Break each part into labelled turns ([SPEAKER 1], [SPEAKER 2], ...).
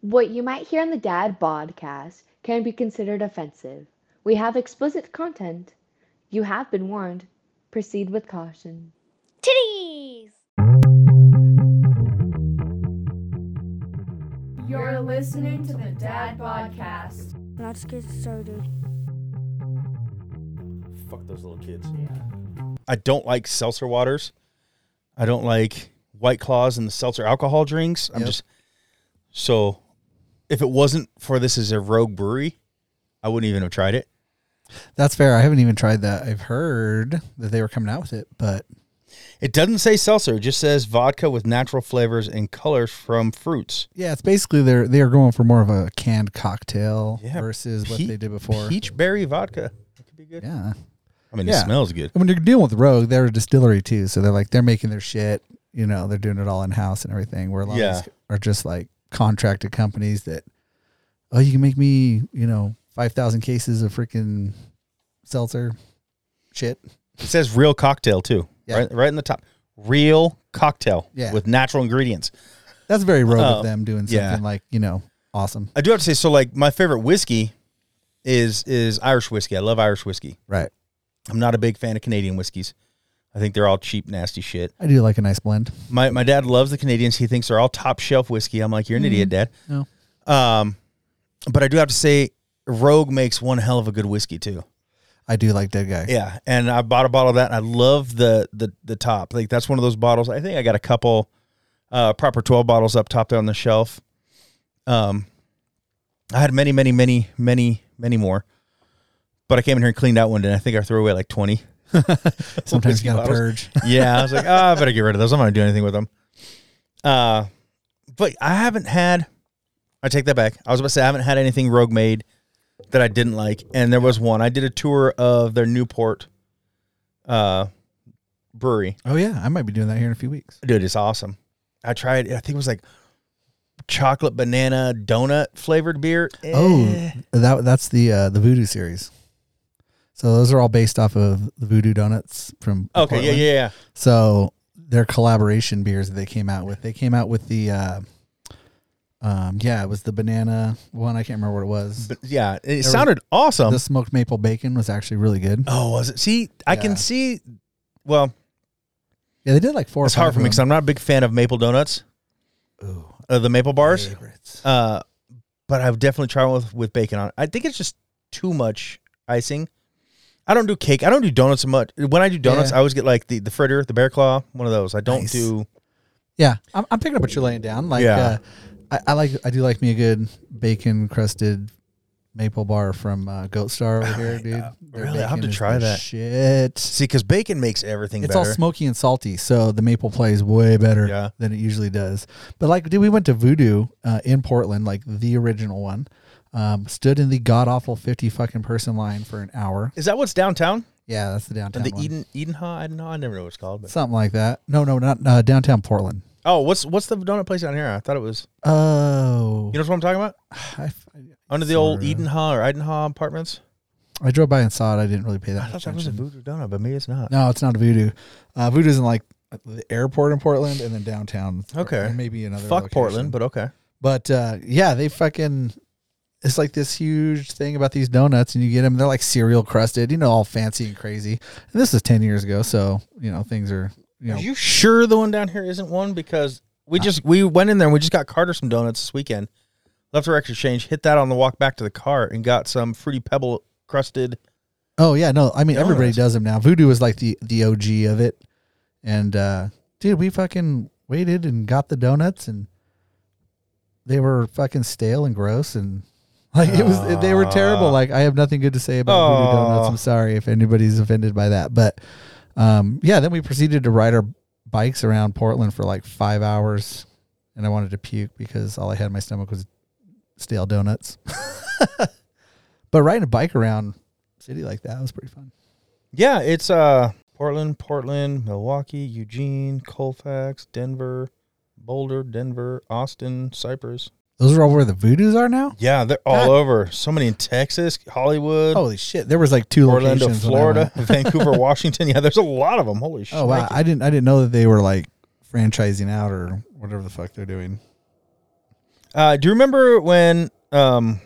[SPEAKER 1] What you might hear on the Dad Podcast can be considered offensive. We have explicit content. You have been warned. Proceed with caution.
[SPEAKER 2] Titties!
[SPEAKER 3] You're listening to the Dad Podcast.
[SPEAKER 2] Let's get started.
[SPEAKER 4] Fuck those little kids. I don't like seltzer waters. I don't like White Claws and the seltzer alcohol drinks. I'm just so. If it wasn't for this as a rogue brewery, I wouldn't even have tried it.
[SPEAKER 5] That's fair. I haven't even tried that. I've heard that they were coming out with it, but
[SPEAKER 4] It doesn't say seltzer; it just says vodka with natural flavors and colors from fruits.
[SPEAKER 5] yeah, it's basically they're they are going for more of a canned cocktail versus what
[SPEAKER 4] Pe-
[SPEAKER 5] they did before.
[SPEAKER 4] Peach berry vodka. That could be good.
[SPEAKER 5] Yeah,
[SPEAKER 4] I mean, it
[SPEAKER 5] Yeah.
[SPEAKER 4] smells good.
[SPEAKER 5] and when you're dealing with Rogue, they're a distillery too, so they're like they're making their shit. You know, they're doing it all in house and everything. Where a lot
[SPEAKER 4] Yeah.
[SPEAKER 5] of these are just like contracted companies that, oh, you can make me, you know, five thousand cases of freaking seltzer, shit.
[SPEAKER 4] It says real cocktail too.
[SPEAKER 5] Yeah.
[SPEAKER 4] Right, right in the top. Real cocktail
[SPEAKER 5] Yeah.
[SPEAKER 4] with natural ingredients.
[SPEAKER 5] That's very Rogue
[SPEAKER 4] Oh,
[SPEAKER 5] of them doing something
[SPEAKER 4] yeah.
[SPEAKER 5] like you know, awesome,
[SPEAKER 4] I do have to say, so like my favorite whiskey is is Irish whiskey. I love Irish whiskey.
[SPEAKER 5] right?
[SPEAKER 4] I'm not a big fan of Canadian whiskeys. I think they're all cheap, nasty shit.
[SPEAKER 5] I do like a nice blend.
[SPEAKER 4] My my dad loves the Canadians. He thinks they're all top shelf whiskey. I'm like, you're an idiot, Dad.
[SPEAKER 5] No.
[SPEAKER 4] Um, but I do have to say, Rogue makes one hell of a good whiskey too.
[SPEAKER 5] I do like Dead Guy.
[SPEAKER 4] Yeah, and I bought a bottle of that. And I love the the the top. Like that's one of those bottles. I think I got a couple uh, proper twelve bottles up top there on the shelf. Um, I had many, many, many, many, many more, but I came in here and cleaned out one day. And I think I threw away like twenty.
[SPEAKER 5] Sometimes you
[SPEAKER 4] Whiskey
[SPEAKER 5] gotta
[SPEAKER 4] bottles.
[SPEAKER 5] purge.
[SPEAKER 4] yeah, I was like, oh, I better get rid of those. I'm not gonna do anything with them. Uh, but I haven't had. I take that back. I was about to say I haven't had anything Rogue made that I didn't like, and there was one. I did a tour of their Newport uh, brewery.
[SPEAKER 5] Oh yeah, I might be doing that here in a few weeks.
[SPEAKER 4] Dude, it's awesome. I tried. I think it was like chocolate banana donut flavored beer. Eh.
[SPEAKER 5] Oh, that that's the uh, the Voodoo series. So those are all based off of the Voodoo donuts from from
[SPEAKER 4] Eh, Okay. Yeah.
[SPEAKER 5] Portland.
[SPEAKER 4] Yeah. Yeah.
[SPEAKER 5] So their collaboration beers that they came out with, they came out with the, uh, um, yeah, it was the banana one. I can't remember what it was.
[SPEAKER 4] But yeah, it sounded awesome.
[SPEAKER 5] the smoked maple bacon was actually really good.
[SPEAKER 4] oh, was it? See, I can
[SPEAKER 5] Yeah.
[SPEAKER 4] see. Well,
[SPEAKER 5] Yeah, they did like four. or
[SPEAKER 4] It's hard
[SPEAKER 5] five
[SPEAKER 4] for
[SPEAKER 5] of
[SPEAKER 4] me because
[SPEAKER 5] them.
[SPEAKER 4] I'm not a big fan of maple donuts,
[SPEAKER 5] Ooh,
[SPEAKER 4] uh, the maple bars.
[SPEAKER 5] favorites.
[SPEAKER 4] Uh, but I've definitely tried one with, with bacon on it. I think it's just too much icing. I don't do cake. I don't do donuts much. When I do donuts,
[SPEAKER 5] Yeah.
[SPEAKER 4] I always get like the, the fritter, the bear claw, one of those. I don't
[SPEAKER 5] Nice.
[SPEAKER 4] do.
[SPEAKER 5] Yeah, I'm, I'm picking up what you're laying down. Like,
[SPEAKER 4] Yeah.
[SPEAKER 5] uh, I, I like, I do like me a good bacon crusted maple bar from uh, Goat Star over here, dude. Their
[SPEAKER 4] Oh really? I'll have
[SPEAKER 5] bacon
[SPEAKER 4] to
[SPEAKER 5] is
[SPEAKER 4] try
[SPEAKER 5] the
[SPEAKER 4] that.
[SPEAKER 5] Shit,
[SPEAKER 4] See, because bacon makes everything
[SPEAKER 5] it's all
[SPEAKER 4] better.
[SPEAKER 5] smoky and salty, so the maple plays way better
[SPEAKER 4] Yeah.
[SPEAKER 5] than it usually does. But like, dude, we went to Voodoo uh, in Portland, like the original one. Um, stood in the god awful fifty fucking person line for an hour.
[SPEAKER 4] Is that what's downtown?
[SPEAKER 5] Yeah, that's the downtown.
[SPEAKER 4] And the
[SPEAKER 5] one.
[SPEAKER 4] Eden Eden Ha? I don't know. I never know what it's called. But.
[SPEAKER 5] Something like that. No, no, not uh, downtown Portland.
[SPEAKER 4] Oh, what's what's the donut place down here? I thought it was.
[SPEAKER 5] Oh,
[SPEAKER 4] You know what I'm talking about?
[SPEAKER 5] I,
[SPEAKER 4] Under the old
[SPEAKER 5] Sorta.
[SPEAKER 4] Eden Ha or Idenha apartments.
[SPEAKER 5] I drove by and saw it. I didn't really pay that.
[SPEAKER 4] I
[SPEAKER 5] much
[SPEAKER 4] thought that was a
[SPEAKER 5] attention.
[SPEAKER 4] voodoo donut, but maybe it's not.
[SPEAKER 5] No, it's not a voodoo. Uh, voodoo's in like the airport in Portland and then downtown.
[SPEAKER 4] Okay.
[SPEAKER 5] And maybe another.
[SPEAKER 4] Fuck
[SPEAKER 5] location.
[SPEAKER 4] Portland, but okay.
[SPEAKER 5] But uh, yeah, they fucking. It's like this huge thing about these donuts, and you get them. They're like cereal crusted, you know, all fancy and crazy. And this is ten years ago, so you know things are. You know,
[SPEAKER 4] Are you sure the one down here isn't one? Because we
[SPEAKER 5] Uh,
[SPEAKER 4] just we went in there and we just got Carter some donuts this weekend. Left our extra change, hit that on the walk back to the car, and got some fruity pebble crusted.
[SPEAKER 5] oh yeah, no, I mean everybody
[SPEAKER 4] Donuts.
[SPEAKER 5] does them now. Voodoo is like the the OG of it, and uh, dude, we fucking waited and got the donuts, and they were fucking stale and gross, and like it was they were terrible.
[SPEAKER 4] Ah.
[SPEAKER 5] Like I have nothing good to say about Voodoo donuts.
[SPEAKER 4] Oh.
[SPEAKER 5] I'm sorry if anybody's offended by that, but um, yeah, then we proceeded to ride our bikes around Portland for like five hours, and I wanted to puke because all I had in my stomach was stale donuts. but riding a bike around city like that was pretty fun.
[SPEAKER 4] Yeah, it's uh Portland, Portland, Milwaukee, Eugene, Colfax, Denver, Boulder, Denver, Austin, Cypress.
[SPEAKER 5] Those are all where the voodoos are now.
[SPEAKER 4] Yeah, they're all over. So many in Texas, Hollywood,
[SPEAKER 5] Holy shit! There was like two
[SPEAKER 4] Orlando,
[SPEAKER 5] Oh, locations. when I
[SPEAKER 4] Florida,
[SPEAKER 5] went.
[SPEAKER 4] Vancouver, Washington. Yeah, there's a lot of them. Holy shit.
[SPEAKER 5] Oh wow! I didn't I didn't know that they were like franchising out or whatever the fuck they're doing.
[SPEAKER 4] Uh, do you remember when um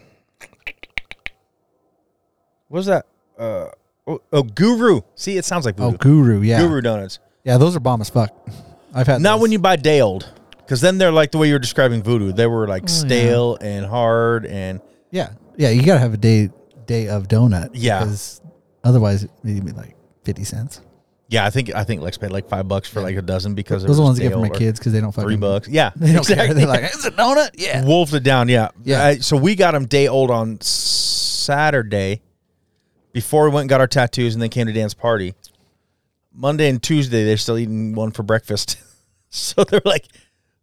[SPEAKER 4] what was that? Uh oh, oh, Guru. See, it sounds like
[SPEAKER 5] Oh,
[SPEAKER 4] voodoo.
[SPEAKER 5] guru. Yeah.
[SPEAKER 4] Guru donuts.
[SPEAKER 5] Yeah, those are bomb as fuck. I've had
[SPEAKER 4] Not
[SPEAKER 5] those.
[SPEAKER 4] when you buy day old. Because then they're like the way you were describing voodoo. They were
[SPEAKER 5] Oh,
[SPEAKER 4] like stale and hard and
[SPEAKER 5] Yeah, yeah, you gotta have a day day of donut.
[SPEAKER 4] Yeah.
[SPEAKER 5] because otherwise it'd be like fifty cents.
[SPEAKER 4] yeah, I think I think Lex paid like five bucks for like a dozen because it
[SPEAKER 5] Those are
[SPEAKER 4] was
[SPEAKER 5] the ones I get
[SPEAKER 4] stale
[SPEAKER 5] for my
[SPEAKER 4] or
[SPEAKER 5] kids because they don't fucking
[SPEAKER 4] Three bucks. Yeah.
[SPEAKER 5] They don't care. They're like, it's a donut. Yeah,
[SPEAKER 4] wolfed it down. Yeah,
[SPEAKER 5] Yeah.
[SPEAKER 4] I- so we got them day old on Saturday before we went and got our tattoos, and they came to Dan's party. Monday and Tuesday, they're still eating one for breakfast. so they're like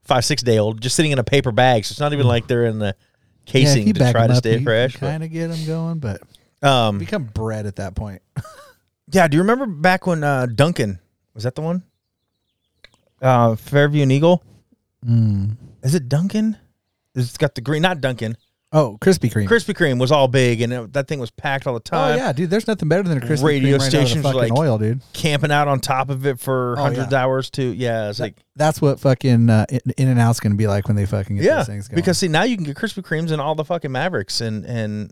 [SPEAKER 4] five, six day old, just sitting in a paper bag. So it's
[SPEAKER 5] Mm.
[SPEAKER 4] not even like they're in the casing to try to stay fresh. but,
[SPEAKER 5] Kind of get them going, but
[SPEAKER 4] um,
[SPEAKER 5] become bread at that point.
[SPEAKER 4] yeah. Do you remember back when uh, Duncan was that the one? Uh, Fairview and Eagle.
[SPEAKER 5] Mm.
[SPEAKER 4] Is it Duncan? It's got the green, not Duncan.
[SPEAKER 5] Oh, Krispy Kreme.
[SPEAKER 4] Krispy Kreme was all big, and it, that thing was packed all the
[SPEAKER 5] oh
[SPEAKER 4] time.
[SPEAKER 5] yeah, dude. There's nothing better than a Krispy
[SPEAKER 4] Radio
[SPEAKER 5] Kreme right
[SPEAKER 4] stations
[SPEAKER 5] now with a fucking
[SPEAKER 4] like-
[SPEAKER 5] oil, dude.
[SPEAKER 4] Camping out on top of it for
[SPEAKER 5] Oh,
[SPEAKER 4] hundreds
[SPEAKER 5] yeah.
[SPEAKER 4] hours to yeah, it's like
[SPEAKER 5] That's what fucking uh, In and Out's gonna be like when they fucking get
[SPEAKER 4] yeah,
[SPEAKER 5] those things going.
[SPEAKER 4] because see now you can get Krispy Kremes and all the fucking Mavericks, and and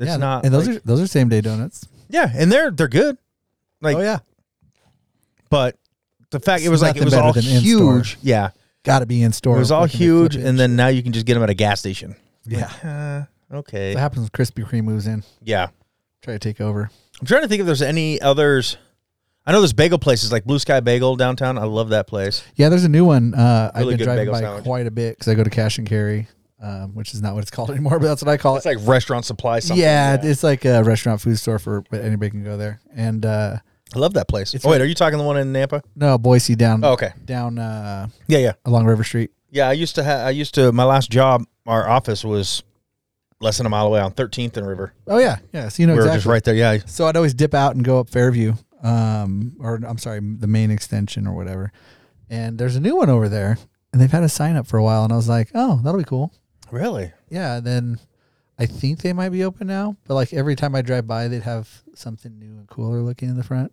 [SPEAKER 4] it's
[SPEAKER 5] yeah,
[SPEAKER 4] not
[SPEAKER 5] And those
[SPEAKER 4] like-
[SPEAKER 5] are those are same day donuts.
[SPEAKER 4] yeah, and they're they're good, like
[SPEAKER 5] oh yeah,
[SPEAKER 4] but the fact it
[SPEAKER 5] It's
[SPEAKER 4] was like it
[SPEAKER 5] nothing
[SPEAKER 4] was
[SPEAKER 5] better
[SPEAKER 4] all
[SPEAKER 5] than in-store.
[SPEAKER 4] huge, yeah,
[SPEAKER 5] got to be in
[SPEAKER 4] it
[SPEAKER 5] store.
[SPEAKER 4] was all
[SPEAKER 5] Fucking they flip
[SPEAKER 4] huge,
[SPEAKER 5] it
[SPEAKER 4] and then now you can just get them at a gas station.
[SPEAKER 5] shit. yeah,
[SPEAKER 4] Uh, okay,
[SPEAKER 5] what happens when Krispy Kreme moves in?
[SPEAKER 4] yeah.
[SPEAKER 5] Try to take over.
[SPEAKER 4] I'm trying to think if there's any others. I know there's bagel places like Blue Sky Bagel downtown. I love that place.
[SPEAKER 5] Yeah, there's a new one. Uh, I've
[SPEAKER 4] Really good
[SPEAKER 5] been driving
[SPEAKER 4] bagel
[SPEAKER 5] by
[SPEAKER 4] sandwich.
[SPEAKER 5] quite a bit because I go to Cash and Carry, um, which is not what it's called anymore, but that's what I call
[SPEAKER 4] It's
[SPEAKER 5] it.
[SPEAKER 4] like restaurant supply. Something.
[SPEAKER 5] yeah, it's like a restaurant food store for but anybody can go there. And uh,
[SPEAKER 4] I love that place.
[SPEAKER 5] It's
[SPEAKER 4] oh, wait, are you talking the one in Nampa?
[SPEAKER 5] no, Boise down
[SPEAKER 4] Oh, okay.
[SPEAKER 5] down uh,
[SPEAKER 4] Yeah, yeah,
[SPEAKER 5] along River Street.
[SPEAKER 4] yeah. I used to have. I used to. My last job, our office was less than a mile away on 13th and River.
[SPEAKER 5] Oh yeah, yeah. So you know
[SPEAKER 4] we were
[SPEAKER 5] exactly.
[SPEAKER 4] just right there. Yeah,
[SPEAKER 5] So I'd always dip out and go up Fairview, um, or I'm sorry, the main extension or whatever. And there's a new one over there, and they've had a sign up for a while, and I was like, oh, that'll be cool.
[SPEAKER 4] really.
[SPEAKER 5] yeah, then I think they might be open now. But like every time I drive by, they'd have something new and cooler looking in the front.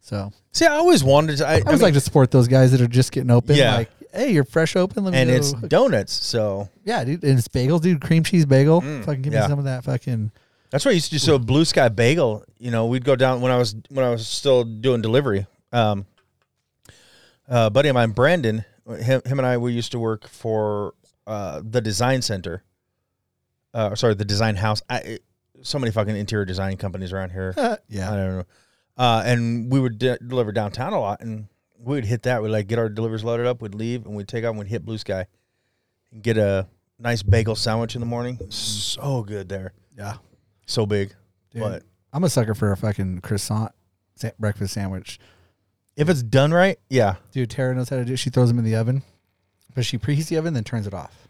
[SPEAKER 5] So
[SPEAKER 4] See, I always wanted. To, I,
[SPEAKER 5] I always like to support those guys that are just getting open.
[SPEAKER 4] Yeah.
[SPEAKER 5] Like, hey, you're fresh open. Let me
[SPEAKER 4] and
[SPEAKER 5] go.
[SPEAKER 4] it's donuts. So
[SPEAKER 5] yeah, dude, and it's bagels, dude. Cream cheese bagel. fucking give
[SPEAKER 4] Mm, yeah.
[SPEAKER 5] me some of that. Fucking
[SPEAKER 4] that's what I used to do. So Blue Sky Bagel. You know, we'd go down when I was when I was still doing delivery. Um, uh, buddy of mine, Brandon, him, him and I, we used to work for uh, the design center. Uh, sorry, the design house. I, it- so many fucking interior design companies around here. I
[SPEAKER 5] yeah.
[SPEAKER 4] don't know. Uh, and we would de- deliver downtown a lot, and we would hit that. We'd like get our delivers loaded up. We'd leave, and we'd take off, and we'd hit Blue Sky, and get a nice bagel sandwich in the morning. So good there,
[SPEAKER 5] Yeah,
[SPEAKER 4] so big.
[SPEAKER 5] dude.
[SPEAKER 4] But
[SPEAKER 5] I'm a sucker for a fucking croissant sa- breakfast sandwich.
[SPEAKER 4] if it's done right, yeah,
[SPEAKER 5] Dude, Tara knows how to do. it. She throws them in the oven, but she preheats the oven, then turns it off,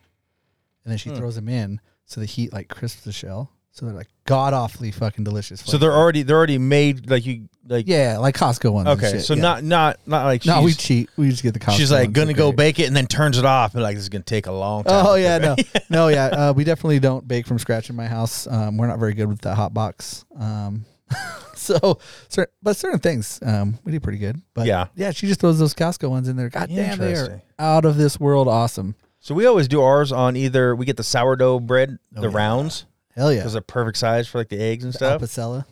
[SPEAKER 5] and then she
[SPEAKER 4] Hmm.
[SPEAKER 5] throws them in so the heat like crisps the shell, so they're like god awfully fucking delicious.
[SPEAKER 4] so they're already they're already made like you like
[SPEAKER 5] yeah, like Costco ones. and
[SPEAKER 4] okay.
[SPEAKER 5] shit,
[SPEAKER 4] so
[SPEAKER 5] yeah.
[SPEAKER 4] not not not like she's,
[SPEAKER 5] no, we cheat. We just get the Costco.
[SPEAKER 4] she's like
[SPEAKER 5] ones, they're
[SPEAKER 4] gonna go
[SPEAKER 5] great.
[SPEAKER 4] bake it and then turns it off. And like this is gonna take a long time.
[SPEAKER 5] Oh yeah, no, no, yeah. Uh, we definitely don't bake from scratch in my house. Um, we're not very good with the hot box. Um, so, cer- but certain things um, we do pretty good. But
[SPEAKER 4] Yeah.
[SPEAKER 5] yeah, she just throws those Costco ones in there. God damn, they
[SPEAKER 4] Interesting.
[SPEAKER 5] are out of this world awesome.
[SPEAKER 4] So we always do ours on either we get the sourdough bread,
[SPEAKER 5] Oh,
[SPEAKER 4] the
[SPEAKER 5] yeah.
[SPEAKER 4] rounds,
[SPEAKER 5] Hell yeah,
[SPEAKER 4] because they're perfect size for like the eggs and stuff.
[SPEAKER 5] Apicella.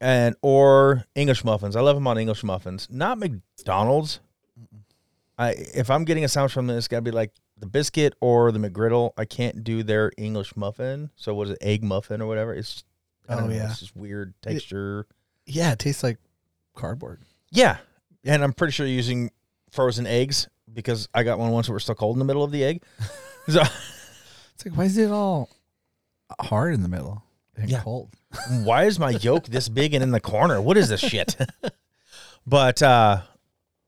[SPEAKER 4] and or English muffins. I love them on English muffins, not McDonald's. I if I'm getting a sandwich from them, it's got to be like the biscuit or the McGriddle. I can't do their English muffin. So what is it, egg muffin or whatever? It's I don't
[SPEAKER 5] Oh,
[SPEAKER 4] know,
[SPEAKER 5] yeah.
[SPEAKER 4] it's just weird texture.
[SPEAKER 5] Yeah, it tastes like cardboard.
[SPEAKER 4] yeah, and I'm pretty sure you're using frozen eggs because I got one once that were still cold in the middle of the egg. So
[SPEAKER 5] It's like, why is it all hard in the middle and
[SPEAKER 4] Yeah.
[SPEAKER 5] cold?
[SPEAKER 4] why is my yolk this big and in the corner? What is this shit? but uh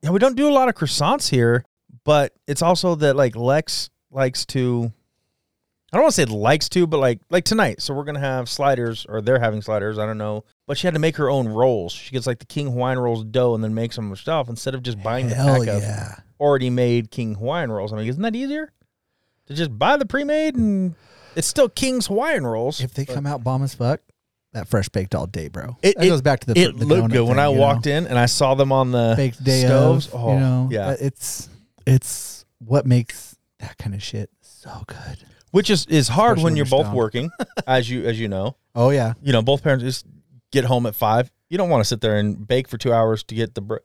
[SPEAKER 4] yeah, we don't do a lot of croissants here, but it's also that like Lex likes to I don't want to say likes to, but like like tonight. So we're gonna have sliders, or they're having sliders. I don't know, but she had to make her own rolls. She gets like the King Hawaiian rolls dough, and then makes them herself instead of just buying the
[SPEAKER 5] Hell
[SPEAKER 4] pack of
[SPEAKER 5] yeah.
[SPEAKER 4] already made King Hawaiian rolls. I mean, isn't that easier to just buy the pre-made and it's still King's Hawaiian rolls?
[SPEAKER 5] If they come out bomb as fuck, that fresh baked all day, bro.
[SPEAKER 4] It-
[SPEAKER 5] that
[SPEAKER 4] it-
[SPEAKER 5] goes back to the
[SPEAKER 4] it looked good when I walked in and I saw them on the
[SPEAKER 5] Baked day
[SPEAKER 4] stoves. Oh,
[SPEAKER 5] of, you know,
[SPEAKER 4] yeah.
[SPEAKER 5] that- it's it's what makes that kind of shit so good.
[SPEAKER 4] which is is hard
[SPEAKER 5] Especially
[SPEAKER 4] when
[SPEAKER 5] when
[SPEAKER 4] you're
[SPEAKER 5] you're
[SPEAKER 4] both
[SPEAKER 5] stoned.
[SPEAKER 4] working, as you as you know.
[SPEAKER 5] Oh yeah.
[SPEAKER 4] You know, both parents just get home at five. You don't want to sit there and bake for two hours to get the br-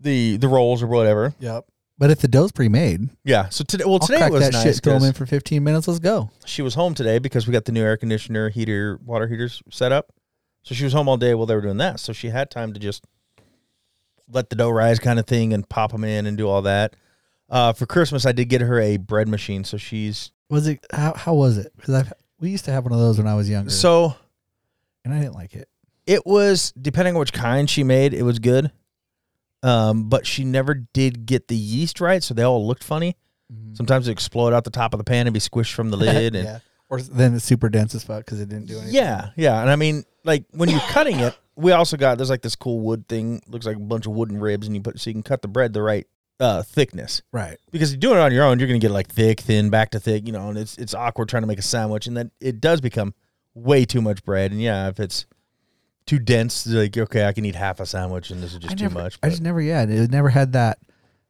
[SPEAKER 4] the the rolls or whatever.
[SPEAKER 5] Yep. But if the dough's pre-made,
[SPEAKER 4] Yeah. So today, well,
[SPEAKER 5] I'll
[SPEAKER 4] today
[SPEAKER 5] crack
[SPEAKER 4] was
[SPEAKER 5] that
[SPEAKER 4] nice.
[SPEAKER 5] shit. Throw
[SPEAKER 4] 'cause-
[SPEAKER 5] them in for 15 minutes. Let's go.
[SPEAKER 4] she was home today because we got the new air conditioner, heater, water heaters set up. So she was home all day while they were doing that. So she had time to just let the dough rise kind of thing and pop them in and do all that. Uh, for Christmas, I did get her a bread machine. So she's
[SPEAKER 5] Was it? How, how was it? Because I we used to have one of those when I was younger,
[SPEAKER 4] so
[SPEAKER 5] and I didn't like it.
[SPEAKER 4] it was depending on which kind she made, it was good. Um, but she never did get the yeast right, so they all looked funny. Sometimes it explode out the top of the pan and be squished from the lid, and
[SPEAKER 5] yeah. Or then it's super dense as fuck because it didn't do anything.
[SPEAKER 4] Yeah, yeah. And I mean, like when you're cutting it, we also got there's like this cool wood thing, looks like a bunch of wooden ribs, and you put so you can cut the bread the right uh, thickness.
[SPEAKER 5] Right.
[SPEAKER 4] Because you're doing it on your own, you're gonna get like thick, thin, back to thick, you know, and it's it's awkward trying to make a sandwich, and then it does become way too much bread. And yeah, if it's too dense, it's like okay, I can eat half a sandwich, and this is just
[SPEAKER 5] I
[SPEAKER 4] too
[SPEAKER 5] never,
[SPEAKER 4] much.
[SPEAKER 5] I
[SPEAKER 4] but-
[SPEAKER 5] just never. Yeah. It never had that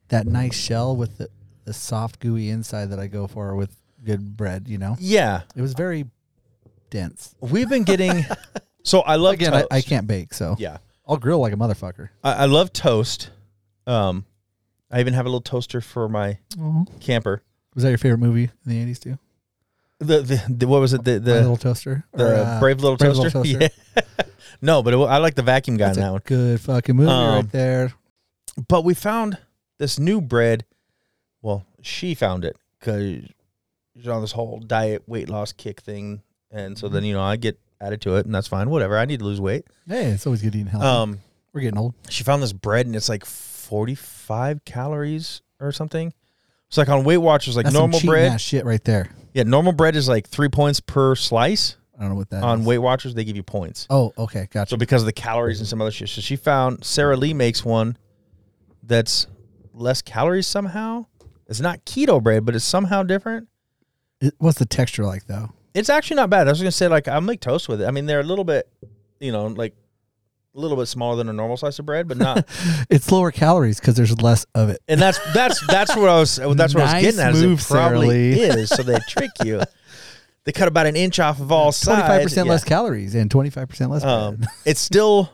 [SPEAKER 5] that nice shell with the, the soft gooey inside that I go for with good bread. You know,
[SPEAKER 4] yeah,
[SPEAKER 5] it was very dense.
[SPEAKER 4] we've been getting. so I love
[SPEAKER 5] Again, I, I
[SPEAKER 4] toast.
[SPEAKER 5] can't bake, so
[SPEAKER 4] Yeah,
[SPEAKER 5] I'll grill like a motherfucker.
[SPEAKER 4] I, I love toast. Um, I even have a little toaster for my camper.
[SPEAKER 5] Was that your favorite movie in the eighties too?
[SPEAKER 4] the, the, the what was it the
[SPEAKER 5] My
[SPEAKER 4] the,
[SPEAKER 5] Little Toaster.
[SPEAKER 4] the
[SPEAKER 5] Or, uh,
[SPEAKER 4] brave little
[SPEAKER 5] Brave
[SPEAKER 4] toaster,
[SPEAKER 5] Little Toaster.
[SPEAKER 4] Yeah. no but it, wa- i like the vacuum guy in
[SPEAKER 5] That's
[SPEAKER 4] that
[SPEAKER 5] a
[SPEAKER 4] one
[SPEAKER 5] good fucking movie
[SPEAKER 4] Um,
[SPEAKER 5] right there.
[SPEAKER 4] but we found this new bread well she found it because you know this whole diet weight loss kick thing and so
[SPEAKER 5] Mm-hmm.
[SPEAKER 4] then you know i get added to it and that's fine whatever i need to lose weight
[SPEAKER 5] Hey, it's always good eating healthy.
[SPEAKER 4] um
[SPEAKER 5] We're getting old.
[SPEAKER 4] she found this bread and it's like 45 calories or something it's like on weight watchers like
[SPEAKER 5] That's some
[SPEAKER 4] normal
[SPEAKER 5] cheating
[SPEAKER 4] bread
[SPEAKER 5] ass shit right there.
[SPEAKER 4] yeah normal bread is like three points per slice
[SPEAKER 5] I don't know what that
[SPEAKER 4] on
[SPEAKER 5] is.
[SPEAKER 4] weight watchers they give you points
[SPEAKER 5] Oh, okay,
[SPEAKER 4] So
[SPEAKER 5] gotcha.
[SPEAKER 4] because of the calories and some other shit. So she found Sarah Lee makes one that's less calories somehow. It's not keto bread, but it's somehow different.
[SPEAKER 5] It- what's the texture like though?
[SPEAKER 4] It's actually not bad. I was gonna say like I'll make toast with it. I mean they're a little bit, you know, like a little bit smaller than a normal slice of bread, but not.
[SPEAKER 5] It's lower calories because there's less of it.
[SPEAKER 4] and that's that's that's what I was that's what I was
[SPEAKER 5] Nice
[SPEAKER 4] getting at. is
[SPEAKER 5] move,
[SPEAKER 4] it
[SPEAKER 5] Sara
[SPEAKER 4] probably
[SPEAKER 5] Lee.
[SPEAKER 4] is. So they trick you. They cut about an inch off of all sides.
[SPEAKER 5] Twenty five percent
[SPEAKER 4] Yeah.
[SPEAKER 5] less calories and twenty five percent less.
[SPEAKER 4] Um,
[SPEAKER 5] bread.
[SPEAKER 4] it's still,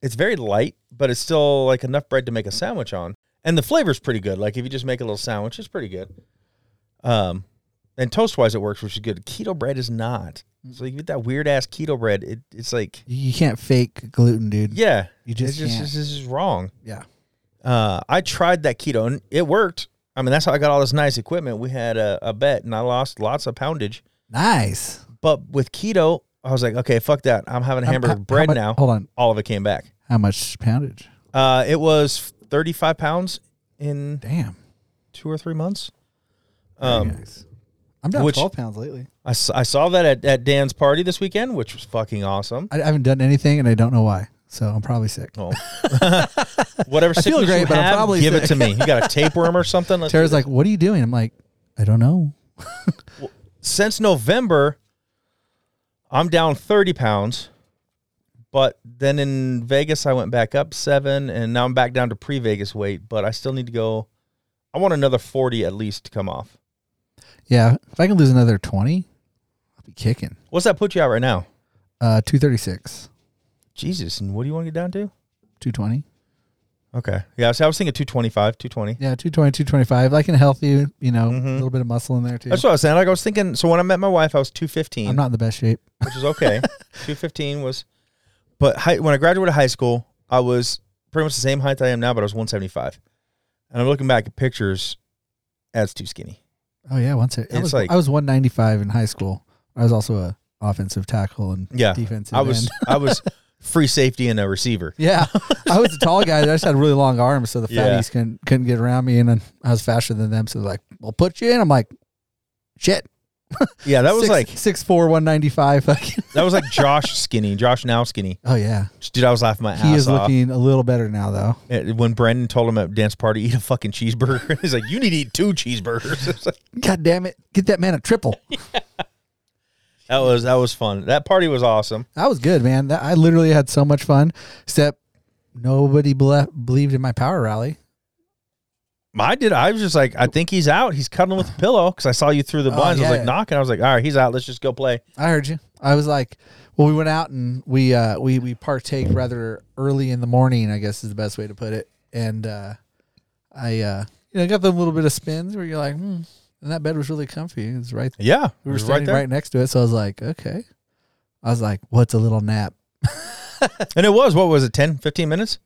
[SPEAKER 4] it's very light, but it's still like enough bread to make a sandwich on, and the flavor's pretty good. Like if you just make a little sandwich, it's pretty good. Um, and toast wise, it works, which is good. Keto bread is not.
[SPEAKER 5] Mm.
[SPEAKER 4] So you get that weird ass keto bread. It, it's like,
[SPEAKER 5] you can't fake gluten, dude.
[SPEAKER 4] yeah,
[SPEAKER 5] You just
[SPEAKER 4] it's just,
[SPEAKER 5] can't.
[SPEAKER 4] it's just wrong.
[SPEAKER 5] Yeah.
[SPEAKER 4] Uh, I tried that keto and it worked. I mean, that's how I got all this nice equipment. We had a, a bet, and I lost lots of poundage.
[SPEAKER 5] Nice.
[SPEAKER 4] But with keto, I was like, okay, fuck that. I'm having a hamburger
[SPEAKER 5] how- Oh. how
[SPEAKER 4] with bread
[SPEAKER 5] mu-
[SPEAKER 4] now.
[SPEAKER 5] Hold on.
[SPEAKER 4] All of it came back.
[SPEAKER 5] How much poundage?
[SPEAKER 4] Uh, it was 35 pounds in
[SPEAKER 5] Damn.
[SPEAKER 4] two or three months.
[SPEAKER 5] Um,
[SPEAKER 4] Um,
[SPEAKER 5] I'm down
[SPEAKER 4] which-
[SPEAKER 5] twelve pounds lately.
[SPEAKER 4] I, s- I saw that at, at Dan's party this weekend, which was fucking awesome.
[SPEAKER 5] I, I haven't done anything, and I don't know why. So I'm probably sick.
[SPEAKER 4] Oh. Whatever
[SPEAKER 5] I feel
[SPEAKER 4] sickness you
[SPEAKER 5] great, but I'm
[SPEAKER 4] have,
[SPEAKER 5] probably
[SPEAKER 4] give
[SPEAKER 5] sick.
[SPEAKER 4] it to me. You got a tapeworm or something? Let's-
[SPEAKER 5] Tara's like, "What are you doing?" I'm like, "I don't know."
[SPEAKER 4] Since November, I'm down 30 pounds. But then in Vegas, I went back up seven, and now I'm back down to pre-Vegas weight. But I still need to go. I want another 40 at least to come off.
[SPEAKER 5] Yeah, if I can lose another twenty, I'll be kicking.
[SPEAKER 4] What's that put you at right now?
[SPEAKER 5] Uh, two thirty six,
[SPEAKER 4] Jesus, and what do you want to get down to?
[SPEAKER 5] two twenty.
[SPEAKER 4] Okay. Yeah. So I was thinking 225, 220.
[SPEAKER 5] Yeah, 220, 225. Like in healthy, you know,
[SPEAKER 4] Mhm.
[SPEAKER 5] a little bit of muscle in there too.
[SPEAKER 4] That's what I was saying. Like I was thinking. So when I met my wife, I was 215,
[SPEAKER 5] I'm not in the best shape.
[SPEAKER 4] which is okay. 215 was, but high, when I graduated high school, I was pretty much the same height I am now, but I was 175. And I'm looking back at pictures as too skinny.
[SPEAKER 5] Oh yeah, once it, I
[SPEAKER 4] It's
[SPEAKER 5] was
[SPEAKER 4] like-
[SPEAKER 5] I was 195 in high school. I was also a offensive tackle and
[SPEAKER 4] Yeah.
[SPEAKER 5] defensive.
[SPEAKER 4] I was,
[SPEAKER 5] end.
[SPEAKER 4] I was free safety and a receiver.
[SPEAKER 5] Yeah, I was a tall guy. that I just had really long arms, so the
[SPEAKER 4] Yeah.
[SPEAKER 5] fatties couldn't couldn't get around me, and then I was faster than them. So they're like, "We'll put you in." I'm like, "Shit."
[SPEAKER 4] Yeah. That was
[SPEAKER 5] Six-
[SPEAKER 4] like,
[SPEAKER 5] six four, 195. Fucking.
[SPEAKER 4] that was like Josh skinny, Josh now skinny.
[SPEAKER 5] Oh yeah,
[SPEAKER 4] Dude, I was laughing my
[SPEAKER 5] he
[SPEAKER 4] ass
[SPEAKER 5] is
[SPEAKER 4] off.
[SPEAKER 5] looking a little better now though.
[SPEAKER 4] Uh, When Brandon told him at dance party, eat a fucking cheeseburger. He's like, you need to eat two cheeseburgers. It's like,
[SPEAKER 5] God damn it, get that man a triple.
[SPEAKER 4] That was that was fun. That party was awesome.
[SPEAKER 5] That was good, man. That, I literally had so much fun. Except nobody ble- believed in my power rally.
[SPEAKER 4] I did. I was just like, I think he's out. He's cuddling with a pillow because I saw you through the
[SPEAKER 5] Oh,
[SPEAKER 4] blinds. I was
[SPEAKER 5] yeah.
[SPEAKER 4] like knocking. I was like, all right, he's out. Let's just go play.
[SPEAKER 5] I heard you. I was like, well, we went out and we uh, we we partake rather early in the morning. I guess is the best way to put it. And uh, I uh, you know got the little bit of spins where you're like, hmm. and that bed was really comfy. It was right.
[SPEAKER 4] Yeah,
[SPEAKER 5] We
[SPEAKER 4] it
[SPEAKER 5] were
[SPEAKER 4] was
[SPEAKER 5] standing right, next to it, so I was like, okay. I was like, what's a little nap?
[SPEAKER 4] And it was what was it, 10, 15 minutes?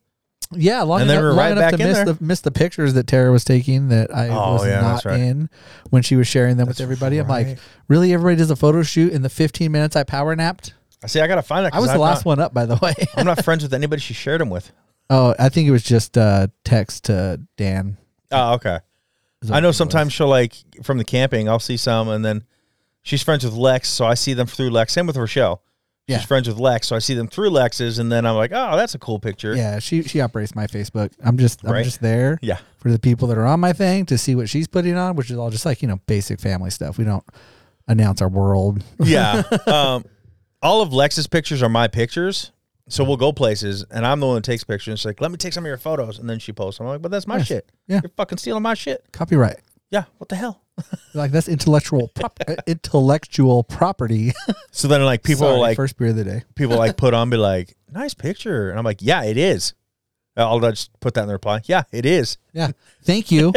[SPEAKER 5] Yeah, long
[SPEAKER 4] And they
[SPEAKER 5] enough,
[SPEAKER 4] were
[SPEAKER 5] long
[SPEAKER 4] right
[SPEAKER 5] enough
[SPEAKER 4] back
[SPEAKER 5] to
[SPEAKER 4] in
[SPEAKER 5] miss
[SPEAKER 4] there.
[SPEAKER 5] the miss the pictures that Tara was taking that I
[SPEAKER 4] Oh,
[SPEAKER 5] was
[SPEAKER 4] yeah,
[SPEAKER 5] not
[SPEAKER 4] that's right.
[SPEAKER 5] in when she was sharing them with everybody. I'm like,
[SPEAKER 4] right.
[SPEAKER 5] really? Everybody does a photo shoot in the 15 minutes I power napped?
[SPEAKER 4] I see. I gotta find that.
[SPEAKER 5] I was the last one up, by the way.
[SPEAKER 4] I'm not friends with anybody she shared him with.
[SPEAKER 5] Oh, I think it was just uh, text to Dan.
[SPEAKER 4] Oh, okay.
[SPEAKER 5] is
[SPEAKER 4] I
[SPEAKER 5] what
[SPEAKER 4] know
[SPEAKER 5] it
[SPEAKER 4] sometimes she'll like from the camping. I'll see some, and then she's friends with Lex, so I see them through Lex. Same with Rochelle. She's
[SPEAKER 5] Yeah.
[SPEAKER 4] friends with Lex, so I see them through Lex's, and then I'm like, oh, that's a cool picture.
[SPEAKER 5] was. Yeah, she she operates my Facebook. I'm just I'm
[SPEAKER 4] Right.
[SPEAKER 5] just there
[SPEAKER 4] Yeah.
[SPEAKER 5] for the people that are on my thing to see what she's putting on, which is all just like you know basic family stuff. We don't announce our world.
[SPEAKER 4] Yeah. um, all of Lex's pictures are my pictures. So we'll go places, and I'm the one that takes pictures. She's like, let me take some of your photos. And then she posts. them. I'm like, but that's my
[SPEAKER 5] Nice.
[SPEAKER 4] shit.
[SPEAKER 5] Yeah.
[SPEAKER 4] You're fucking stealing my shit.
[SPEAKER 5] Copyright.
[SPEAKER 4] Yeah. What the hell?
[SPEAKER 5] Like that's intellectual prop- uh, intellectual property.
[SPEAKER 4] So then, like, people
[SPEAKER 5] Sorry,
[SPEAKER 4] are like,
[SPEAKER 5] first beer of the day.
[SPEAKER 4] people like put on, be like, nice picture. And I'm like, yeah, it is. I'll just put that in the reply. Yeah, it is.
[SPEAKER 5] Yeah, thank you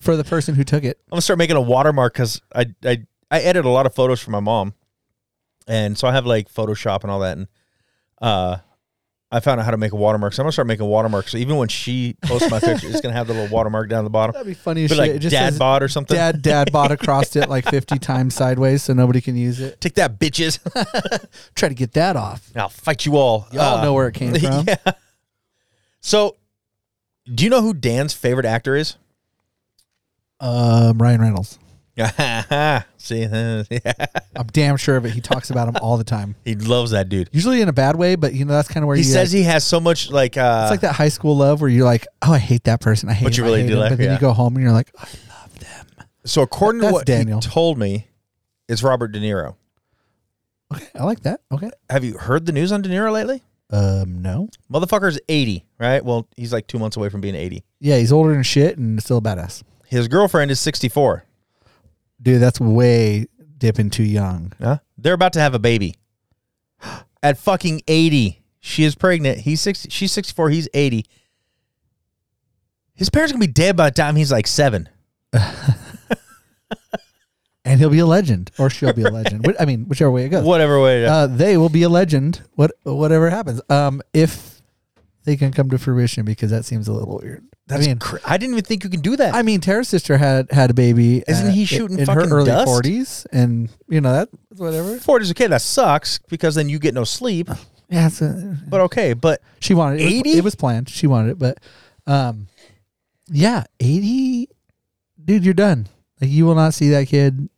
[SPEAKER 5] for the person who took it.
[SPEAKER 4] I'm gonna start making a watermark because I, I I edit a lot of photos for my mom, and so I have like Photoshop and all that, and uh, I found out how to make a watermark. So I'm gonna start making watermarks. So even when she posts my picture, it's gonna have the little watermark down the bottom,
[SPEAKER 5] That'd be funny as
[SPEAKER 4] but
[SPEAKER 5] shit.
[SPEAKER 4] like
[SPEAKER 5] it just
[SPEAKER 4] dad
[SPEAKER 5] says,
[SPEAKER 4] bod or something.
[SPEAKER 5] dad dad bought across it like 50 times sideways, so nobody can use it.
[SPEAKER 4] Take that, bitches!
[SPEAKER 5] Try to get that off.
[SPEAKER 4] I'll fight you all.
[SPEAKER 5] Y'all
[SPEAKER 4] Uh,
[SPEAKER 5] know where it came from.
[SPEAKER 4] yeah. So, do you know who Dan's favorite actor is?
[SPEAKER 5] Um, Ryan Reynolds.
[SPEAKER 4] See, yeah.
[SPEAKER 5] I'm damn sure of it. He talks about him all the time.
[SPEAKER 4] he loves that dude.
[SPEAKER 5] Usually in a bad way, but you know that's kind of where
[SPEAKER 4] He
[SPEAKER 5] you,
[SPEAKER 4] says
[SPEAKER 5] like-
[SPEAKER 4] he has so much like uh,
[SPEAKER 5] it's like that high school love where you're like, oh, I hate that person. I hate.
[SPEAKER 4] But
[SPEAKER 5] him,
[SPEAKER 4] you really
[SPEAKER 5] I hate
[SPEAKER 4] do
[SPEAKER 5] him.
[SPEAKER 4] like-
[SPEAKER 5] But then
[SPEAKER 4] yeah.
[SPEAKER 5] you go home and you're like, oh,
[SPEAKER 4] So according
[SPEAKER 5] That's
[SPEAKER 4] to what
[SPEAKER 5] Daniel.
[SPEAKER 4] he told me, it's Robert De Niro.
[SPEAKER 5] okay, I like that. Okay.
[SPEAKER 4] Have you heard the news on De Niro lately?
[SPEAKER 5] Um, no.
[SPEAKER 4] Motherfucker's 80, right? Well, he's like two months away from being 80.
[SPEAKER 5] Yeah, he's older than shit and still a badass.
[SPEAKER 4] His girlfriend is 64.
[SPEAKER 5] Dude, that's way dipping too young.
[SPEAKER 4] Huh? They're about to have a baby. At fucking 80. She is pregnant. He's 60, she's 64, he's 80. His parents are gonna be dead by the time he's like seven.
[SPEAKER 5] And he'll be a legend, or she'll be a legend. Wh- I mean, whichever way it goes.
[SPEAKER 4] Whatever way. to-
[SPEAKER 5] Uh, they will be a legend. What whatever happens, um, if they can come to fruition, because that seems a little weird.
[SPEAKER 4] That's
[SPEAKER 5] I mean,
[SPEAKER 4] cra- I didn't even think you can do that.
[SPEAKER 5] I mean, Tara's sister had had a baby.
[SPEAKER 4] Isn't
[SPEAKER 5] uh,
[SPEAKER 4] he
[SPEAKER 5] i-
[SPEAKER 4] shooting
[SPEAKER 5] in her
[SPEAKER 4] fucking
[SPEAKER 5] early
[SPEAKER 4] dust?
[SPEAKER 5] forties? And you know that whatever.
[SPEAKER 4] Ford is okay. That sucks because then you get no sleep.
[SPEAKER 5] Yeah, it's a,
[SPEAKER 4] But okay, but
[SPEAKER 5] she wanted it. It was-
[SPEAKER 4] 80?
[SPEAKER 5] It was planned. She wanted it, but um, yeah, eighty, dude, you're done. Like you will not see that kid.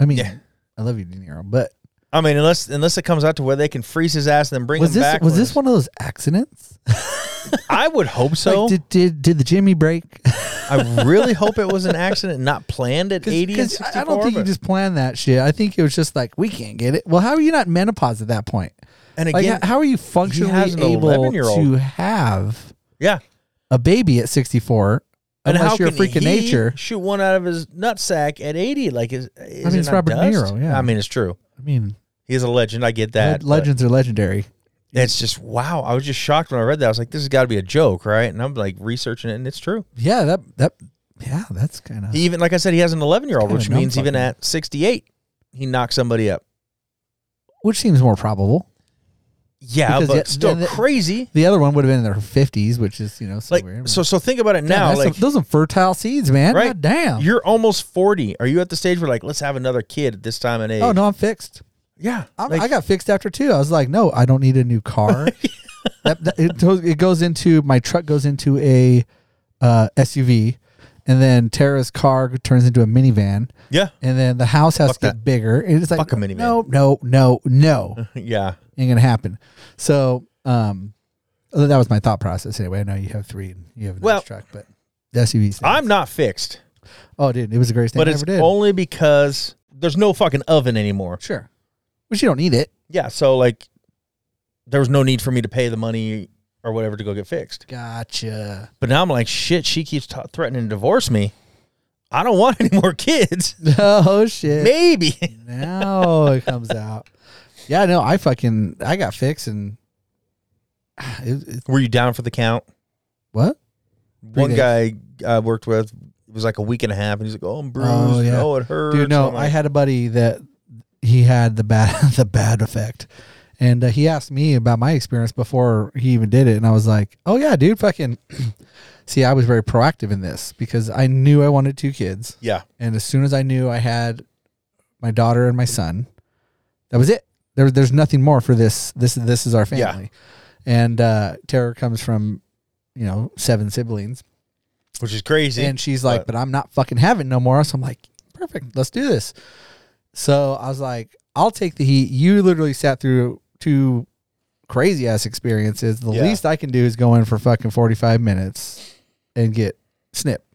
[SPEAKER 5] I mean,
[SPEAKER 4] Yeah.
[SPEAKER 5] I love you, De Niro, but
[SPEAKER 4] I mean, unless unless it comes out to where they can freeze his ass and then bring
[SPEAKER 5] was
[SPEAKER 4] him
[SPEAKER 5] this
[SPEAKER 4] back.
[SPEAKER 5] was this one of those accidents?
[SPEAKER 4] I would hope so.
[SPEAKER 5] like, did did did the Jimmy break?
[SPEAKER 4] I really hope it was an accident, not planned at
[SPEAKER 5] Cause,
[SPEAKER 4] eighty and
[SPEAKER 5] 'cause
[SPEAKER 4] sixty-four.
[SPEAKER 5] I I don't think you
[SPEAKER 4] but-
[SPEAKER 5] just planned that shit. I think it was just like we can't get it. Well, how are you not menopause at that point?
[SPEAKER 4] and
[SPEAKER 5] Like,
[SPEAKER 4] again,
[SPEAKER 5] h- how are you functionally
[SPEAKER 4] has an
[SPEAKER 5] able
[SPEAKER 4] 11-year-old.
[SPEAKER 5] to have
[SPEAKER 4] yeah.
[SPEAKER 5] a baby at 64
[SPEAKER 4] And
[SPEAKER 5] unless
[SPEAKER 4] how
[SPEAKER 5] you're a
[SPEAKER 4] can
[SPEAKER 5] freak of
[SPEAKER 4] he
[SPEAKER 5] nature?
[SPEAKER 4] shoot one out of his nutsack at eighty? Like, is, is
[SPEAKER 5] mean,
[SPEAKER 4] it
[SPEAKER 5] it's
[SPEAKER 4] not
[SPEAKER 5] Robert De
[SPEAKER 4] dust?
[SPEAKER 5] Nero, yeah.
[SPEAKER 4] I mean, it's true.
[SPEAKER 5] I mean,
[SPEAKER 4] He is a legend. I get that.
[SPEAKER 5] leg-
[SPEAKER 4] but
[SPEAKER 5] legends are legendary.
[SPEAKER 4] It's just wow. I was just shocked when I read that. I was like, this has got to be a joke, right? And I'm like researching it, and it's true.
[SPEAKER 5] Yeah, that that yeah, that's kind of
[SPEAKER 4] He even, like I said, he has an eleven-year-old,
[SPEAKER 5] Kinda
[SPEAKER 4] which means even
[SPEAKER 5] numb-fucking.
[SPEAKER 4] at sixty-eight, he knocked somebody up.
[SPEAKER 5] which seems more probable.
[SPEAKER 4] Yeah,
[SPEAKER 5] Because
[SPEAKER 4] but
[SPEAKER 5] yet-
[SPEAKER 4] still
[SPEAKER 5] then the-
[SPEAKER 4] crazy.
[SPEAKER 5] The other one would have been in their 50s, which is you know so
[SPEAKER 4] Like,
[SPEAKER 5] weird.
[SPEAKER 4] so so think about it
[SPEAKER 5] Damn,
[SPEAKER 4] now.
[SPEAKER 5] that's some-
[SPEAKER 4] Like,
[SPEAKER 5] those are fertile seeds, man.
[SPEAKER 4] Right?
[SPEAKER 5] God damn.
[SPEAKER 4] You're almost 40. Are you at the stage where like, let's have another kid at this time and age?
[SPEAKER 5] oh no, I'm fixed.
[SPEAKER 4] Yeah.
[SPEAKER 5] I'm,
[SPEAKER 4] Like,
[SPEAKER 5] I got fixed after two. I was like, no, I don't need a new car. that, that- it, goes- it goes into my truck goes into a uh, SUV, and then Tara's car turns into a minivan,
[SPEAKER 4] yeah.
[SPEAKER 5] and then the house has
[SPEAKER 4] Fuck
[SPEAKER 5] to get
[SPEAKER 4] that.
[SPEAKER 5] bigger. And it's like,
[SPEAKER 4] Fuck a minivan.
[SPEAKER 5] no, no, no, no,
[SPEAKER 4] Yeah.
[SPEAKER 5] ain't gonna happen. So, um, although that was my thought process anyway. I know you have three, and you have a nice
[SPEAKER 4] Well,
[SPEAKER 5] truck, but the SUV. Thing.
[SPEAKER 4] I'm not fixed,
[SPEAKER 5] oh, dude, it was the greatest thing
[SPEAKER 4] but
[SPEAKER 5] I
[SPEAKER 4] it's
[SPEAKER 5] ever did.
[SPEAKER 4] only because there's no fucking oven anymore.
[SPEAKER 5] sure, but you don't need it.
[SPEAKER 4] Yeah. So like, there was no need for me to pay the money or whatever to go get fixed.
[SPEAKER 5] Gotcha.
[SPEAKER 4] But now I'm like, shit, she keeps t- threatening to divorce me. I don't want any more kids.
[SPEAKER 5] Oh shit.
[SPEAKER 4] Maybe.
[SPEAKER 5] now it comes out. Yeah, no, I fucking I got fixed and it, it,
[SPEAKER 4] Were you down for the count?
[SPEAKER 5] what?
[SPEAKER 4] One
[SPEAKER 5] days.
[SPEAKER 4] guy I worked with it was like a week and a half, and he's like, "Oh, I'm bruised.
[SPEAKER 5] Oh,
[SPEAKER 4] Oh,
[SPEAKER 5] yeah.
[SPEAKER 4] it hurts."
[SPEAKER 5] Dude, no,
[SPEAKER 4] I'm
[SPEAKER 5] I
[SPEAKER 4] like,
[SPEAKER 5] had a buddy that he had the bad the bad effect, and uh, he asked me about my experience before he even did it, and I was like, "Oh yeah, dude, fucking." See, I was very proactive in this because I knew I wanted two kids,
[SPEAKER 4] yeah,
[SPEAKER 5] and as soon as I knew I had my daughter and my son, that was it. There, there's nothing more for this. This, this is our
[SPEAKER 4] Yeah.
[SPEAKER 5] family, and uh, Tara comes from, you know, seven siblings.
[SPEAKER 4] which is crazy.
[SPEAKER 5] And she's like, but, I'm not fucking having no more. So I'm like, perfect, let's do this. So I was like, I'll take the heat. You literally sat through two crazy ass experiences. The
[SPEAKER 4] Yeah.
[SPEAKER 5] least I can do is go in for fucking 45 minutes and get snip.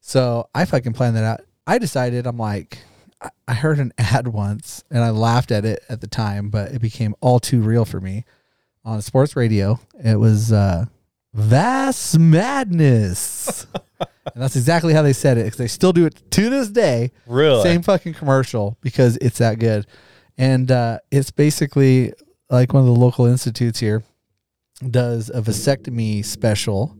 [SPEAKER 5] So I fucking planned that out. I decided, I'm like, I- I heard an ad once and I laughed at it at the time, but it became all too real for me on sports radio. It was uh, Vast Madness. and that's exactly how they said it because they still do it to this day.
[SPEAKER 4] really,
[SPEAKER 5] Same fucking commercial because it's that good. And uh, it's basically like one of the local institutes here does a vasectomy special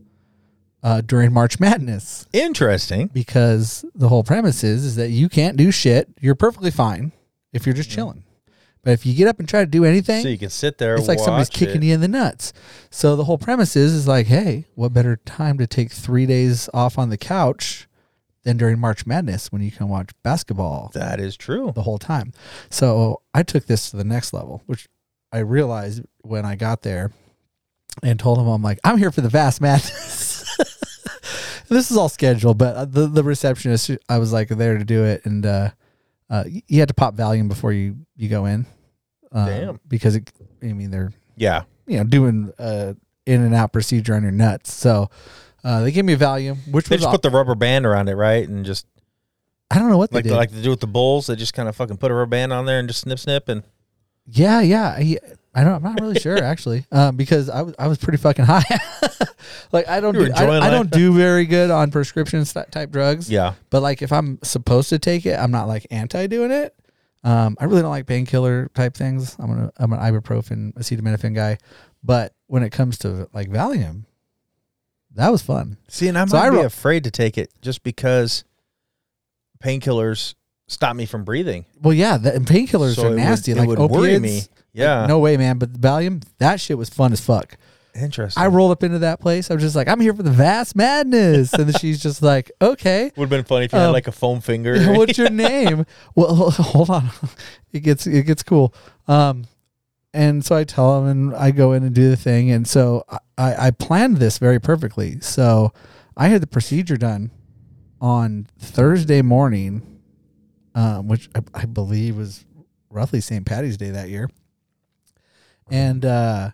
[SPEAKER 5] uh, during March Madness
[SPEAKER 4] interesting.
[SPEAKER 5] because the whole premise is is that you can't do shit. You're perfectly fine if you're just chilling. But if you get up and try to do anything,
[SPEAKER 4] Mm-hmm. So you can sit there.
[SPEAKER 5] it's like somebody's kicking you in the nuts. So the whole premise is is like, hey, what better time to take three days off on the couch than during March Madness when you can watch basketball
[SPEAKER 4] That is true.
[SPEAKER 5] the whole time. So I took this to the next level, which I realized when I got there and told them I'm like, I'm here for the vast madness. this is all scheduled, but uh, the, the receptionist, she- I was like there to do it. And, uh, uh, y- you had to pop Valium before you, you go in. Um,
[SPEAKER 4] Damn.
[SPEAKER 5] Because it, I mean, they're,
[SPEAKER 4] Yeah,
[SPEAKER 5] you know, doing, uh, in and out procedure on your nuts. So, uh, they gave me a Valium, which
[SPEAKER 4] they
[SPEAKER 5] was,
[SPEAKER 4] just
[SPEAKER 5] aw-
[SPEAKER 4] put the rubber band around it, right, and just
[SPEAKER 5] I don't know what they
[SPEAKER 4] like
[SPEAKER 5] did.
[SPEAKER 4] like they do with the bulls, they just kind of fucking put a rubber band on there and just snip, snip, and
[SPEAKER 5] Yeah, yeah. I, I don't. I'm not really sure actually, um, because I was I was pretty fucking high. like I don't
[SPEAKER 4] You were
[SPEAKER 5] do, I,
[SPEAKER 4] enjoying
[SPEAKER 5] I
[SPEAKER 4] life.
[SPEAKER 5] don't do very good on prescription st- type drugs.
[SPEAKER 4] yeah,
[SPEAKER 5] But like if I'm supposed to take it, I'm not like anti doing it. Um, I really don't like painkiller type things. I'm an I'm an ibuprofen, acetaminophen guy. But when it comes to like Valium, that was fun.
[SPEAKER 4] See, and I
[SPEAKER 5] So
[SPEAKER 4] might
[SPEAKER 5] I
[SPEAKER 4] be
[SPEAKER 5] ro-
[SPEAKER 4] afraid to take it just because painkillers stop me from breathing.
[SPEAKER 5] Well, yeah, the, and painkillers
[SPEAKER 4] So it
[SPEAKER 5] are
[SPEAKER 4] would-
[SPEAKER 5] nasty.
[SPEAKER 4] it
[SPEAKER 5] like
[SPEAKER 4] would
[SPEAKER 5] opiates,
[SPEAKER 4] worry me. Yeah.
[SPEAKER 5] Like, no way, man. But Valium, that shit was fun as fuck.
[SPEAKER 4] Interesting.
[SPEAKER 5] I rolled up into that place. I was just like, I'm here for the vast madness. And then she's just like, okay,
[SPEAKER 4] would have been funny if you had
[SPEAKER 5] Um,
[SPEAKER 4] like a foam finger.
[SPEAKER 5] what's your name? Well, hold on. It gets, it gets cool. Um, and so I tell him and I go in and do the thing. And so I- I, I planned this very perfectly. So I had the procedure done on Thursday morning, um, which I, I believe was roughly St. Patty's Day that year. And uh,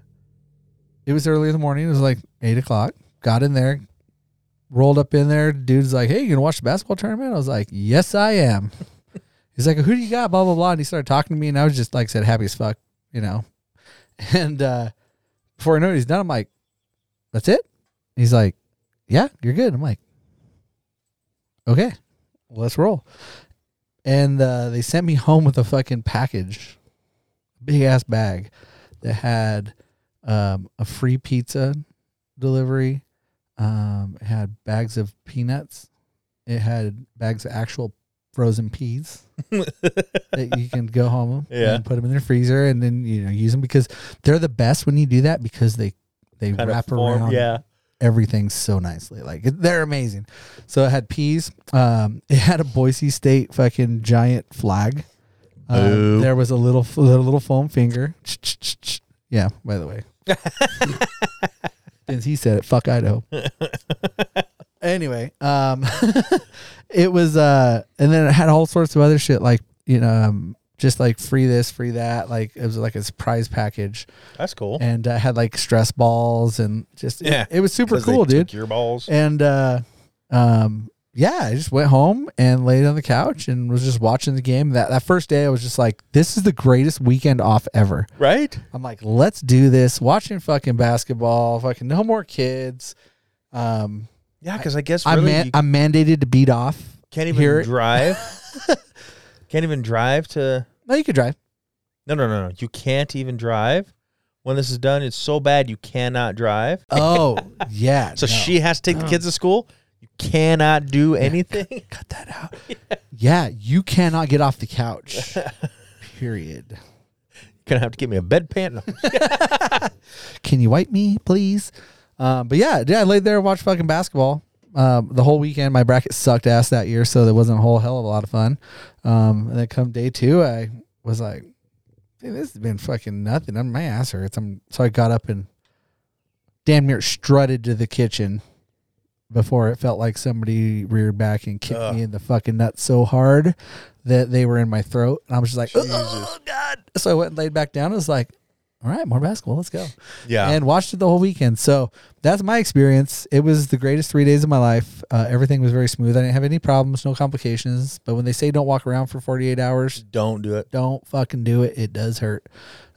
[SPEAKER 5] it was early in the morning. It was like eight o'clock. Got in there, rolled up in there. Dude's like, "Hey, you gonna watch the basketball tournament?" I was like, "Yes, I am." He's like, "Who do you got?" Blah blah blah. And he started talking to me, and I was just like, said, "Happy as fuck," you know. And uh, before I know it, he's done. I'm like, "That's it." He's like, "Yeah, you're good." I'm like, "Okay, well, let's roll." And uh, they sent me home with a fucking package, big ass bag that had um, a free pizza delivery. Um, it had bags of peanuts. It had bags of actual frozen peas that you can go home
[SPEAKER 4] Yeah.
[SPEAKER 5] and put them in the freezer and then you know use them because they're the best when you do that because they they
[SPEAKER 4] Kind of
[SPEAKER 5] wrap
[SPEAKER 4] form,
[SPEAKER 5] around
[SPEAKER 4] Yeah.
[SPEAKER 5] everything so nicely. Like it- they're amazing. So it had peas. Um, it had a Boise State fucking giant flag. Um,
[SPEAKER 4] Boo.
[SPEAKER 5] there was a little f- little, little foam finger. Ch-ch-ch-ch. Yeah. By the way, since he said it, fuck Idaho. anyway, um, it was uh, and then it had all sorts of other shit like you know. Um, just like free this, free that. Like it was like a surprise package,
[SPEAKER 4] That's cool.
[SPEAKER 5] and uh, had like stress balls and just it-
[SPEAKER 4] Yeah.
[SPEAKER 5] It, was super
[SPEAKER 4] 'Cause they
[SPEAKER 5] cool, dude
[SPEAKER 4] took Your balls.
[SPEAKER 5] and uh um yeah, I just went home and laid on the couch and was just watching the game. That that first day, I was just like, "This is the greatest weekend off ever."
[SPEAKER 4] Right?
[SPEAKER 5] I'm like, "Let's do this." Watching fucking basketball, fucking no more kids. Um,
[SPEAKER 4] Yeah, because I guess
[SPEAKER 5] I'm
[SPEAKER 4] really
[SPEAKER 5] man-
[SPEAKER 4] you
[SPEAKER 5] I'm mandated to beat off.
[SPEAKER 4] can't
[SPEAKER 5] hear
[SPEAKER 4] even
[SPEAKER 5] it.
[SPEAKER 4] drive. can't even drive to.
[SPEAKER 5] No, you could drive.
[SPEAKER 4] No, no, no, no. You can't even drive. When this is done, it's so bad you cannot drive.
[SPEAKER 5] Oh yeah.
[SPEAKER 4] So
[SPEAKER 5] no.
[SPEAKER 4] she has to take the kids to school. You cannot do anything.
[SPEAKER 5] cut that out. yeah, you cannot get off the couch. Period.
[SPEAKER 4] Gonna have to get me a bedpan. No.
[SPEAKER 5] Can you wipe me, please? Um, but yeah, yeah, I laid there and watched fucking basketball um, the whole weekend. My bracket sucked ass that year, so there wasn't a whole hell of a lot of fun. Um, and then come day two, I was like, "Dude, "This has been fucking nothing. I'm, my ass hurts." I'm, so I got up and damn near strutted to the kitchen before it felt like somebody reared back and kicked
[SPEAKER 4] Ugh.
[SPEAKER 5] me in the fucking nuts so hard that they were in my throat, and I was just like, "Oh god!" So I went and laid back down. I was like, "All right, more basketball. Let's go."
[SPEAKER 4] Yeah.
[SPEAKER 5] and watched it the whole weekend. So that's my experience. It was the greatest three days of my life. Uh, everything was very smooth. I didn't have any problems, no complications. But when they say don't walk around for 48 hours,
[SPEAKER 4] Don't do it.
[SPEAKER 5] don't fucking do it. It does hurt.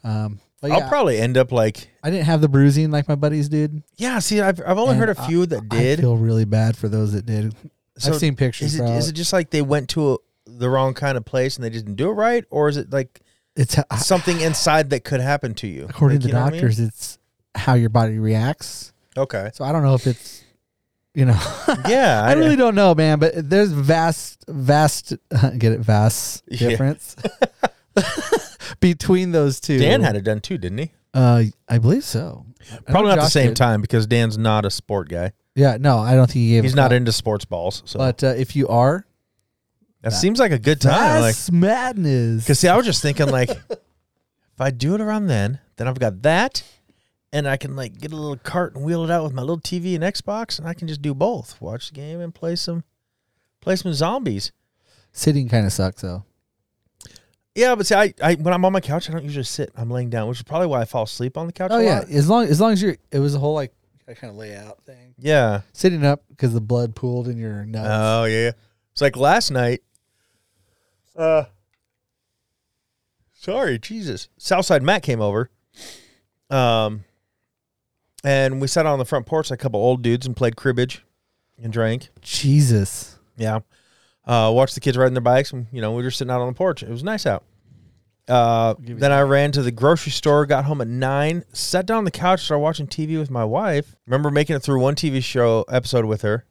[SPEAKER 5] Um, but yeah,
[SPEAKER 4] I'll probably end up like.
[SPEAKER 5] I didn't have the bruising like my buddies did.
[SPEAKER 4] Yeah. See, I've I've only
[SPEAKER 5] And
[SPEAKER 4] heard a
[SPEAKER 5] I-
[SPEAKER 4] few that did.
[SPEAKER 5] I feel really bad for those that did.
[SPEAKER 4] So
[SPEAKER 5] I've seen pictures.
[SPEAKER 4] Is it
[SPEAKER 5] bro.
[SPEAKER 4] is it just like they went to a, the wrong kind of place and they didn't do it right, or is it like
[SPEAKER 5] it's ho-
[SPEAKER 4] something inside that could happen to you?
[SPEAKER 5] according
[SPEAKER 4] Like,
[SPEAKER 5] to
[SPEAKER 4] you know what I mean?
[SPEAKER 5] doctors. It's how your body reacts.
[SPEAKER 4] Okay.
[SPEAKER 5] So I don't know if it's you know.
[SPEAKER 4] Yeah,
[SPEAKER 5] I,
[SPEAKER 4] I-
[SPEAKER 5] really don't know, man. But there's vast, vast, get it, vast
[SPEAKER 4] Yeah.
[SPEAKER 5] difference between those two.
[SPEAKER 4] Dan had it done too, didn't he?
[SPEAKER 5] uh, I believe so. I know
[SPEAKER 4] Probably not the
[SPEAKER 5] Josh
[SPEAKER 4] same
[SPEAKER 5] did.
[SPEAKER 4] time because Dan's not a sport guy.
[SPEAKER 5] Yeah, no, I don't think he gave.
[SPEAKER 4] He's
[SPEAKER 5] a
[SPEAKER 4] not
[SPEAKER 5] fuck.
[SPEAKER 4] into sports balls. So
[SPEAKER 5] But uh, if you are,
[SPEAKER 4] that seems like a good time. Like,
[SPEAKER 5] that's madness.
[SPEAKER 4] cause see, I was just thinking like, if I do it around then, then I've got that, and I can like get a little cart and wheel it out with my little TV and Xbox, and I can just do both: watch the game and play some, play some zombies.
[SPEAKER 5] sitting kind of sucks though.
[SPEAKER 4] Yeah, but see, I, I when I'm on my couch, I don't usually sit. I'm laying down, which is probably why I fall asleep on the couch.
[SPEAKER 5] Oh
[SPEAKER 4] a
[SPEAKER 5] yeah,
[SPEAKER 4] lot.
[SPEAKER 5] as long as long as you're, it was a whole like kind of layout thing.
[SPEAKER 4] yeah.
[SPEAKER 5] Sitting up because the blood pooled in your nuts.
[SPEAKER 4] Oh yeah. It's like last night. Uh sorry, Jesus. Southside Matt came over. Um and we sat on the front porch like a couple old dudes and played cribbage and drank.
[SPEAKER 5] Jesus.
[SPEAKER 4] Yeah. Uh watched the kids riding their bikes and you know, we were sitting out on the porch. It was nice out. Uh, then I ran to the grocery store, got home at nine, sat down on the couch, started watching TV with my wife. Remember making it through one TV show episode with her.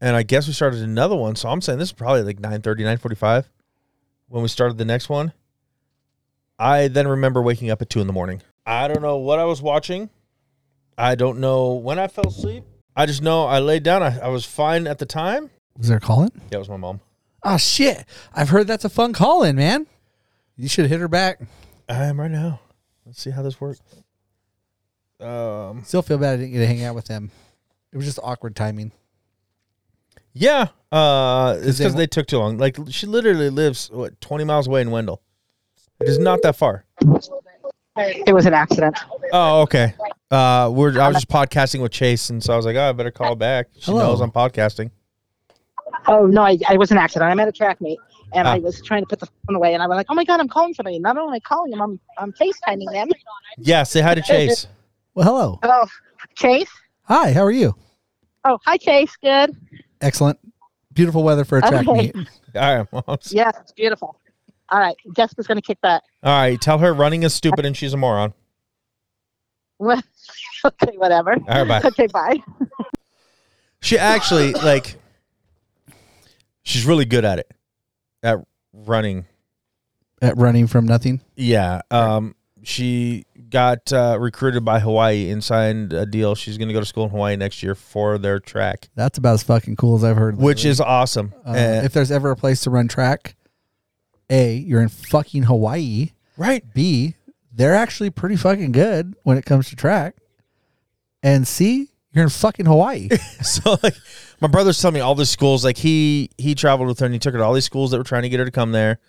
[SPEAKER 4] And I guess we started another one. So I'm saying this is probably like 930, 945 when we started the next one. I then remember waking up at two in the morning. I don't know what I was watching. I don't know when I fell asleep. I just know I laid down. I, I was fine at the time.
[SPEAKER 5] Was there a call in?
[SPEAKER 4] That was my mom.
[SPEAKER 5] Oh shit! I've heard that's a fun call in, man. You should hit her back.
[SPEAKER 4] I am right now. Let's see how this works. Um.
[SPEAKER 5] Still feel bad I didn't get to hang out with them. It was just awkward timing.
[SPEAKER 4] Yeah. Uh. It's
[SPEAKER 5] they
[SPEAKER 4] because
[SPEAKER 5] wa-
[SPEAKER 4] they took too long. Like she literally lives what twenty miles away in Wendell. It is not that far.
[SPEAKER 6] It was an accident.
[SPEAKER 4] Oh, okay. Uh, we're I was just podcasting with Chase, and so I was like, oh, I better call back. She
[SPEAKER 5] Hello.
[SPEAKER 4] knows I'm podcasting.
[SPEAKER 6] Oh no, I, I was an accident. I'm at a track meet, and
[SPEAKER 4] Ah.
[SPEAKER 6] I was trying to put the phone away, and I was like, "Oh my god, I'm calling somebody!" Not only am I calling them, I'm I'm FaceTiming them.
[SPEAKER 4] Yeah. Say hi to Chase.
[SPEAKER 5] Well, hello.
[SPEAKER 6] Oh, Chase.
[SPEAKER 5] Hi, how are you?
[SPEAKER 6] Oh, hi, Chase. Good.
[SPEAKER 5] Excellent. Beautiful weather for a track
[SPEAKER 6] Okay.
[SPEAKER 5] meet.
[SPEAKER 4] All right, moms.
[SPEAKER 6] Yes, it's beautiful. All right, Jessica's gonna kick that.
[SPEAKER 4] All right. Tell her running is stupid and she's a moron.
[SPEAKER 6] Well, okay, whatever.
[SPEAKER 4] All right, bye.
[SPEAKER 6] Okay, bye.
[SPEAKER 4] She actually like. She's really good at it, at running.
[SPEAKER 5] At running from nothing.
[SPEAKER 4] Yeah. Um, she got uh, recruited by Hawaii and signed a deal. She's going to go to school in Hawaii next year for their track,
[SPEAKER 5] That's about as fucking cool as I've heard.
[SPEAKER 4] which
[SPEAKER 5] lately.
[SPEAKER 4] is awesome.
[SPEAKER 5] Uh,
[SPEAKER 4] Uh,
[SPEAKER 5] if there's ever a place to run track, a you're in fucking Hawaii.
[SPEAKER 4] right.
[SPEAKER 5] B they're actually pretty fucking good when it comes to track. And C you're in fucking Hawaii.
[SPEAKER 4] So like, my brother's telling me all the schools. Like he he traveled with her and he took her to all these schools that were trying to get her to come there.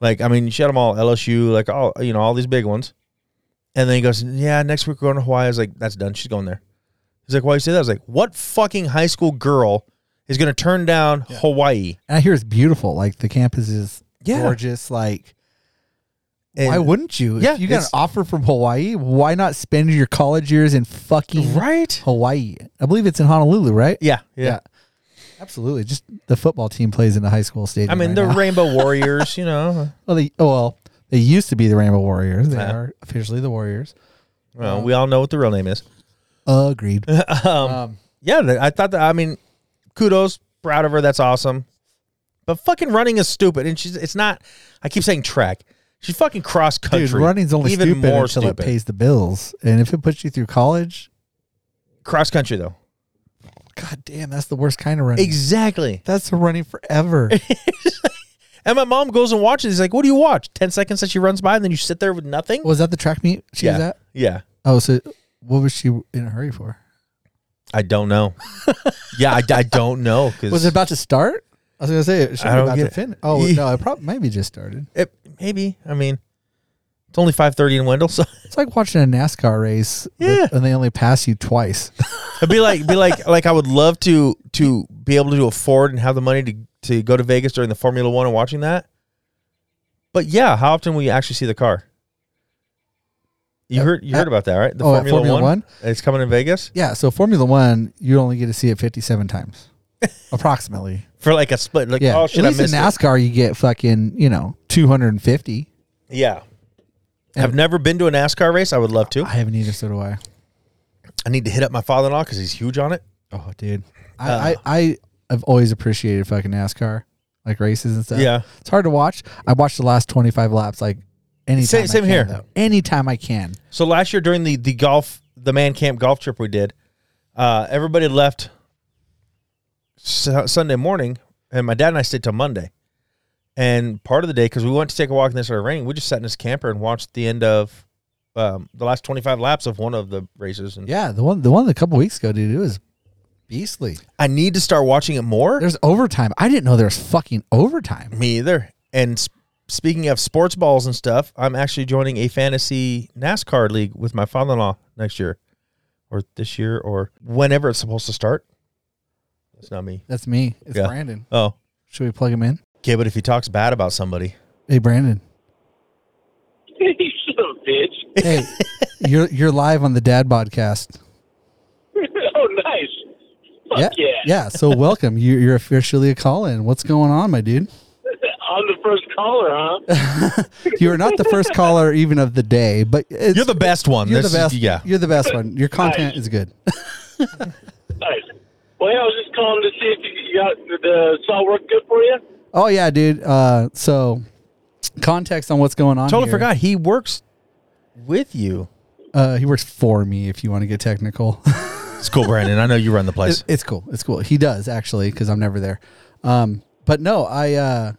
[SPEAKER 4] Like I mean, she had them all LSU, like all you know, all these big ones. And then he goes, "Yeah, next week we're going to Hawaii." I was like, "That's done. She's going there." He's like, "Why you say that?" I was like, "What fucking high school girl is going to turn down Hawaii.
[SPEAKER 5] And I hear it's beautiful. Like the campus is
[SPEAKER 4] Yeah.
[SPEAKER 5] gorgeous. Like
[SPEAKER 4] And-
[SPEAKER 5] why wouldn't you?
[SPEAKER 4] Yeah,
[SPEAKER 5] if you got an
[SPEAKER 4] it's-
[SPEAKER 5] offer from Hawaii. Why not spend your college years in fucking
[SPEAKER 4] right?
[SPEAKER 5] Hawaii? I believe it's in Honolulu, right?
[SPEAKER 4] Yeah, yeah.
[SPEAKER 5] absolutely. Just the football team plays in the high school stadium.
[SPEAKER 4] I mean,
[SPEAKER 5] right
[SPEAKER 4] the
[SPEAKER 5] now.
[SPEAKER 4] Rainbow Warriors, you know.
[SPEAKER 5] well, they, oh well, they used to be the Rainbow Warriors. They
[SPEAKER 4] Yeah.
[SPEAKER 5] are officially the Warriors.
[SPEAKER 4] Well, we all know what the real name is.
[SPEAKER 5] Agreed. um,
[SPEAKER 4] Yeah, th- I thought that. I mean, kudos, proud of her. That's awesome. But fucking running is stupid, and she's it's not. I keep saying track. She's fucking cross country.
[SPEAKER 5] dude, running's only
[SPEAKER 4] even
[SPEAKER 5] stupid
[SPEAKER 4] more
[SPEAKER 5] until
[SPEAKER 4] stupid.
[SPEAKER 5] it pays the bills. And if it puts you through college,
[SPEAKER 4] Cross country though.
[SPEAKER 5] god damn, that's the worst kind of running.
[SPEAKER 4] Exactly.
[SPEAKER 5] that's running forever.
[SPEAKER 4] And my mom goes and watches. He's like, "What do you watch? Ten seconds that she runs by, and then you sit there with nothing."
[SPEAKER 5] was that the track meet she
[SPEAKER 4] yeah,
[SPEAKER 5] was at?
[SPEAKER 4] yeah.
[SPEAKER 5] Oh, so what was she in a hurry for?
[SPEAKER 4] I don't know. yeah, I, I don't know because
[SPEAKER 5] Was it about to start? I was gonna say it should
[SPEAKER 4] I
[SPEAKER 5] be
[SPEAKER 4] don't
[SPEAKER 5] about
[SPEAKER 4] get
[SPEAKER 5] to
[SPEAKER 4] it.
[SPEAKER 5] finish. Oh
[SPEAKER 4] Yeah.
[SPEAKER 5] no, it probably maybe just started.
[SPEAKER 4] It, maybe. I mean, it's only five thirty in Wendell, so
[SPEAKER 5] It's like watching a NASCAR race,
[SPEAKER 4] Yeah.
[SPEAKER 5] and they only pass you twice.
[SPEAKER 4] it'd be like be like like I would love to to be able to afford and have the money to to go to Vegas during the Formula One and watching that. But yeah, how often will you actually see the car? You
[SPEAKER 5] Uh,
[SPEAKER 4] heard you
[SPEAKER 5] at-
[SPEAKER 4] heard about that, right? The
[SPEAKER 5] oh, at Formula One?
[SPEAKER 4] It's coming in Vegas
[SPEAKER 5] yeah, so Formula One, you only get to see it fifty-seven times, approximately.
[SPEAKER 4] for like a split. Like,
[SPEAKER 5] Yeah,
[SPEAKER 4] oh shit,
[SPEAKER 5] at least
[SPEAKER 4] I
[SPEAKER 5] in
[SPEAKER 4] missed it.
[SPEAKER 5] NASCAR, you get fucking you know two hundred and fifty.
[SPEAKER 4] Yeah. I've never been to a NASCAR race. I would love to.
[SPEAKER 5] I haven't either, so do I.
[SPEAKER 4] I need to hit up my father-in-law because he's huge on it.
[SPEAKER 5] Oh, dude, I,
[SPEAKER 4] Uh.
[SPEAKER 5] I I have always appreciated fucking NASCAR, like races and stuff.
[SPEAKER 4] Yeah.
[SPEAKER 5] it's hard to watch. I watched the last twenty five laps like anytime.
[SPEAKER 4] Same-
[SPEAKER 5] I
[SPEAKER 4] same
[SPEAKER 5] can,
[SPEAKER 4] here.
[SPEAKER 5] though. Anytime I can.
[SPEAKER 4] So last year during the the golf the man camp golf trip we did, uh, everybody left su- Sunday morning, and my dad and I stayed till Monday. And part of the day, because we went to take a walk and then it started raining, we just sat in his camper and watched the end of um, the last twenty five laps of one of the races. And
[SPEAKER 5] Yeah, the one the one a couple weeks ago, dude, it was beastly.
[SPEAKER 4] I need to start watching it more.
[SPEAKER 5] There's overtime. I didn't know there was fucking overtime.
[SPEAKER 4] Me either. And sp- speaking of sports balls and stuff, I'm actually joining a fantasy NASCAR league with my father in law next year or this year or whenever it's supposed to start. That's not me.
[SPEAKER 5] That's me. It's
[SPEAKER 4] Yeah.
[SPEAKER 5] Brandon.
[SPEAKER 4] Oh.
[SPEAKER 5] Should we plug him in?
[SPEAKER 4] Okay, but if he talks bad about somebody,
[SPEAKER 5] Hey, Brandon.
[SPEAKER 7] you son of a bitch.
[SPEAKER 5] Hey, you're you're live on the Dad Podcast.
[SPEAKER 7] oh, nice. Fuck yeah.
[SPEAKER 5] yeah. So welcome. You, you're officially a call in. What's going on, my dude?
[SPEAKER 7] I'm the first caller, huh?
[SPEAKER 5] You are not the first caller even of the day, but it's,
[SPEAKER 4] you're the best one.
[SPEAKER 5] You're
[SPEAKER 4] This
[SPEAKER 5] the
[SPEAKER 4] is-
[SPEAKER 5] best.
[SPEAKER 4] yeah.
[SPEAKER 5] You're the best one. Your content
[SPEAKER 7] Nice.
[SPEAKER 5] is good.
[SPEAKER 7] nice. Well, yeah, I was just calling to see if you got the, the saw work good for you.
[SPEAKER 5] oh yeah, dude. Uh, so context on what's going on.
[SPEAKER 4] Totally
[SPEAKER 5] here.
[SPEAKER 4] forgot he works with you.
[SPEAKER 5] Uh, he works for me. If you want to get technical.
[SPEAKER 4] It's cool, Brandon. I know you run the place.
[SPEAKER 5] It- it's cool. It's cool. He does actually because I'm never there. Um, but no, I uh,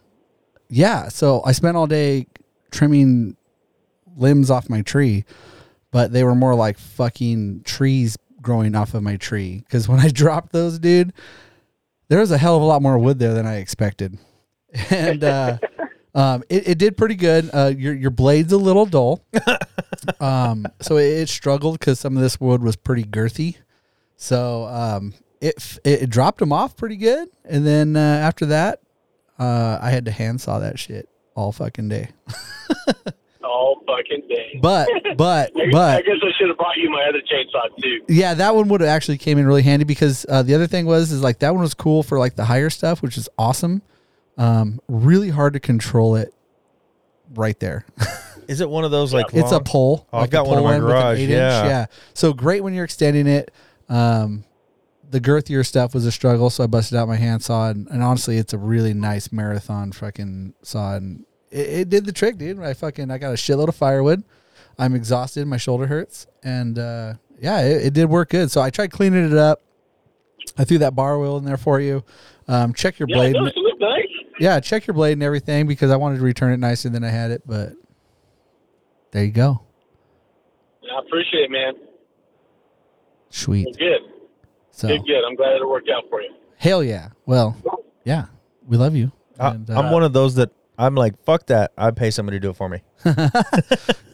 [SPEAKER 5] yeah. So I spent all day trimming limbs off my tree, but they were more like fucking trees growing off of my tree because when I dropped those, dude, there was a hell of a lot more wood there than I expected, and uh, um, it, it did pretty good. Uh, your your blade's a little dull. Um, so it, it struggled because some of this wood was pretty girthy. So um, it, f- it it dropped him off pretty good, and then uh, after that, uh, I had to handsaw that shit all fucking day.
[SPEAKER 7] All fucking day.
[SPEAKER 5] But but
[SPEAKER 7] I, I
[SPEAKER 5] but
[SPEAKER 7] guess I should have brought you my other chainsaw, too.
[SPEAKER 5] yeah, that one would have actually came in really handy because uh, the other thing was is like that one was cool for like the higher stuff, which is awesome. Um, really hard to control it right there.
[SPEAKER 4] Is it one of those like
[SPEAKER 5] It's a
[SPEAKER 4] long-
[SPEAKER 5] pole.
[SPEAKER 4] Oh, I've got
[SPEAKER 5] a
[SPEAKER 4] one in
[SPEAKER 5] pole
[SPEAKER 4] my
[SPEAKER 5] end with an
[SPEAKER 4] garage,
[SPEAKER 5] eight-inch.
[SPEAKER 4] yeah.
[SPEAKER 5] yeah. So great when you're extending it. Um, the girthier stuff was a struggle, so I busted out my handsaw, and, and honestly, it's a really nice marathon fucking saw, and it, it did the trick, dude. I fucking I got a shitload of firewood. I'm exhausted. My shoulder hurts, and uh, yeah, it, it did work good. So I tried cleaning it up. I threw that bar wheel in there for you. Um, check your
[SPEAKER 7] Yeah,
[SPEAKER 5] blade.
[SPEAKER 7] those look nice.
[SPEAKER 5] yeah, check your blade and everything because I wanted to return it nicer than I had it, but there you go.
[SPEAKER 7] I appreciate it, man.
[SPEAKER 5] Sweet.
[SPEAKER 7] Good.
[SPEAKER 5] So
[SPEAKER 7] Good, good. I'm glad it worked out for you.
[SPEAKER 5] hell yeah. Well, yeah, we love you.
[SPEAKER 4] I,
[SPEAKER 5] And, uh,
[SPEAKER 4] I'm one of those that I'm like, fuck that. I pay somebody to do it for me.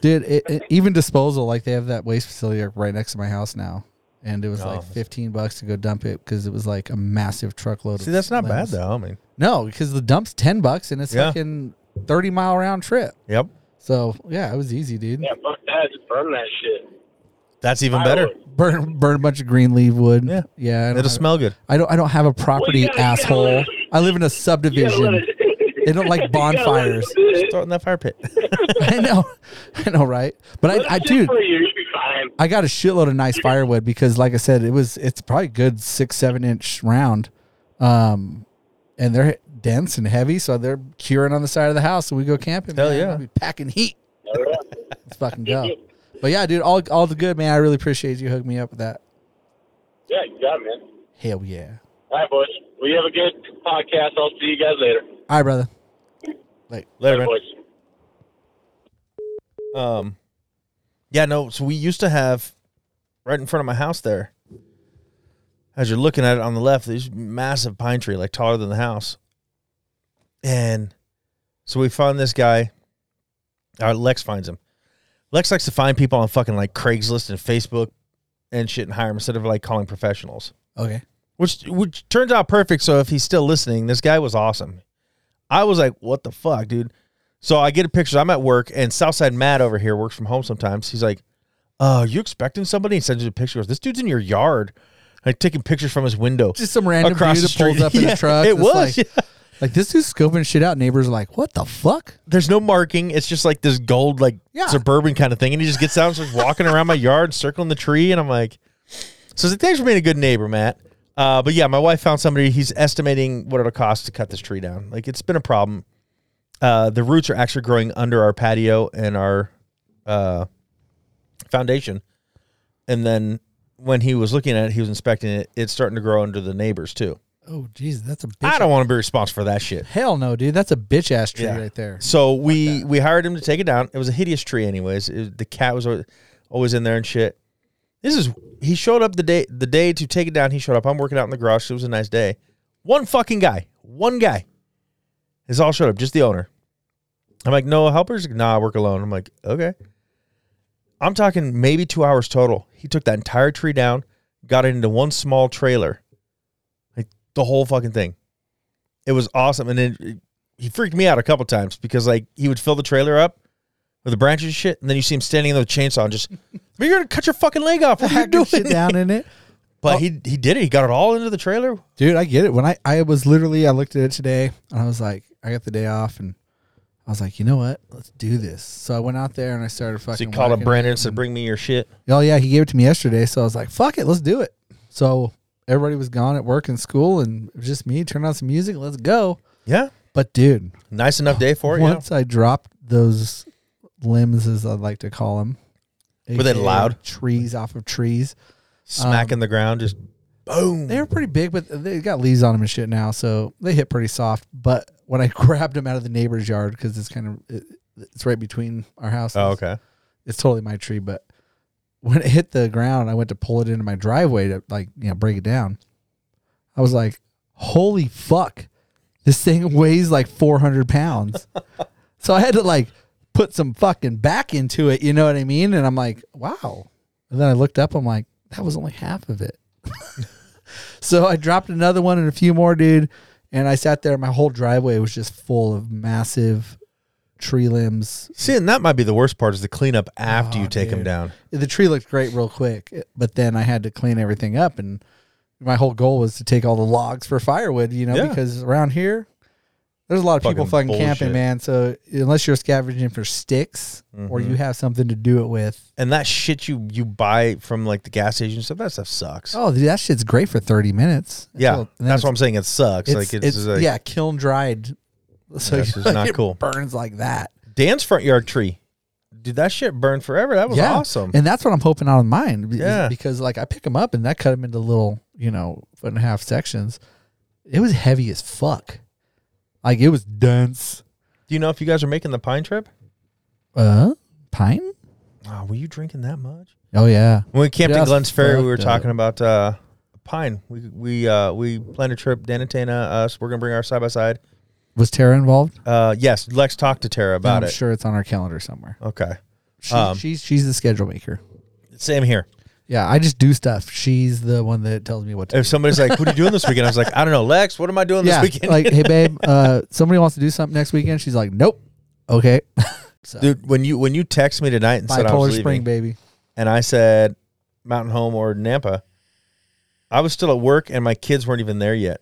[SPEAKER 5] dude. It, it- even disposal, like they have that waste facility like, right next to my house now, and it was
[SPEAKER 4] Oh.
[SPEAKER 5] like 15 bucks to go dump it because it was like a massive truckload.
[SPEAKER 4] See,
[SPEAKER 5] of
[SPEAKER 4] that's not bad
[SPEAKER 5] limbs.
[SPEAKER 4] though. I mean,
[SPEAKER 5] No, because the dump's 10 bucks and it's
[SPEAKER 4] Yeah.
[SPEAKER 5] fucking 30 mile round trip.
[SPEAKER 4] yep,
[SPEAKER 5] So yeah, it was easy, dude.
[SPEAKER 7] Yeah, fuck that. Just burn that shit.
[SPEAKER 4] that's even
[SPEAKER 7] I
[SPEAKER 4] better.
[SPEAKER 7] would.
[SPEAKER 5] Burn burn a bunch of green leaf wood.
[SPEAKER 4] Yeah.
[SPEAKER 5] yeah. I don't,
[SPEAKER 4] It'll
[SPEAKER 5] have,
[SPEAKER 4] smell good.
[SPEAKER 5] I don't. I don't have a property,
[SPEAKER 7] gotta- you gotta
[SPEAKER 5] asshole.
[SPEAKER 7] let it-
[SPEAKER 5] I live in a
[SPEAKER 7] You gotta let
[SPEAKER 5] subdivision.
[SPEAKER 7] it-
[SPEAKER 5] They don't like
[SPEAKER 7] You gotta let it
[SPEAKER 5] bonfires.
[SPEAKER 7] do it.
[SPEAKER 4] Throw it in that fire pit.
[SPEAKER 5] I know, I know, right? But
[SPEAKER 7] Let it
[SPEAKER 5] I, I
[SPEAKER 7] sit
[SPEAKER 5] dude,
[SPEAKER 7] For a year, you'll be fine.
[SPEAKER 5] I got a shitload of nice firewood because, like I said, it was it's probably a good six seven inch round, um, and they're dense and heavy, so they're curing on the side of the house. So we go camping.
[SPEAKER 4] Hell
[SPEAKER 5] man.
[SPEAKER 4] yeah.
[SPEAKER 5] I'll be packing heat.
[SPEAKER 7] All right.
[SPEAKER 5] Let's fucking go. But yeah, dude, all all the good, man. I really appreciate you hooking me up with that.
[SPEAKER 7] Yeah, you got it, man.
[SPEAKER 5] Hell yeah.
[SPEAKER 7] All right, boys. Well, you have a good podcast. I'll see you guys later.
[SPEAKER 5] All right, brother.
[SPEAKER 4] Later, man.
[SPEAKER 7] boys.
[SPEAKER 4] Um, yeah, no. So we used to have right in front of my house there. As you're looking at it on the left, there's massive pine tree, like taller than the house. And so we found this guy. Our Lex finds him. Lex likes to find people on fucking like Craigslist and Facebook and shit and hire them instead of like calling professionals
[SPEAKER 5] Okay.
[SPEAKER 4] which which turns out perfect. So if he's still listening, this guy was awesome. I was like, what the fuck, dude? So I get a picture. I'm at work, and Southside Matt over here works from home sometimes. He's like, "Uh, you expecting somebody?" He sends you a picture. This dude's in your yard, like taking pictures from his window
[SPEAKER 5] Just some random
[SPEAKER 4] across
[SPEAKER 5] dude
[SPEAKER 4] the
[SPEAKER 5] that pulls
[SPEAKER 4] street.
[SPEAKER 5] up in
[SPEAKER 4] Yeah,
[SPEAKER 5] a truck.
[SPEAKER 4] It
[SPEAKER 5] that's
[SPEAKER 4] was.
[SPEAKER 5] like,
[SPEAKER 4] yeah.
[SPEAKER 5] like this dude's scoping shit out. Neighbors are like, "What the fuck?"
[SPEAKER 4] There's no marking. It's just like this gold, like
[SPEAKER 5] Yeah.
[SPEAKER 4] suburban kind of thing. And he just gets out and starts walking around my yard, circling the tree. And I'm like, so it's like, thanks for being a good neighbor, Matt. Uh, but yeah, my wife found somebody. He's estimating what it'll cost to cut this tree down. Like it's been a problem. Uh, the roots are actually growing under our patio and our uh, foundation. And then when he was looking at it, he was inspecting it. It's starting to grow under the neighbors too.
[SPEAKER 5] Oh, jeez, that's a bitch.
[SPEAKER 4] I don't want to be responsible for that shit.
[SPEAKER 5] Hell no, dude. That's a bitch ass tree
[SPEAKER 4] Yeah.
[SPEAKER 5] right there.
[SPEAKER 4] So we we hired him to take it down. It was a hideous tree, anyways. It- the cat was al- always in there and shit. This is he showed up the day the day to take it down. He showed up. I'm working out in the garage. It was a nice day. One fucking guy, one guy, has all showed up. Just the owner. I'm like, no helpers. Nah, I work alone. I'm like, okay. I'm talking maybe two hours total. He took that entire tree down, got it into one small trailer, like the whole fucking thing. It was awesome, and then he freaked me out a couple times because like he would fill the trailer up with the branches and shit, and then you see him standing there with a chainsaw and just you're gonna cut your fucking leg off. What are you
[SPEAKER 5] Hacking
[SPEAKER 4] doing?
[SPEAKER 5] shit down in it.
[SPEAKER 4] But he he did it. He got it all into the trailer.
[SPEAKER 5] Dude, I get it. When I, I was literally, I looked at it today and I was like, I got the day off and I was like, you know what? Let's do this. So I went out there and I started fucking.
[SPEAKER 4] So he called up
[SPEAKER 5] whacking
[SPEAKER 4] Brandon
[SPEAKER 5] it.
[SPEAKER 4] and said, "Bring me your shit."
[SPEAKER 5] Oh, yeah. He gave it to me yesterday. So I was like, fuck it. Let's do it. So everybody was gone at work and school and it was just me. Turn on some music. Let's go.
[SPEAKER 4] Yeah,
[SPEAKER 5] But dude,
[SPEAKER 4] nice enough day for it. Yeah.
[SPEAKER 5] once I dropped those limbs, as I like to call them,
[SPEAKER 4] Were they loud?
[SPEAKER 5] Trees off of trees. Um,
[SPEAKER 4] Smacking the ground, just
[SPEAKER 8] Mm.
[SPEAKER 4] boom.
[SPEAKER 5] They were pretty big, but they got leaves on them and shit now, so they hit pretty soft. But when I grabbed them out of the neighbor's yard because it's kind of it, it's right between our house.
[SPEAKER 4] Oh, okay.
[SPEAKER 5] It's totally my tree, but when it hit the ground, I went to pull it into my driveway to like you know break it down. I was like, "Holy fuck, this thing weighs like 400 pounds." so I had to like put some fucking back into it. You know what I mean? And I'm like, "Wow." And then I looked up. I'm like, "That was only half of it." So I dropped another one and a few more, dude. And I sat there. My whole driveway was just full of massive tree limbs.
[SPEAKER 4] See, and that might be the worst part is the cleanup after
[SPEAKER 5] Oh,
[SPEAKER 4] you take him
[SPEAKER 5] dude.
[SPEAKER 4] down.
[SPEAKER 5] The tree looked great real quick, but then I had to clean everything up. And my whole goal was to take all the logs for firewood, you know,
[SPEAKER 4] Yeah.
[SPEAKER 5] because around here, there's a lot of people
[SPEAKER 4] Fucking
[SPEAKER 5] fucking
[SPEAKER 4] bullshit.
[SPEAKER 5] camping, man. So unless you're scavenging for sticks or
[SPEAKER 4] Mm-hmm.
[SPEAKER 5] you have something to do it with,
[SPEAKER 4] And that shit you you buy from like the gas station and stuff, that stuff sucks.
[SPEAKER 5] oh, dude, that shit's great for 30 minutes.
[SPEAKER 4] yeah,
[SPEAKER 5] Until- and then
[SPEAKER 4] that's
[SPEAKER 5] it's-
[SPEAKER 4] what I'm saying. It sucks.
[SPEAKER 5] It's,
[SPEAKER 4] like it's,
[SPEAKER 5] it's-
[SPEAKER 4] just like,
[SPEAKER 5] yeah, kiln dried. So
[SPEAKER 4] That's
[SPEAKER 5] you're
[SPEAKER 4] just not
[SPEAKER 5] it
[SPEAKER 4] cool.
[SPEAKER 5] Burns like that.
[SPEAKER 4] Dan's front yard tree. Dude, that shit burned forever. That was awesome.
[SPEAKER 5] And that's what I'm hoping out of mine. is
[SPEAKER 4] Yeah.
[SPEAKER 5] Because like I pick them up and that cut them into little, you know, foot and a half sections. It was heavy as fuck. Like it was dense.
[SPEAKER 4] Do you know if you guys are making the pine trip?
[SPEAKER 5] Uh, pine? Ah,
[SPEAKER 4] Wow, were you drinking that much?
[SPEAKER 5] Oh yeah.
[SPEAKER 4] When we camped in
[SPEAKER 5] Just
[SPEAKER 4] Glens Ferry, we were
[SPEAKER 5] fucked
[SPEAKER 4] talking about uh, pine. We we uh, we planned a trip. Dan and Tana, us. We're gonna bring our side by side.
[SPEAKER 5] Was Tara involved?
[SPEAKER 4] Uh, yes, Lex talked to Tara about
[SPEAKER 5] I'm
[SPEAKER 4] it.
[SPEAKER 5] sure it's on our calendar somewhere.
[SPEAKER 4] Okay,
[SPEAKER 5] She,
[SPEAKER 4] Um,
[SPEAKER 5] she's she's the schedule maker.
[SPEAKER 4] same here.
[SPEAKER 5] Yeah, I just do stuff. She's the one that tells me what to
[SPEAKER 8] If somebody's like, "What are you doing this weekend?" I was like, "I don't know, Lex. What am I doing
[SPEAKER 5] yeah,
[SPEAKER 8] this weekend?"
[SPEAKER 5] like, hey babe, uh, somebody wants to do something next weekend. She's like, nope. Okay. so
[SPEAKER 8] dude, when you when you text me tonight and said I
[SPEAKER 5] bipolar
[SPEAKER 8] was
[SPEAKER 5] spring,
[SPEAKER 8] leaving,
[SPEAKER 5] baby.
[SPEAKER 8] and I said Mountain Home or Nampa, I was still at work and my kids weren't even there yet.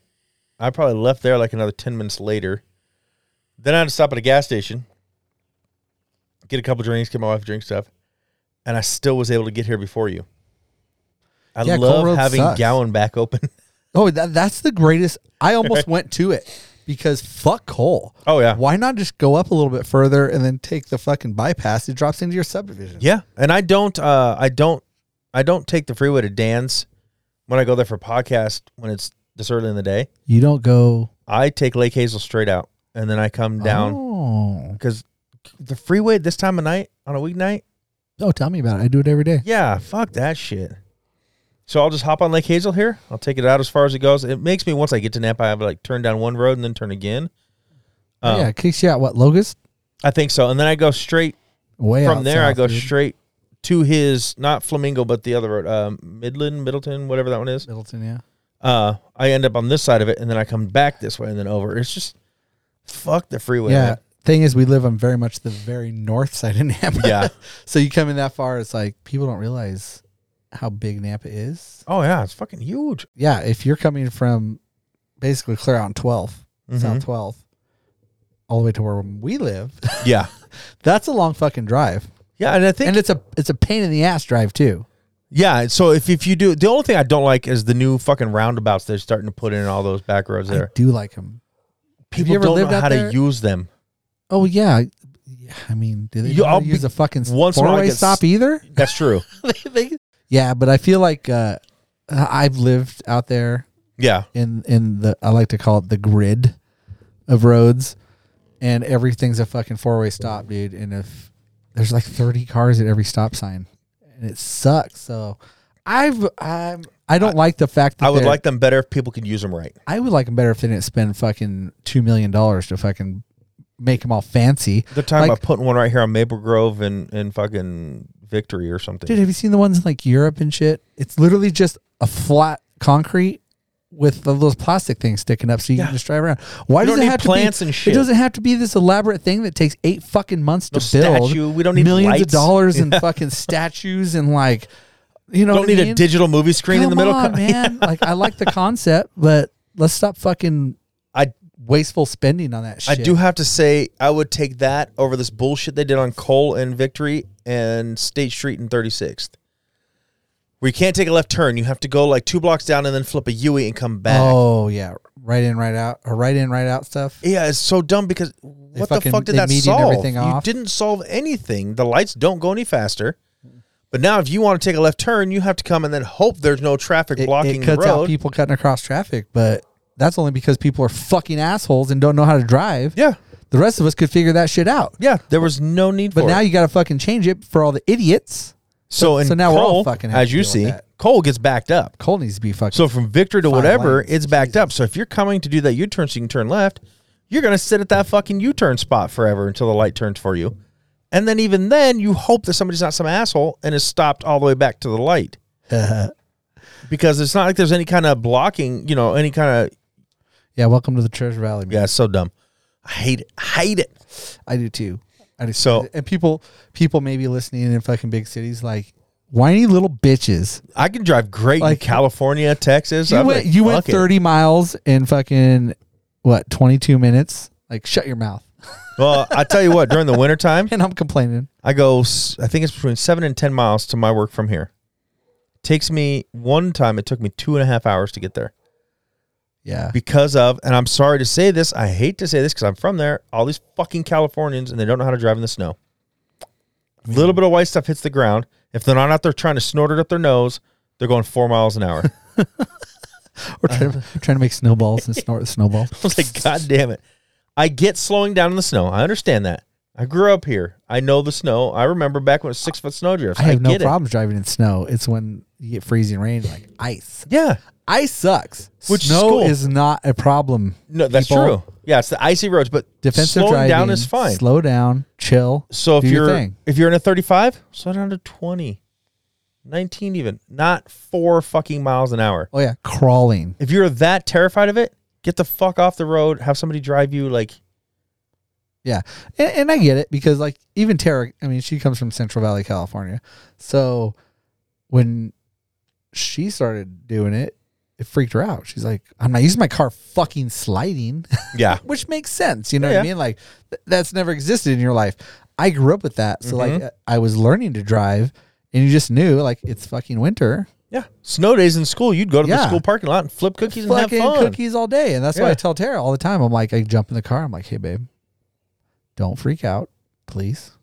[SPEAKER 8] I probably left there like another 10 minutes later. Then I had to stop at a gas station, get a couple drinks, get my wife a drink stuff, and I still was able to get here before you. I
[SPEAKER 5] Yeah, Coal
[SPEAKER 8] love
[SPEAKER 5] Road
[SPEAKER 8] having
[SPEAKER 5] sucks.
[SPEAKER 8] Gowan back open.
[SPEAKER 5] Oh, that, that's the greatest. I almost went to it because fuck Cole.
[SPEAKER 8] Oh, yeah.
[SPEAKER 5] Why not just go up a little bit further and then take the fucking bypass? It drops into your subdivision.
[SPEAKER 8] Yeah, and I don't, uh, I don't, I don't take the freeway to Dan's when I go there for podcast when it's this early in the day.
[SPEAKER 5] You don't go
[SPEAKER 8] I take Lake Hazel straight out, and then I come down
[SPEAKER 5] Oh.
[SPEAKER 8] because the freeway at this time of night on a weeknight,
[SPEAKER 5] No, Oh, tell me about it. I do it every day.
[SPEAKER 8] yeah, fuck that shit. So I'll just hop on Lake Hazel here. I'll take it out as far as it goes. It makes me once I get to Napa, I have to, like turn down one road and then turn again. Um,
[SPEAKER 5] yeah, it kicks you out. What Logos?
[SPEAKER 8] I think so. And then I go straight
[SPEAKER 5] Way
[SPEAKER 8] from
[SPEAKER 5] out
[SPEAKER 8] there. I
[SPEAKER 5] south,
[SPEAKER 8] go
[SPEAKER 5] dude.
[SPEAKER 8] straight to his not Flamingo, but the other road, um, Midland, Middleton, whatever that one is.
[SPEAKER 5] Middleton. Yeah.
[SPEAKER 8] uh, I end up on this side of it, and then I come back this way, and then over. It's just fuck the freeway.
[SPEAKER 5] yeah.
[SPEAKER 8] man.
[SPEAKER 5] Thing is, we live on very much the very north side of Napa.
[SPEAKER 8] Yeah.
[SPEAKER 5] so you come in that far, it's like people don't realize how big Napa is.
[SPEAKER 8] Oh yeah, it's fucking huge.
[SPEAKER 5] Yeah, if you're coming from basically clear out in 12,
[SPEAKER 8] Mhm.
[SPEAKER 5] South 12, all the way to where we live,
[SPEAKER 8] Yeah,
[SPEAKER 5] that's a long fucking drive,
[SPEAKER 8] yeah, and I think
[SPEAKER 5] and it's a it's a pain in the ass drive too.
[SPEAKER 8] yeah. So if if you do, the only thing I don't like is the new fucking roundabouts they're starting to put in all those back roads
[SPEAKER 5] I
[SPEAKER 8] there.
[SPEAKER 5] do like them.
[SPEAKER 8] People
[SPEAKER 5] ever
[SPEAKER 8] don't
[SPEAKER 5] lived
[SPEAKER 8] know
[SPEAKER 5] out
[SPEAKER 8] how
[SPEAKER 5] there?
[SPEAKER 8] to use them.
[SPEAKER 5] Oh yeah, yeah. I mean, do they
[SPEAKER 8] You-
[SPEAKER 5] know how
[SPEAKER 8] I'll
[SPEAKER 5] to use
[SPEAKER 8] be-
[SPEAKER 5] a fucking
[SPEAKER 8] once in a while I
[SPEAKER 5] four-way
[SPEAKER 8] get s-
[SPEAKER 5] stop either?
[SPEAKER 8] That's true.
[SPEAKER 5] yeah, but I feel like uh, I- I've lived out there
[SPEAKER 8] yeah,
[SPEAKER 5] in in the I like to call it the grid of roads, and everything's a fucking four way stop, dude. And if there's like thirty cars at every stop sign, and it sucks. So I've I'm I don't like the fact that
[SPEAKER 8] I would
[SPEAKER 5] they're-
[SPEAKER 8] like them better if people could use them right.
[SPEAKER 5] I would like them better if they didn't spend fucking two million dollars to fucking make them all fancy.
[SPEAKER 8] They're talking
[SPEAKER 5] Like-
[SPEAKER 8] about putting one right here on Maple Grove and and fucking Victory or something.
[SPEAKER 5] Dude, have you seen the ones in like Europe and shit? It's literally just a flat concrete with the little plastic things sticking up so you
[SPEAKER 8] Yeah.
[SPEAKER 5] can just drive around. Why
[SPEAKER 8] You
[SPEAKER 5] does
[SPEAKER 8] don't
[SPEAKER 5] it
[SPEAKER 8] need
[SPEAKER 5] have
[SPEAKER 8] plants
[SPEAKER 5] to be,
[SPEAKER 8] and shit.
[SPEAKER 5] It doesn't have to be this elaborate thing that takes eight fucking months
[SPEAKER 8] No
[SPEAKER 5] to build.
[SPEAKER 8] statue. We don't need
[SPEAKER 5] millions of
[SPEAKER 8] lights.
[SPEAKER 5] dollars and fucking statues and like you know
[SPEAKER 8] don't
[SPEAKER 5] what I
[SPEAKER 8] need a
[SPEAKER 5] mean?
[SPEAKER 8] digital movie screen in the
[SPEAKER 5] Come
[SPEAKER 8] middle.
[SPEAKER 5] on, man. like I like the concept, but let's stop fucking
[SPEAKER 8] I
[SPEAKER 5] wasteful spending on that
[SPEAKER 8] I
[SPEAKER 5] shit.
[SPEAKER 8] do have to say, I would take that over this bullshit they did on Cole and Victory and State Street and 36th. Where you can't take a left turn. You have to go like two blocks down and then flip a Yui and come back.
[SPEAKER 5] Oh yeah, right in, right out, or right in, right out stuff.
[SPEAKER 8] Yeah, it's so dumb because what
[SPEAKER 5] fucking-
[SPEAKER 8] the fuck did
[SPEAKER 5] they
[SPEAKER 8] that
[SPEAKER 5] median
[SPEAKER 8] solve?
[SPEAKER 5] everything
[SPEAKER 8] you
[SPEAKER 5] off.
[SPEAKER 8] didn't solve anything. The lights don't go any faster. But now if you want to take a left turn, you have to come and then hope there's no traffic
[SPEAKER 5] it,
[SPEAKER 8] blocking
[SPEAKER 5] it cuts
[SPEAKER 8] the road.
[SPEAKER 5] out people cutting across traffic, but that's only because people are fucking assholes and don't know how to drive.
[SPEAKER 8] yeah.
[SPEAKER 5] The rest of us could figure that shit out.
[SPEAKER 8] Yeah, there was no need
[SPEAKER 5] But
[SPEAKER 8] for
[SPEAKER 5] now
[SPEAKER 8] it.
[SPEAKER 5] you got to fucking change it for all the idiots.
[SPEAKER 8] so, and
[SPEAKER 5] so now
[SPEAKER 8] Cole,
[SPEAKER 5] we're all fucking having
[SPEAKER 8] as
[SPEAKER 5] to
[SPEAKER 8] you
[SPEAKER 5] deal with
[SPEAKER 8] see,
[SPEAKER 5] that.
[SPEAKER 8] Cole gets backed up.
[SPEAKER 5] Cole needs to be fucking.
[SPEAKER 8] So from Victor to
[SPEAKER 5] Five
[SPEAKER 8] whatever,
[SPEAKER 5] lanes.
[SPEAKER 8] it's backed up. So if you're coming to do that U-turn so you can turn left, you're going to sit at that fucking U-turn spot forever until the light turns for you. And then even then, you hope that somebody's not some asshole and is stopped all the way back to the light.
[SPEAKER 5] Uh-huh.
[SPEAKER 8] because it's not like there's any kind of blocking, you know, any kind of
[SPEAKER 5] yeah, welcome to the Treasure Valley. Man.
[SPEAKER 8] yeah, it's so dumb. I hate it. I hate it.
[SPEAKER 5] I do too. I do.
[SPEAKER 8] So-
[SPEAKER 5] and people, people may be listening in fucking big cities like whiny little bitches.
[SPEAKER 8] I can drive great
[SPEAKER 5] Like-
[SPEAKER 8] in California, Texas.
[SPEAKER 5] You
[SPEAKER 8] I'm
[SPEAKER 5] went,
[SPEAKER 8] like,
[SPEAKER 5] you went
[SPEAKER 8] fuck it.
[SPEAKER 5] thirty miles in fucking what twenty two minutes. Like shut your mouth.
[SPEAKER 8] Well, I tell you what, during the wintertime,
[SPEAKER 5] And I'm complaining.
[SPEAKER 8] I go, s- I think it's between seven and 10 miles to my work from here. Takes me one time, it took me two and a half hours to get there
[SPEAKER 5] Yeah.
[SPEAKER 8] because of, and I'm sorry to say this, I hate to say this because I'm from there, all these fucking Californians and they don't know how to drive in the snow. A little bit of white stuff hits the ground. If they're not out there trying to snort it up their nose, they're going four miles an hour. I
[SPEAKER 5] We're trying, trying to make snowballs and snort snowballs.
[SPEAKER 8] was like, God damn it. I get slowing down in the snow. I understand that. I grew up here. I know the snow. I remember back when it was six foot snow drifts.
[SPEAKER 5] I have no
[SPEAKER 8] get it.
[SPEAKER 5] problems driving in snow. It's when you get freezing rain, like ice.
[SPEAKER 8] Yeah.
[SPEAKER 5] Ice sucks.
[SPEAKER 8] Which is
[SPEAKER 5] snow
[SPEAKER 8] cool.
[SPEAKER 5] is not a problem.
[SPEAKER 8] No, that's
[SPEAKER 5] people.
[SPEAKER 8] true. Yeah, it's the icy roads, but
[SPEAKER 5] Defensive
[SPEAKER 8] slowing
[SPEAKER 5] driving,
[SPEAKER 8] down is fine.
[SPEAKER 5] Slow down, chill.
[SPEAKER 8] so if
[SPEAKER 5] do your
[SPEAKER 8] you're
[SPEAKER 5] thing.
[SPEAKER 8] if you're in a 35, slow down to 20.
[SPEAKER 4] 19 even, not four fucking miles an hour.
[SPEAKER 5] Oh yeah, crawling.
[SPEAKER 4] If you're that terrified of it, get the fuck off the road. Have somebody drive you. Like,
[SPEAKER 5] And, and I get it because like even Tara, I mean, she comes from Central Valley, California. So when she started doing it, it freaked her out. She's like, I'm not used to my car fucking sliding,
[SPEAKER 4] yeah,
[SPEAKER 5] which makes sense. You know
[SPEAKER 4] Yeah,
[SPEAKER 5] what I
[SPEAKER 4] yeah.
[SPEAKER 5] mean? Like th- that's never existed in your life. I grew up with that. So
[SPEAKER 4] Mm-hmm.
[SPEAKER 5] like I was learning to drive and you just knew like it's fucking winter.
[SPEAKER 4] yeah. Snow days in school, you'd go to the
[SPEAKER 5] Yeah.
[SPEAKER 4] school parking lot and flip cookies and have
[SPEAKER 5] fucking
[SPEAKER 4] fun.
[SPEAKER 5] cookies all day. And that's why
[SPEAKER 4] Yeah.
[SPEAKER 5] I tell Tara all the time. I'm like, I jump in the car. I'm like, hey, babe, don't freak out, please.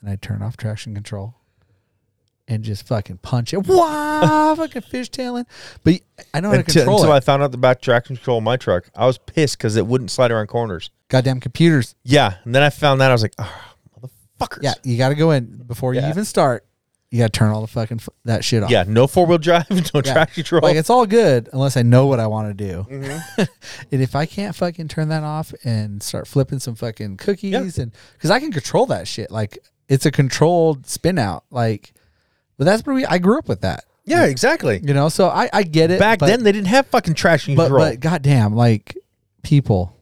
[SPEAKER 5] And I turn off traction control and just fucking punch it. Wow, fucking fishtailing. But I know how to
[SPEAKER 4] Until,
[SPEAKER 5] control
[SPEAKER 4] until
[SPEAKER 5] it.
[SPEAKER 4] I found out the back traction control of my truck, I was pissed because it wouldn't slide around corners.
[SPEAKER 5] Goddamn computers.
[SPEAKER 4] Yeah, and then I found that I was like, oh, motherfuckers.
[SPEAKER 5] Yeah, you got to go in before
[SPEAKER 4] Yeah.
[SPEAKER 5] you even start. You got to turn all the fucking f- that shit off.
[SPEAKER 4] yeah. No four wheel drive, no
[SPEAKER 5] Yeah.
[SPEAKER 4] traction control.
[SPEAKER 5] Like it's all good unless I know what I want to do.
[SPEAKER 4] Mm-hmm.
[SPEAKER 5] and if I can't fucking turn that off and start flipping some fucking cookies and because I can control that shit. Like it's a controlled spin out. Like, but that's where we I grew up with that.
[SPEAKER 4] yeah, exactly.
[SPEAKER 5] You know, so I I get it.
[SPEAKER 4] Back
[SPEAKER 5] but-
[SPEAKER 4] then they didn't have fucking traction
[SPEAKER 5] but
[SPEAKER 4] control.
[SPEAKER 5] but goddamn, like people,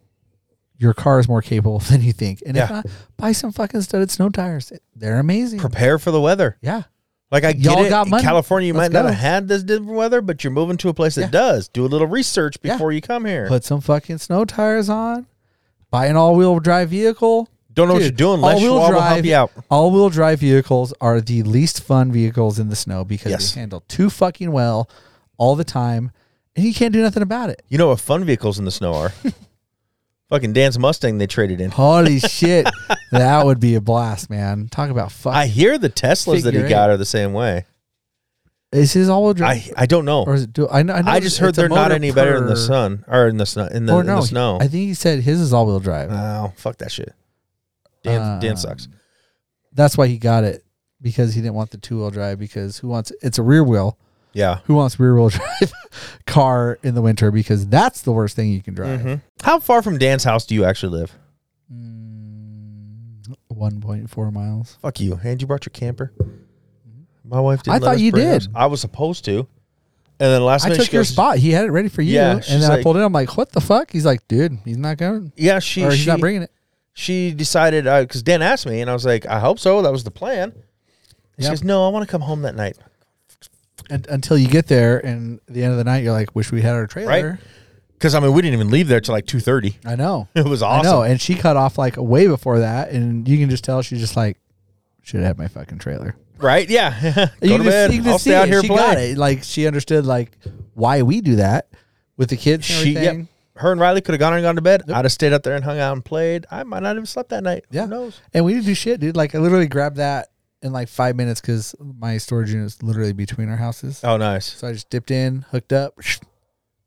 [SPEAKER 5] your car is more capable than you think. And if
[SPEAKER 4] Yeah.
[SPEAKER 5] not, buy some fucking studded snow tires. They're amazing.
[SPEAKER 4] Prepare for the weather.
[SPEAKER 5] yeah.
[SPEAKER 4] Like I get
[SPEAKER 5] Y'all
[SPEAKER 4] it.
[SPEAKER 5] got
[SPEAKER 4] in
[SPEAKER 5] money.
[SPEAKER 4] California, you
[SPEAKER 5] Let's
[SPEAKER 4] might
[SPEAKER 5] go.
[SPEAKER 4] not have had this different weather, but you're moving to a place that
[SPEAKER 5] Yeah.
[SPEAKER 4] does. Do a little research
[SPEAKER 5] Yeah.
[SPEAKER 4] before you come here.
[SPEAKER 5] Put some fucking snow tires on. Buy an all-wheel drive vehicle.
[SPEAKER 4] Don't know what you're
[SPEAKER 5] Dude,
[SPEAKER 4] doing unless
[SPEAKER 5] all-wheel
[SPEAKER 4] Schwab will help
[SPEAKER 5] drive-
[SPEAKER 4] you out.
[SPEAKER 5] All wheel drive vehicles are the least fun vehicles in the snow because
[SPEAKER 4] Yes.
[SPEAKER 5] they handle too fucking well all the time and you can't do nothing about it.
[SPEAKER 4] You know what fun vehicles in the snow are? fucking Dan's Mustang they traded in.
[SPEAKER 5] Holy shit. That would be a blast, man. Talk about fuck.
[SPEAKER 4] I hear the Teslas that he
[SPEAKER 5] Figure eight.
[SPEAKER 4] got are the same way.
[SPEAKER 5] is his all wheel drive?
[SPEAKER 4] I I don't know.
[SPEAKER 5] or is it, do, I, know, know
[SPEAKER 4] I just
[SPEAKER 5] it's
[SPEAKER 4] heard
[SPEAKER 5] a
[SPEAKER 4] they're not
[SPEAKER 5] motor
[SPEAKER 4] any better in the
[SPEAKER 5] per-
[SPEAKER 4] sun or in the snow in the,
[SPEAKER 5] or
[SPEAKER 4] in
[SPEAKER 5] no,
[SPEAKER 4] the snow.
[SPEAKER 5] I think he said his is all wheel drive.
[SPEAKER 4] oh, fuck that shit. Dan, Dan
[SPEAKER 5] Um,
[SPEAKER 4] sucks.
[SPEAKER 5] That's why he got it because he didn't want the two wheel drive because who wants it's a rear wheel.
[SPEAKER 4] Yeah.
[SPEAKER 5] Who wants rear wheel drive car in the winter because that's the worst thing you can drive.
[SPEAKER 4] Mhm. How far from Dan's house do you actually live? Mm-hmm.
[SPEAKER 5] Mm, 1.4 miles.
[SPEAKER 4] Fuck you. And you brought your camper. My wife didn't.
[SPEAKER 5] I
[SPEAKER 4] let
[SPEAKER 5] thought
[SPEAKER 4] us
[SPEAKER 5] you
[SPEAKER 4] bring ours.
[SPEAKER 5] did.
[SPEAKER 4] I was supposed to. And then last
[SPEAKER 5] I
[SPEAKER 4] night
[SPEAKER 5] took
[SPEAKER 4] she
[SPEAKER 5] your
[SPEAKER 4] goes-
[SPEAKER 5] spot. He had it ready for you.
[SPEAKER 4] Yeah,
[SPEAKER 5] and
[SPEAKER 4] she's
[SPEAKER 5] then I
[SPEAKER 4] like-
[SPEAKER 5] pulled in. I'm like, what the fuck? He's like, dude, he's not going.
[SPEAKER 4] Yeah, she
[SPEAKER 5] or he's
[SPEAKER 4] she,
[SPEAKER 5] not bringing it.
[SPEAKER 4] she decided because Dan asked me, and I was like, I hope so. That was the plan. And She
[SPEAKER 5] Yep.
[SPEAKER 4] goes, No, I want to come home that night.
[SPEAKER 5] And, until you get there and at the end of the night, you're like, wish we had our trailer.
[SPEAKER 4] Because I mean, we didn't even leave there till like two thirty.
[SPEAKER 5] I know.
[SPEAKER 4] It was
[SPEAKER 5] I know.
[SPEAKER 4] awesome.
[SPEAKER 5] And she cut off like way before that. And you can just tell she's just like, should have had my fucking trailer.
[SPEAKER 4] Right? Yeah.
[SPEAKER 5] And
[SPEAKER 4] Go
[SPEAKER 5] you
[SPEAKER 4] to
[SPEAKER 5] can just-
[SPEAKER 4] bed.
[SPEAKER 5] you can
[SPEAKER 4] I'll
[SPEAKER 5] just
[SPEAKER 4] stay
[SPEAKER 5] see
[SPEAKER 4] out
[SPEAKER 5] it.
[SPEAKER 4] here
[SPEAKER 5] she
[SPEAKER 4] and play.
[SPEAKER 5] got it. Like she understood like why we do that with the kids. And
[SPEAKER 4] She,
[SPEAKER 5] everything.
[SPEAKER 4] yep. Her and Riley could have gone and gone to bed. I'd have stayed up there and hung out and played. I might not have slept that night.
[SPEAKER 5] Yeah.
[SPEAKER 4] Who knows?
[SPEAKER 5] And we didn't do shit, dude. Like I literally grabbed that in like five minutes because my storage unit is literally between our houses.
[SPEAKER 4] Oh, nice.
[SPEAKER 5] So I just dipped in, hooked up.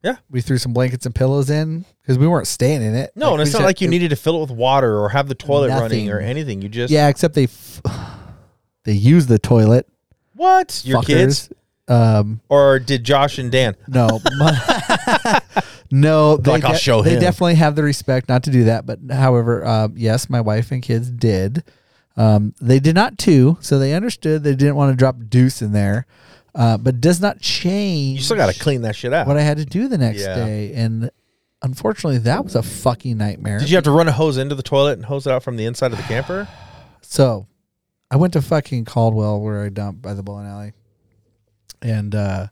[SPEAKER 4] Yeah.
[SPEAKER 5] We threw some blankets and pillows in because we weren't staying in it.
[SPEAKER 4] No, and
[SPEAKER 5] we
[SPEAKER 4] it's
[SPEAKER 5] just
[SPEAKER 4] not
[SPEAKER 5] had-
[SPEAKER 4] like you needed to fill it with water or have the toilet running
[SPEAKER 5] Nothing.
[SPEAKER 4] or anything. You just
[SPEAKER 5] Yeah, except they f- they used the toilet.
[SPEAKER 4] what your
[SPEAKER 5] fuckers.
[SPEAKER 4] kids
[SPEAKER 5] Um,
[SPEAKER 4] or did Josh and Dan?
[SPEAKER 5] No, my- no. They
[SPEAKER 4] Like, I'll show
[SPEAKER 5] They
[SPEAKER 4] him.
[SPEAKER 5] definitely have the respect not to do that. But however, um, yes, my wife and kids did. Um, they did not too, so they understood they didn't want to drop deuce in there. Uh, but does not change.
[SPEAKER 4] You still got to clean that shit out.
[SPEAKER 5] what I had to do the next
[SPEAKER 4] Yeah.
[SPEAKER 5] day, and unfortunately, that was a fucking nightmare.
[SPEAKER 4] Did you have to run a hose into the toilet and hose it out from the inside of the camper?
[SPEAKER 5] So I went to fucking Caldwell where I dumped by the bowling alley. And uh,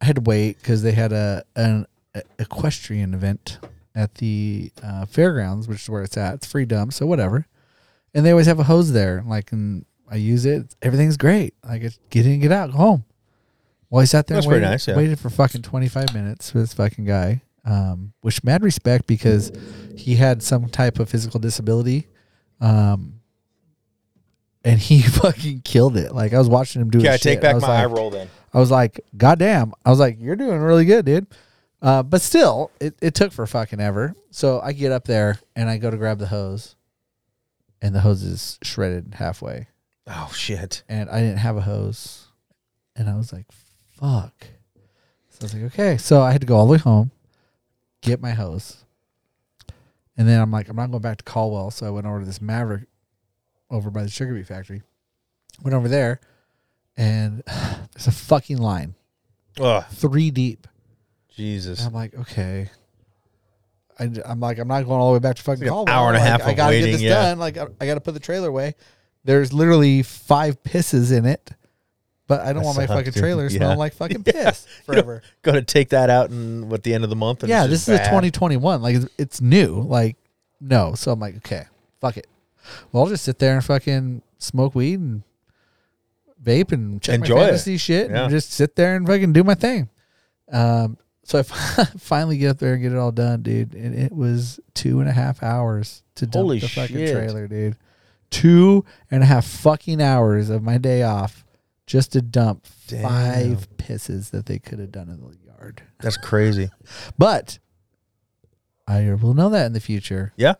[SPEAKER 5] I had to wait because they had a an a- equestrian event at the uh, fairgrounds, which is where it's at. It's free dump, so whatever. And they always have a hose there. Like, and I use it. Everything's great. Like, it's get in, get out, go home. Well, I sat there
[SPEAKER 4] That's
[SPEAKER 5] and
[SPEAKER 4] pretty
[SPEAKER 5] waited,
[SPEAKER 4] nice, yeah.
[SPEAKER 5] waited for fucking 25 minutes for this fucking guy, um, which mad respect because he had some type of physical disability. Um, and he fucking killed it. Like I was watching him do.
[SPEAKER 4] Yeah, I
[SPEAKER 5] his shit,
[SPEAKER 4] take
[SPEAKER 5] and
[SPEAKER 4] back
[SPEAKER 5] was
[SPEAKER 4] my
[SPEAKER 5] like,
[SPEAKER 4] eye roll then.
[SPEAKER 5] I was like, God damn. I was like, you're doing really good, dude. Uh, but still, it, it took for fucking ever. So I get up there and I go to grab the hose, and the hose is shredded halfway.
[SPEAKER 4] Oh shit!
[SPEAKER 5] And I didn't have a hose. And I was like, fuck. So I was like, okay. So I had to go all the way home, get my hose. And then I'm like, I'm not going back to Caldwell. So I went over to this Maverick over by the sugar beet factory. Went over there and there's a fucking line
[SPEAKER 4] Ugh,
[SPEAKER 5] three deep.
[SPEAKER 4] Jesus.
[SPEAKER 5] And I'm like, okay. I, am like, I'm not going all the way back to fucking
[SPEAKER 4] It's like an
[SPEAKER 5] Caldwell.
[SPEAKER 4] hour and a
[SPEAKER 5] Like,
[SPEAKER 4] half
[SPEAKER 5] I
[SPEAKER 4] of
[SPEAKER 5] gotta
[SPEAKER 4] waiting,
[SPEAKER 5] get this
[SPEAKER 4] yeah.
[SPEAKER 5] done. Like, I, I gotta put the trailer away. There's literally five pisses in it, but I don't
[SPEAKER 4] That
[SPEAKER 5] want my
[SPEAKER 4] sucks,
[SPEAKER 5] fucking
[SPEAKER 4] dude.
[SPEAKER 5] trailer
[SPEAKER 4] Yeah.
[SPEAKER 5] smelling like fucking
[SPEAKER 4] Yeah.
[SPEAKER 5] piss forever.
[SPEAKER 4] Going to take that out and what the end of the month. And
[SPEAKER 5] yeah,
[SPEAKER 4] it's
[SPEAKER 5] this
[SPEAKER 4] just
[SPEAKER 5] is a
[SPEAKER 4] bad.
[SPEAKER 5] 2021. Like, it's, it's new. Like, no. So I'm like, okay, fuck it. Well, I'll just sit there and fucking smoke weed and vape and check
[SPEAKER 4] Enjoy
[SPEAKER 5] my
[SPEAKER 4] it.
[SPEAKER 5] fantasy shit
[SPEAKER 4] Yeah.
[SPEAKER 5] and just sit there and fucking do my thing. Um, so I finally get up there and get it all done, dude. And it was two and a half hours to dump
[SPEAKER 4] Holy
[SPEAKER 5] the fucking
[SPEAKER 4] shit.
[SPEAKER 5] trailer, dude. Two and a half fucking hours of my day off just to dump
[SPEAKER 4] Damn.
[SPEAKER 5] five pisses that they could have done in the yard.
[SPEAKER 4] That's crazy.
[SPEAKER 5] But I will know that in the future.
[SPEAKER 4] Yeah.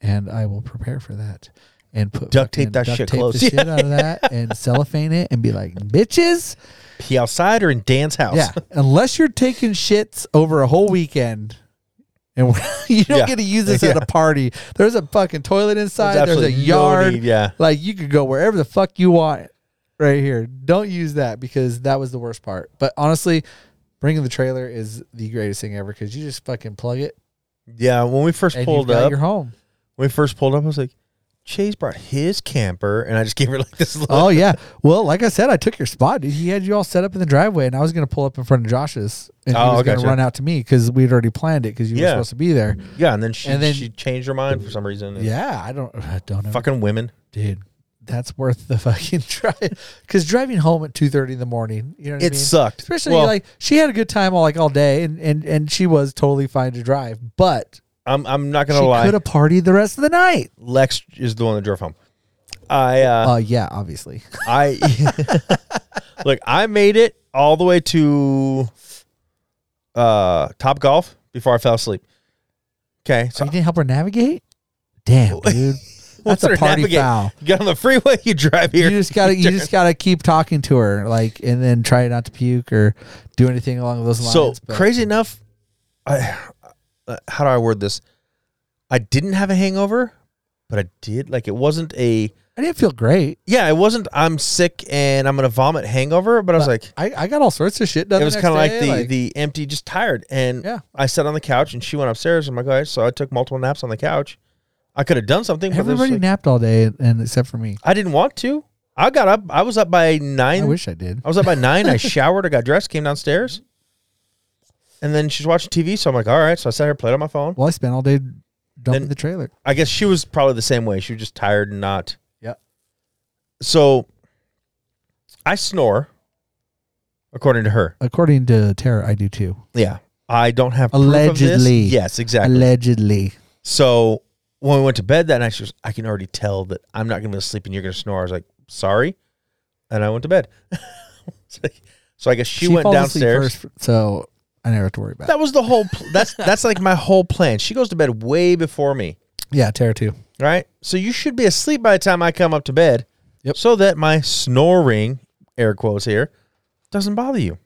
[SPEAKER 5] And I will prepare for that and put
[SPEAKER 4] Duct
[SPEAKER 5] fucking-
[SPEAKER 4] tape that
[SPEAKER 5] duct
[SPEAKER 4] shit
[SPEAKER 5] tape
[SPEAKER 4] close.
[SPEAKER 5] The shit out of that and cellophane it and be like, bitches.
[SPEAKER 4] Pee outside or in Dan's house.
[SPEAKER 5] Yeah. Unless you're taking shits over a whole weekend. And we're- you don't
[SPEAKER 4] Yeah.
[SPEAKER 5] get to use this at
[SPEAKER 4] Yeah.
[SPEAKER 5] a party. There's a fucking toilet inside. There's, a
[SPEAKER 4] absolutely no
[SPEAKER 5] yard.
[SPEAKER 4] need, yeah.
[SPEAKER 5] Like you could go wherever the fuck you want right here. Don't use that because that was the worst part. But honestly, bringing the trailer is the greatest thing ever because you just fucking plug it
[SPEAKER 4] Yeah. When we first
[SPEAKER 5] and
[SPEAKER 4] pulled
[SPEAKER 5] you've got
[SPEAKER 4] up,
[SPEAKER 5] your home.
[SPEAKER 4] when we first pulled up, I was like, Chase brought his camper, and I just gave her like this look.
[SPEAKER 5] Oh yeah. Well, like I said, I took your spot. dude. He had you all set up in the driveway, and I was going to pull up in front of Josh's, and
[SPEAKER 4] Oh,
[SPEAKER 5] he was going
[SPEAKER 4] gotcha.
[SPEAKER 5] to run out to me because we'd already planned it because you
[SPEAKER 4] Yeah.
[SPEAKER 5] were supposed to be there.
[SPEAKER 4] yeah. And then she
[SPEAKER 5] And then-
[SPEAKER 4] she changed her mind for some reason. and
[SPEAKER 5] Yeah, I don't, I don't know,
[SPEAKER 4] Fucking women.
[SPEAKER 5] dude. That's worth the fucking drive because driving home at two thirty in the morning, you know, what I
[SPEAKER 4] It
[SPEAKER 5] mean?
[SPEAKER 4] sucked.
[SPEAKER 5] Especially
[SPEAKER 4] Well,
[SPEAKER 5] like she had a good time all like all day, and and and she was totally fine to drive, but
[SPEAKER 4] I'm I'm not
[SPEAKER 5] she
[SPEAKER 4] gonna lie.
[SPEAKER 5] could have partied the rest of the night.
[SPEAKER 4] Lex is the one that drove home. I uh,
[SPEAKER 5] Uh, yeah, obviously.
[SPEAKER 4] I look. I made it all the way to uh, Top Golf before I fell asleep. Okay,
[SPEAKER 5] So
[SPEAKER 4] so
[SPEAKER 5] you didn't help her navigate. Damn, dude,
[SPEAKER 4] What's
[SPEAKER 5] that's a
[SPEAKER 4] her
[SPEAKER 5] party
[SPEAKER 4] navigate?
[SPEAKER 5] foul.
[SPEAKER 4] you get on the freeway, you drive here.
[SPEAKER 5] You just gotta you just gotta keep talking to her, like, and then try not to puke or do anything along those lines.
[SPEAKER 4] so
[SPEAKER 5] but-
[SPEAKER 4] crazy enough. I uh, how do I word this? I didn't have a hangover, but I did. Like it wasn't a
[SPEAKER 5] I didn't feel great.
[SPEAKER 4] yeah. It wasn't. I'm sick and I'm gonna vomit hangover. But I was like,
[SPEAKER 5] I, I got all sorts of shit done.
[SPEAKER 4] it was kind of like the
[SPEAKER 5] the
[SPEAKER 4] the empty, just tired. And
[SPEAKER 5] Yeah.
[SPEAKER 4] I sat on the couch, and she went upstairs. I'm like, all right. So I took multiple naps on the couch. I could have done something. but it was
[SPEAKER 5] everybody
[SPEAKER 4] like-
[SPEAKER 5] napped all day, and, and except for me,
[SPEAKER 4] I didn't want to. I got up. I was up by
[SPEAKER 5] I
[SPEAKER 4] nine. I,
[SPEAKER 5] wish I did.
[SPEAKER 4] was up by nine. I showered. I got dressed. Came downstairs, and then she's watching TV. So I'm like, all right. So I set her plate on my phone.
[SPEAKER 5] Well, I spent all day dumping
[SPEAKER 4] Then-
[SPEAKER 5] the trailer.
[SPEAKER 4] I guess she was probably the same way. She was just tired and not.
[SPEAKER 5] Yeah.
[SPEAKER 4] So I snore, according to her.
[SPEAKER 5] According to Tara, I do too.
[SPEAKER 4] Yeah. I don't have proof of this.
[SPEAKER 5] Allegedly.
[SPEAKER 4] Yes, exactly.
[SPEAKER 5] Allegedly,
[SPEAKER 4] So when we went to bed that night, she was, I can already tell that I'm not going to be able to sleep and you're going to snore. I was like, sorry. And I went to bed. It's like- so I guess she, went
[SPEAKER 5] falls asleep
[SPEAKER 4] downstairs.
[SPEAKER 5] first, so I never have to worry about. it.
[SPEAKER 4] That was the whole, pl- that's, that's like my whole plan. She goes to bed way before me.
[SPEAKER 5] Yeah, Tara too.
[SPEAKER 4] Right. So you should be asleep by the time I come up to bed.
[SPEAKER 5] Yep.
[SPEAKER 4] So that my snoring, air quotes here, doesn't bother you.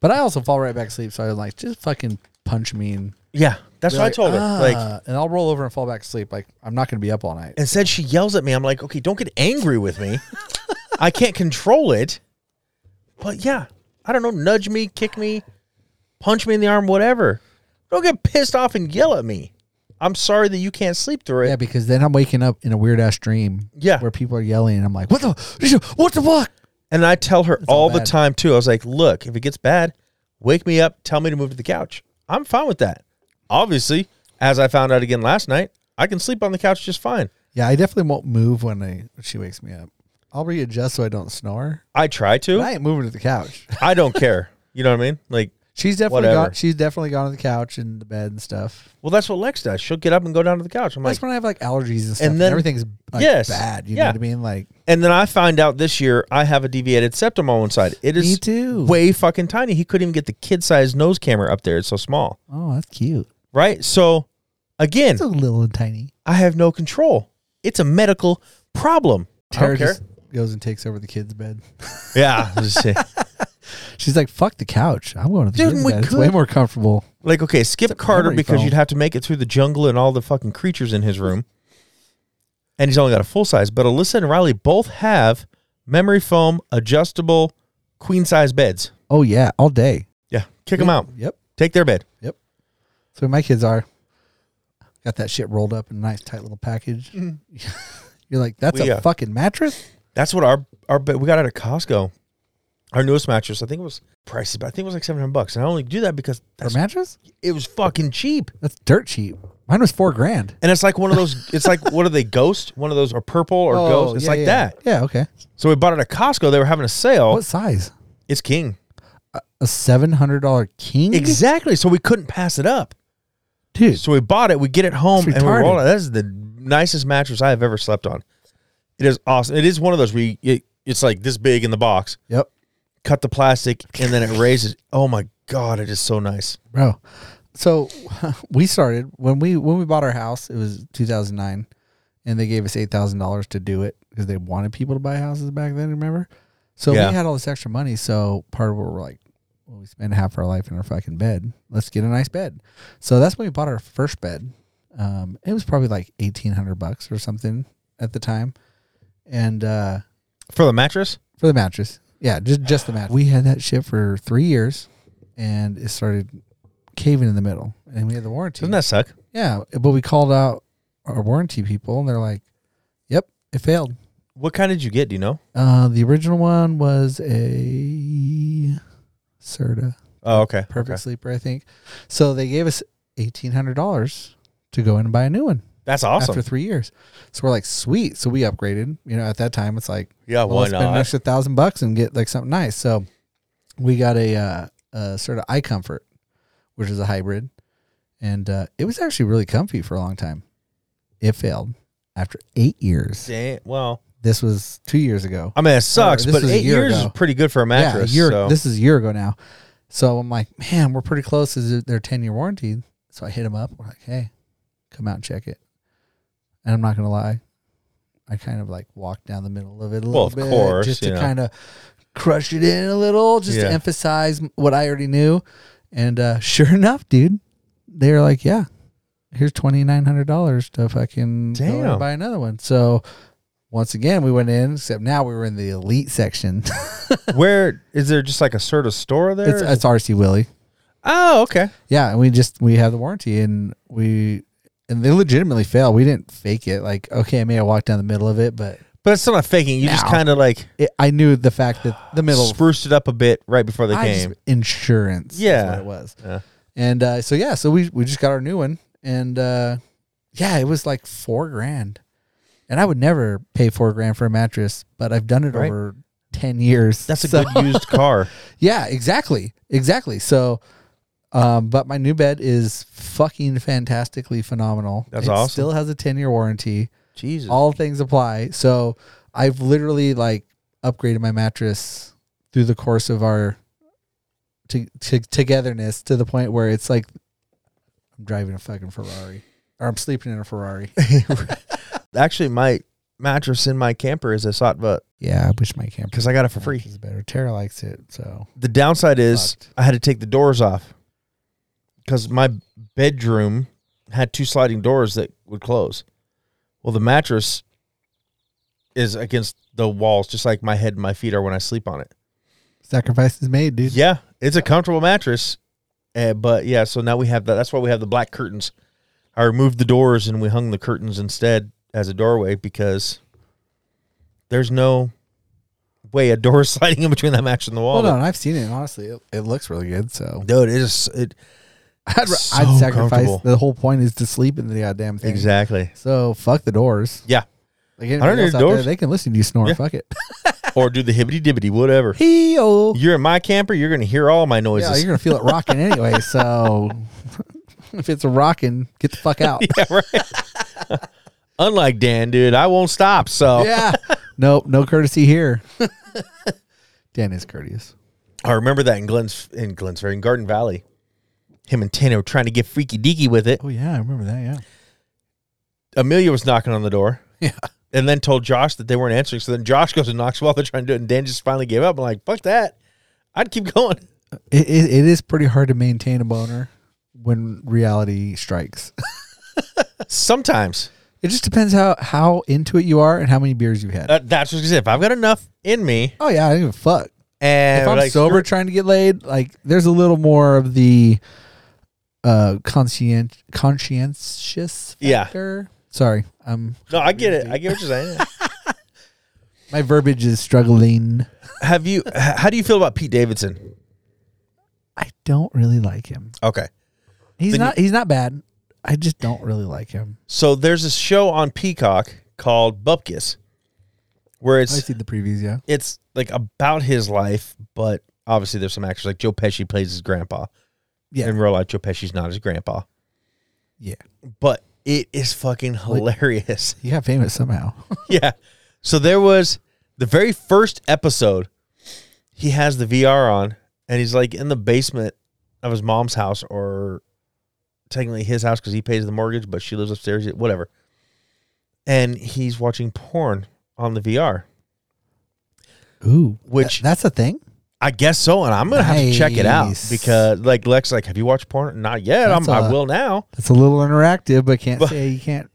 [SPEAKER 5] But I also fall right back asleep, so I was like, just fucking punch me and
[SPEAKER 4] Yeah. That's
[SPEAKER 5] be
[SPEAKER 4] what
[SPEAKER 5] like,
[SPEAKER 4] I told her. Like,
[SPEAKER 5] "Ah," and I'll roll over and fall back asleep. Like I'm not gonna be up all night.
[SPEAKER 4] instead she yells at me. I'm like, okay, don't get angry with me. I can't control it. But yeah, I don't know, nudge me, kick me, punch me in the arm, whatever. Don't get pissed off and yell at me. I'm sorry that you can't sleep through it.
[SPEAKER 5] Yeah, because then I'm waking up in a weird ass dream.
[SPEAKER 4] Yeah.
[SPEAKER 5] Where people are yelling and I'm like, What the what the fuck?
[SPEAKER 4] And I tell her all,
[SPEAKER 5] all
[SPEAKER 4] the
[SPEAKER 5] bad.
[SPEAKER 4] time too. I was like, look, if it gets bad, wake me up, tell me to move to the couch. I'm fine with that. Obviously, as I found out again last night, I can sleep on the couch just fine.
[SPEAKER 5] Yeah, I definitely won't move when I when she wakes me up. I'll readjust so I don't snore.
[SPEAKER 4] I try
[SPEAKER 5] But
[SPEAKER 4] to.
[SPEAKER 5] I ain't moving to the couch.
[SPEAKER 4] I don't care. You know what I mean? Like,
[SPEAKER 5] She's definitely
[SPEAKER 4] Whatever.
[SPEAKER 5] gone she's definitely gone to the couch and the bed and stuff.
[SPEAKER 4] well, that's what Lex does. She'll get up and go down to the couch. I'm like,
[SPEAKER 5] That's when I have like allergies and stuff.
[SPEAKER 4] And
[SPEAKER 5] And,
[SPEAKER 4] then-
[SPEAKER 5] everything's like
[SPEAKER 4] Yes.
[SPEAKER 5] bad. You
[SPEAKER 4] Yeah.
[SPEAKER 5] know what I mean? Like
[SPEAKER 4] And then I find out this year I have a deviated septum on one side. It
[SPEAKER 5] me
[SPEAKER 4] is
[SPEAKER 5] too.
[SPEAKER 4] way fucking tiny. He couldn't even get the kid sized nose camera up there. It's so small.
[SPEAKER 5] Oh, that's cute.
[SPEAKER 4] Right? So again,
[SPEAKER 5] It's a little and tiny.
[SPEAKER 4] I have no control. It's a medical problem. I
[SPEAKER 5] Tara
[SPEAKER 4] don't care.
[SPEAKER 5] just goes and takes over the kid's bed.
[SPEAKER 4] Yeah. I was just saying.
[SPEAKER 5] She's like, "Fuck the couch. I'm going to the
[SPEAKER 4] Dude,
[SPEAKER 5] kid's
[SPEAKER 4] we
[SPEAKER 5] bed. It's
[SPEAKER 4] could-
[SPEAKER 5] way more comfortable."
[SPEAKER 4] like, okay, skip
[SPEAKER 5] It's a
[SPEAKER 4] Carter
[SPEAKER 5] memory
[SPEAKER 4] because
[SPEAKER 5] foam.
[SPEAKER 4] you'd have to make it through the jungle and all the fucking creatures in his room. And he's only got a full size, but Alyssa and Riley both have
[SPEAKER 8] memory foam, adjustable, queen size beds.
[SPEAKER 5] Oh yeah, all day.
[SPEAKER 8] Yeah, kick them out.
[SPEAKER 5] Yep.
[SPEAKER 8] Take their bed.
[SPEAKER 5] So my kids are got that shit rolled up in a nice tight little package. You're like, that's
[SPEAKER 8] Mm-hmm. We,
[SPEAKER 5] a
[SPEAKER 8] uh,
[SPEAKER 5] fucking mattress.
[SPEAKER 8] That's what our our bed we got out of Costco. Our newest mattress, I think it was pricey, but I think it was like seven hundred bucks. And I only do that because
[SPEAKER 5] For
[SPEAKER 8] that's,
[SPEAKER 5] mattress?
[SPEAKER 8] it was fucking cheap.
[SPEAKER 5] That's dirt cheap. Mine was four grand.
[SPEAKER 8] And it's like one of those. It's like what are they? Ghost? One of those or purple or ghost? It's
[SPEAKER 5] Oh, yeah,
[SPEAKER 8] like
[SPEAKER 5] yeah.
[SPEAKER 8] that. Oh.
[SPEAKER 5] Yeah. Okay.
[SPEAKER 8] So we bought it at Costco. They were having a sale.
[SPEAKER 5] What Mm-hmm. size?
[SPEAKER 8] It's king.
[SPEAKER 5] A seven hundred dollar king.
[SPEAKER 8] Exactly. So we couldn't pass it up.
[SPEAKER 5] Dude.
[SPEAKER 8] So we bought it. We get it home
[SPEAKER 5] It's
[SPEAKER 8] and we
[SPEAKER 5] retarded.
[SPEAKER 8] roll it. That is the nicest mattress I have ever slept on. It is awesome. It is one of those where you, it, it's like this big in the box.
[SPEAKER 5] Yep.
[SPEAKER 8] Cut the plastic and then it raises. Oh my god, it is so nice.
[SPEAKER 5] bro. So we started when we when we bought our house. It was 2009, and they gave us eight thousand dollars to do it because they wanted people to buy houses back then. Remember? So
[SPEAKER 8] Yeah.
[SPEAKER 5] we had all this extra money. So part of it, we're like, well, we spend half our life in our fucking bed. Let's get a nice bed. So that's when we bought our first bed. Um, it was probably like eighteen hundred bucks or something at the time, and uh,
[SPEAKER 8] For the mattress?
[SPEAKER 5] for the mattress. Yeah, just just the mattress. We had that shit for three years, and it started caving in the middle, and we had the warranty.
[SPEAKER 8] Doesn't that suck?
[SPEAKER 5] yeah, but we called out our warranty people, and they're like, "Yep, it failed."
[SPEAKER 8] What kind did you get? Do you know?
[SPEAKER 5] Uh, the original one was a Serta
[SPEAKER 8] Oh, okay.
[SPEAKER 5] Perfect
[SPEAKER 8] Okay.
[SPEAKER 5] Sleeper, I think. So they gave us eighteen hundred dollars to go in and buy a new one
[SPEAKER 8] That's awesome.
[SPEAKER 5] after three years. So we're like, "Sweet!" So we upgraded. You know, at that time, it's like
[SPEAKER 8] yeah, uh,
[SPEAKER 5] well,
[SPEAKER 8] why
[SPEAKER 5] let's spend an
[SPEAKER 8] not?
[SPEAKER 5] extra thousand bucks and get like something nice. So we got a, uh, a sort of eye comfort, which is a hybrid, and uh, it was actually really comfy for a long time. It failed after eight years.
[SPEAKER 8] Damn, well,
[SPEAKER 5] This was two years ago.
[SPEAKER 8] I mean, it sucks,
[SPEAKER 5] Uh, this
[SPEAKER 8] but
[SPEAKER 5] was a
[SPEAKER 8] eight
[SPEAKER 5] year
[SPEAKER 8] years
[SPEAKER 5] ago.
[SPEAKER 8] is pretty good for a mattress.
[SPEAKER 5] yeah, a year.
[SPEAKER 8] so.
[SPEAKER 5] This is a year ago now. So I'm like, man, we're pretty close to their ten year warranty. So I hit him up. We're like, hey, come out and check it. And I'm not gonna lie, I kind of like walked down the middle of it a little
[SPEAKER 8] of
[SPEAKER 5] bit,
[SPEAKER 8] course,
[SPEAKER 5] just
[SPEAKER 8] you
[SPEAKER 5] to
[SPEAKER 8] know.
[SPEAKER 5] kind of crush it in a little, just
[SPEAKER 8] Yeah.
[SPEAKER 5] to emphasize what I already knew. And uh, sure enough, dude, they're like, yeah, here's twenty nine hundred dollars to fucking go in
[SPEAKER 8] Damn.
[SPEAKER 5] and buy another one. So. Once again, we went in, except now we were in the elite section.
[SPEAKER 8] Where is there just like a sort of store there?
[SPEAKER 5] it's, it's RC Willie.
[SPEAKER 8] oh, okay.
[SPEAKER 5] Yeah, and we just we have the warranty and we and they legitimately fail. We didn't fake it. Like, okay, I may have walked down the middle of it, but
[SPEAKER 8] But it's not faking. You just
[SPEAKER 5] No.
[SPEAKER 8] kind of like
[SPEAKER 5] it, I knew the fact that the middle
[SPEAKER 8] spruced it up a bit right before the
[SPEAKER 5] I
[SPEAKER 8] game.
[SPEAKER 5] just- insurance. is
[SPEAKER 8] Yeah.
[SPEAKER 5] what it was.
[SPEAKER 8] Yeah.
[SPEAKER 5] And uh, so yeah, so we we just got our new one, and uh, yeah, it was like four grand, and I would never pay four grand for a mattress, but I've done it
[SPEAKER 8] Right.
[SPEAKER 5] over ten years.
[SPEAKER 8] That's a
[SPEAKER 5] so-
[SPEAKER 8] good used car.
[SPEAKER 5] Yeah, exactly. Exactly. So um, but my new bed is fucking fantastically phenomenal.
[SPEAKER 8] That's
[SPEAKER 5] it
[SPEAKER 8] awesome.
[SPEAKER 5] Still has a 10 year warranty.
[SPEAKER 8] Jesus.
[SPEAKER 5] All things apply. So I've literally like upgraded my mattress through the course of our to, to, togetherness to the point where it's like I'm driving a fucking Ferrari or I'm sleeping in a Ferrari.
[SPEAKER 8] Actually, my mattress in my camper is a Sattva
[SPEAKER 5] yeah, I wish my camper
[SPEAKER 8] because I got it for free.
[SPEAKER 5] is better. Tara likes it. So
[SPEAKER 8] The downside is
[SPEAKER 5] Fucked.
[SPEAKER 8] I had to take the doors off because my bedroom had two sliding doors that would close. Well, the mattress is against the walls, just like my head and my feet are when I sleep on it.
[SPEAKER 5] sacrifices made, dude.
[SPEAKER 8] Yeah, it's a comfortable mattress, uh, but yeah. So now we have that. That's why we have the black curtains. I removed the doors and we hung the curtains instead as a doorway because there's no way a door is sliding in between that mattress and the wall.
[SPEAKER 5] Hold on, I've seen it. and Honestly, it, it looks really good. So
[SPEAKER 8] dude, it is it
[SPEAKER 5] I'd, ra-
[SPEAKER 8] So
[SPEAKER 5] I'd sacrifice.
[SPEAKER 8] comfortable.
[SPEAKER 5] The whole point is to sleep in the goddamn thing.
[SPEAKER 8] exactly.
[SPEAKER 5] So fuck the doors.
[SPEAKER 8] Yeah,
[SPEAKER 5] Like
[SPEAKER 8] I don't
[SPEAKER 5] anything else
[SPEAKER 8] need
[SPEAKER 5] out there,
[SPEAKER 8] doors.
[SPEAKER 5] they can listen to you snore.
[SPEAKER 8] Yeah.
[SPEAKER 5] Fuck it.
[SPEAKER 8] or do the hibbity dibbity, whatever.
[SPEAKER 5] Hey-o.
[SPEAKER 8] You're in my camper. You're gonna hear all my
[SPEAKER 5] Yeah,
[SPEAKER 8] noises.
[SPEAKER 5] you're gonna feel it rocking anyway. So if it's a rocking, get the fuck out.
[SPEAKER 8] Yeah, right. Unlike Dan, dude, I won't stop. So
[SPEAKER 5] yeah. Nope. No courtesy here. Dan is courteous.
[SPEAKER 8] I remember that in Glens in Glens Ferry in Garden Valley. Him and Tana were trying to get freaky deaky with it.
[SPEAKER 5] Oh yeah, I remember that. Yeah.
[SPEAKER 8] Amelia was knocking on the door.
[SPEAKER 5] Yeah.
[SPEAKER 8] And then told Josh that they weren't answering. So then Josh goes and knocks while they're trying to do it. And Dan just finally gave up. I'm like, fuck that. I'd keep going.
[SPEAKER 5] It, it, it is pretty hard to maintain a boner when reality strikes.
[SPEAKER 8] Sometimes.
[SPEAKER 5] It just depends how how into it you are and how many beers you had.
[SPEAKER 8] That, Uh, that's what I was gonna say. If I've got enough in me,
[SPEAKER 5] oh yeah, I don't give a fuck.
[SPEAKER 8] and
[SPEAKER 5] if I'm
[SPEAKER 8] like,
[SPEAKER 5] sober
[SPEAKER 8] screw-
[SPEAKER 5] trying to get laid, like there's a little more of the uh conscient conscientious
[SPEAKER 8] Yeah.
[SPEAKER 5] factor. Sorry. Um
[SPEAKER 8] no, I get it. I get what you're saying.
[SPEAKER 5] my verbiage is struggling.
[SPEAKER 8] Have you? h- How do you feel about Pete Davidson?
[SPEAKER 5] I don't really like him.
[SPEAKER 8] Okay,
[SPEAKER 5] He's
[SPEAKER 8] Then you-
[SPEAKER 5] not he's not bad. I just don't really like him.
[SPEAKER 8] so there's a show on Peacock called Bupkis, where
[SPEAKER 5] I
[SPEAKER 8] it's
[SPEAKER 5] see the previews, yeah.
[SPEAKER 8] it's like about his life, but obviously there's some actors like Joe Pesci plays his grandpa.
[SPEAKER 5] Yeah.
[SPEAKER 8] In real life, Joe Pesci's not his grandpa.
[SPEAKER 5] Yeah.
[SPEAKER 8] But it is fucking hilarious.
[SPEAKER 5] He got famous somehow.
[SPEAKER 8] yeah. So there was the very first episode, he has the VR on and he's like in the basement of his mom's house or technically his house because he pays the mortgage, but she lives upstairs, whatever. And he's watching porn on the VR.
[SPEAKER 5] Ooh.
[SPEAKER 8] Which-
[SPEAKER 5] Th- that's a thing?
[SPEAKER 8] I guess so, and I'm gonna have to check it out
[SPEAKER 5] Nice.
[SPEAKER 8] because, like, Lex, like, have you watched porn? Not yet. I'm,
[SPEAKER 5] That's
[SPEAKER 8] I
[SPEAKER 5] a-
[SPEAKER 8] will now.
[SPEAKER 5] That's a little interactive, but can't
[SPEAKER 8] But-
[SPEAKER 5] say you can't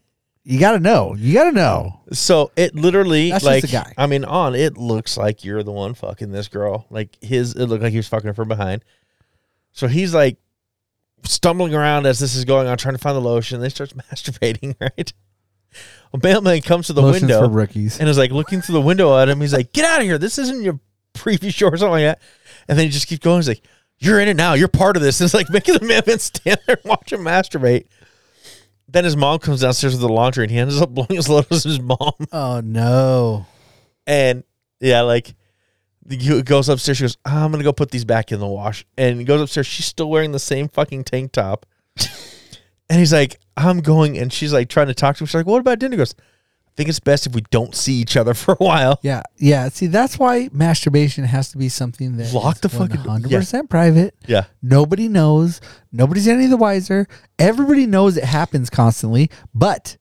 [SPEAKER 5] you gotta know. You gotta know.
[SPEAKER 8] So it literally,
[SPEAKER 5] That's
[SPEAKER 8] like,
[SPEAKER 5] just a guy.
[SPEAKER 8] I mean, on it looks like you're the one fucking this girl. Like his, it looked like he was fucking her from behind. So he's like stumbling around as this is going on, trying to find the lotion. They starts masturbating, right? A mailman comes to the
[SPEAKER 5] Lotions
[SPEAKER 8] window
[SPEAKER 5] for rookies.
[SPEAKER 8] and is like looking through the window at him. He's like, "Get out of here! This isn't your previous show or something like that." And then he just keeps going. He's like, "You're in it now. You're part of this." And it's like making the man stand there and watch him masturbate. Then his mom comes downstairs with the laundry, and he ends up blowing his load as his mom.
[SPEAKER 5] Oh no.
[SPEAKER 8] And yeah, like he goes upstairs. She goes, "I'm gonna go put these back in the wash." And he goes upstairs. She's still wearing the same fucking tank top. and he's like, "I'm going," and she's like trying to talk to him. She's like, "What about dinner?" He goes, "I think it's best if we don't see each other for a while."
[SPEAKER 5] Yeah, yeah. See, that's why masturbation has to be something that
[SPEAKER 8] Lock the fucking-
[SPEAKER 5] hundred percent private.
[SPEAKER 8] Yeah.
[SPEAKER 5] Nobody knows. Nobody's any the wiser. Everybody knows it happens constantly, but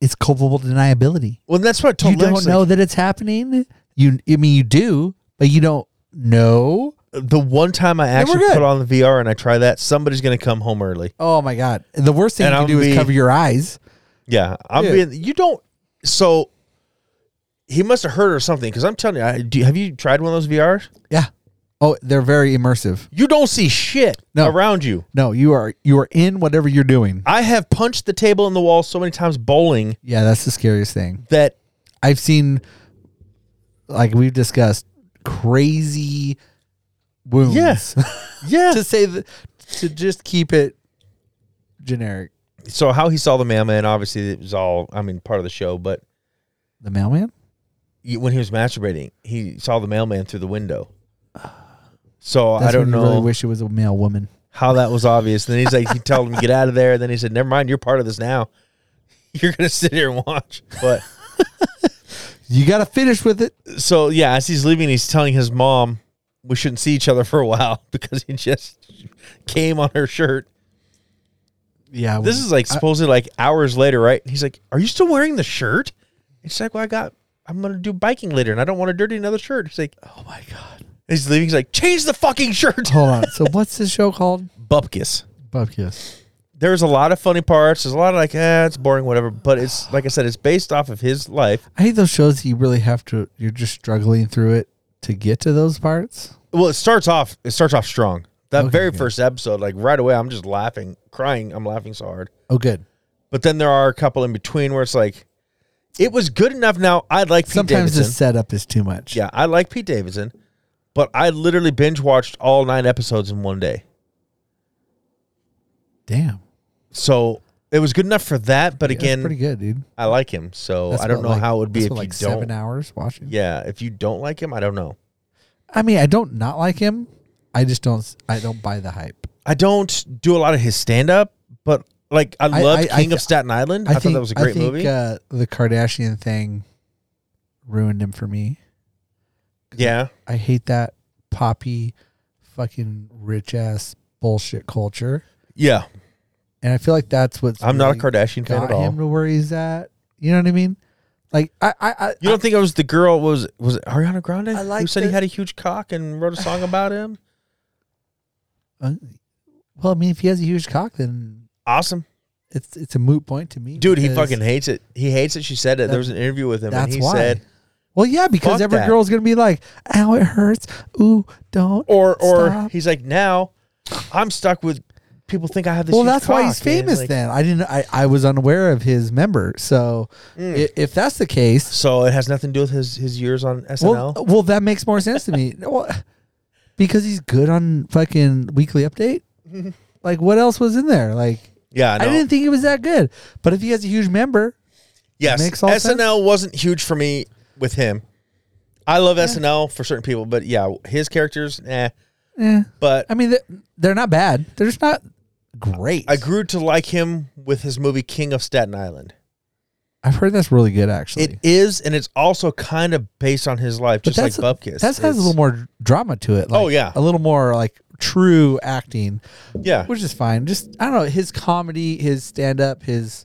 [SPEAKER 5] it's culpable deniability.
[SPEAKER 8] Well, that's what I told
[SPEAKER 5] you don't
[SPEAKER 8] Lex, like,
[SPEAKER 5] know that it's happening. You, I mean, you do, but you don't know.
[SPEAKER 8] the one time I
[SPEAKER 5] we're
[SPEAKER 8] actually
[SPEAKER 5] good.
[SPEAKER 8] put on the VR and I try that, somebody's going to come home early.
[SPEAKER 5] Oh my god! The worst thing
[SPEAKER 8] And
[SPEAKER 5] you can
[SPEAKER 8] I'll
[SPEAKER 5] do
[SPEAKER 8] be-
[SPEAKER 5] is cover your eyes.
[SPEAKER 8] Yeah, I'm
[SPEAKER 5] Yeah.
[SPEAKER 8] being. You don't. So he must have heard or something because I'm telling you. I, do, have you tried one of those VRs?
[SPEAKER 5] Yeah. Oh, they're very immersive.
[SPEAKER 8] You don't see shit
[SPEAKER 5] No.
[SPEAKER 8] around you.
[SPEAKER 5] No, you are you are in whatever you're doing.
[SPEAKER 8] I have punched the table and the wall so many times bowling
[SPEAKER 5] Yeah, that's the scariest thing.
[SPEAKER 8] that
[SPEAKER 5] I've seen, like we've discussed, crazy wounds.
[SPEAKER 8] Yes. yeah.
[SPEAKER 5] to say that, to just keep it generic.
[SPEAKER 8] so how he saw the mailman, obviously it was all. I mean, part of the show, but
[SPEAKER 5] The mailman.
[SPEAKER 8] y- when he was masturbating, he saw the mailman through the window. So
[SPEAKER 5] That's
[SPEAKER 8] I don't
[SPEAKER 5] when you
[SPEAKER 8] know.
[SPEAKER 5] Really wish it was a male woman.
[SPEAKER 8] how that was obvious. And then he's like, he told him, get out of there. And then he said, never mind, you're part of this now. You're going to sit here and watch. But
[SPEAKER 5] You got to finish with it.
[SPEAKER 8] so, yeah, as he's leaving, he's telling his mom, we shouldn't see each other for a while because he just came on her shirt.
[SPEAKER 5] Yeah.
[SPEAKER 8] This is like supposedly like hours later, right? And he's like, are you still wearing the shirt? And she's like, well, I got, I'm going to do biking later and I don't want to dirty another shirt. He's like,
[SPEAKER 5] oh my god.
[SPEAKER 8] he's leaving. He's like, change the fucking shirt.
[SPEAKER 5] Hold on. So what's this show called?
[SPEAKER 8] Bupkis.
[SPEAKER 5] Bubkiss.
[SPEAKER 8] There's a lot of funny parts. There's a lot of like, eh, it's boring, whatever. But it's like I said, it's based off of his life.
[SPEAKER 5] I hate those shows. That you really have to. You're just struggling through it to get to those parts.
[SPEAKER 8] Well, it starts off. It starts off strong. That
[SPEAKER 5] Okay,
[SPEAKER 8] very
[SPEAKER 5] good.
[SPEAKER 8] first episode, like right away, I'm just laughing, crying. I'm laughing so hard.
[SPEAKER 5] Oh, good.
[SPEAKER 8] But then there are a couple in between where it's like, it was good enough. Now I like Pete
[SPEAKER 5] Sometimes the
[SPEAKER 8] Davidson.
[SPEAKER 5] setup is too much.
[SPEAKER 8] Yeah, I like Pete Davidson, but I literally binge watched all nine episodes in one day.
[SPEAKER 5] Damn.
[SPEAKER 8] So it was good enough for that. But
[SPEAKER 5] Yeah, that's pretty
[SPEAKER 8] again,
[SPEAKER 5] good, dude.
[SPEAKER 8] I like him, so
[SPEAKER 5] That's
[SPEAKER 8] I don't
[SPEAKER 5] what,
[SPEAKER 8] know
[SPEAKER 5] like-
[SPEAKER 8] how it would be
[SPEAKER 5] that's
[SPEAKER 8] if
[SPEAKER 5] what,
[SPEAKER 8] you
[SPEAKER 5] like
[SPEAKER 8] don't.
[SPEAKER 5] seven hours watching.
[SPEAKER 8] Yeah, if you don't like him, I don't know.
[SPEAKER 5] I mean, I don't not like him. I just don't. I don't buy the hype.
[SPEAKER 8] I don't do a lot of his stand up, but like I
[SPEAKER 5] I-
[SPEAKER 8] loved
[SPEAKER 5] I- I
[SPEAKER 8] King
[SPEAKER 5] th-
[SPEAKER 8] of Staten Island. I, thought that was a
[SPEAKER 5] I
[SPEAKER 8] great
[SPEAKER 5] think,
[SPEAKER 8] movie.
[SPEAKER 5] Uh, the Kardashian thing ruined him for me.
[SPEAKER 8] yeah.
[SPEAKER 5] I hate that poppy, fucking rich ass bullshit culture,
[SPEAKER 8] Yeah.
[SPEAKER 5] and I feel like that's what's.
[SPEAKER 8] I'm not a
[SPEAKER 5] really
[SPEAKER 8] Kardashian fan
[SPEAKER 5] got
[SPEAKER 8] at all.
[SPEAKER 5] him to where he's at. You know what I mean? Like I, I, I
[SPEAKER 8] You don't think it was the girl? Was it- was it Ariana Grande?
[SPEAKER 5] I
[SPEAKER 8] who
[SPEAKER 5] like
[SPEAKER 8] said he
[SPEAKER 5] the-
[SPEAKER 8] had a huge cock and wrote a song about him?
[SPEAKER 5] uh, well, I mean, if he has a huge cock, then
[SPEAKER 8] Awesome.
[SPEAKER 5] it's it's a moot point to me.
[SPEAKER 4] Dude, he
[SPEAKER 5] because
[SPEAKER 4] fucking hates it. He hates it. She said it.
[SPEAKER 5] That-
[SPEAKER 4] there was an interview with him, and
[SPEAKER 5] That's
[SPEAKER 4] he
[SPEAKER 5] why.
[SPEAKER 4] said,
[SPEAKER 5] well, yeah, because
[SPEAKER 4] Fuck
[SPEAKER 5] every
[SPEAKER 4] that.
[SPEAKER 5] girl's gonna be like, "Ow, it hurts. Ooh, don't."
[SPEAKER 4] or or
[SPEAKER 5] Stop.
[SPEAKER 4] he's like, now I'm stuck with people think I have this.
[SPEAKER 5] well,
[SPEAKER 4] huge
[SPEAKER 5] that's why he's
[SPEAKER 4] cock," and it's
[SPEAKER 5] famous.
[SPEAKER 4] like-
[SPEAKER 5] then I didn't. I, I was unaware of his member. So i
[SPEAKER 4] Mm.
[SPEAKER 5] if, that's the case,
[SPEAKER 4] So it has nothing to do with his his years on SNL.
[SPEAKER 5] well, well, that makes more sense to me. Well, because he's good on fucking weekly update. like, what else was in there? Like,
[SPEAKER 4] yeah,
[SPEAKER 5] I
[SPEAKER 4] no.
[SPEAKER 5] didn't think it was that good. But if he has a huge member,
[SPEAKER 4] Yes,
[SPEAKER 5] makes all
[SPEAKER 4] SNL
[SPEAKER 5] sense.
[SPEAKER 4] wasn't huge for me with him. I love SNL for certain people, but yeah, his characters, eh.
[SPEAKER 5] eh,
[SPEAKER 4] But
[SPEAKER 5] I mean, th- they're not bad. They're just not great.
[SPEAKER 4] I grew to like him with his movie King of Staten Island.
[SPEAKER 5] I've heard that's really good, actually.
[SPEAKER 4] It is, and it's also kind of based on his life, just like
[SPEAKER 5] that's,
[SPEAKER 4] Bupkis.
[SPEAKER 5] That has a little more drama to it. Like,
[SPEAKER 4] Oh, yeah.
[SPEAKER 5] a little more like true acting,
[SPEAKER 4] Yeah,
[SPEAKER 5] which is fine. Just I don't know his comedy, his stand up, his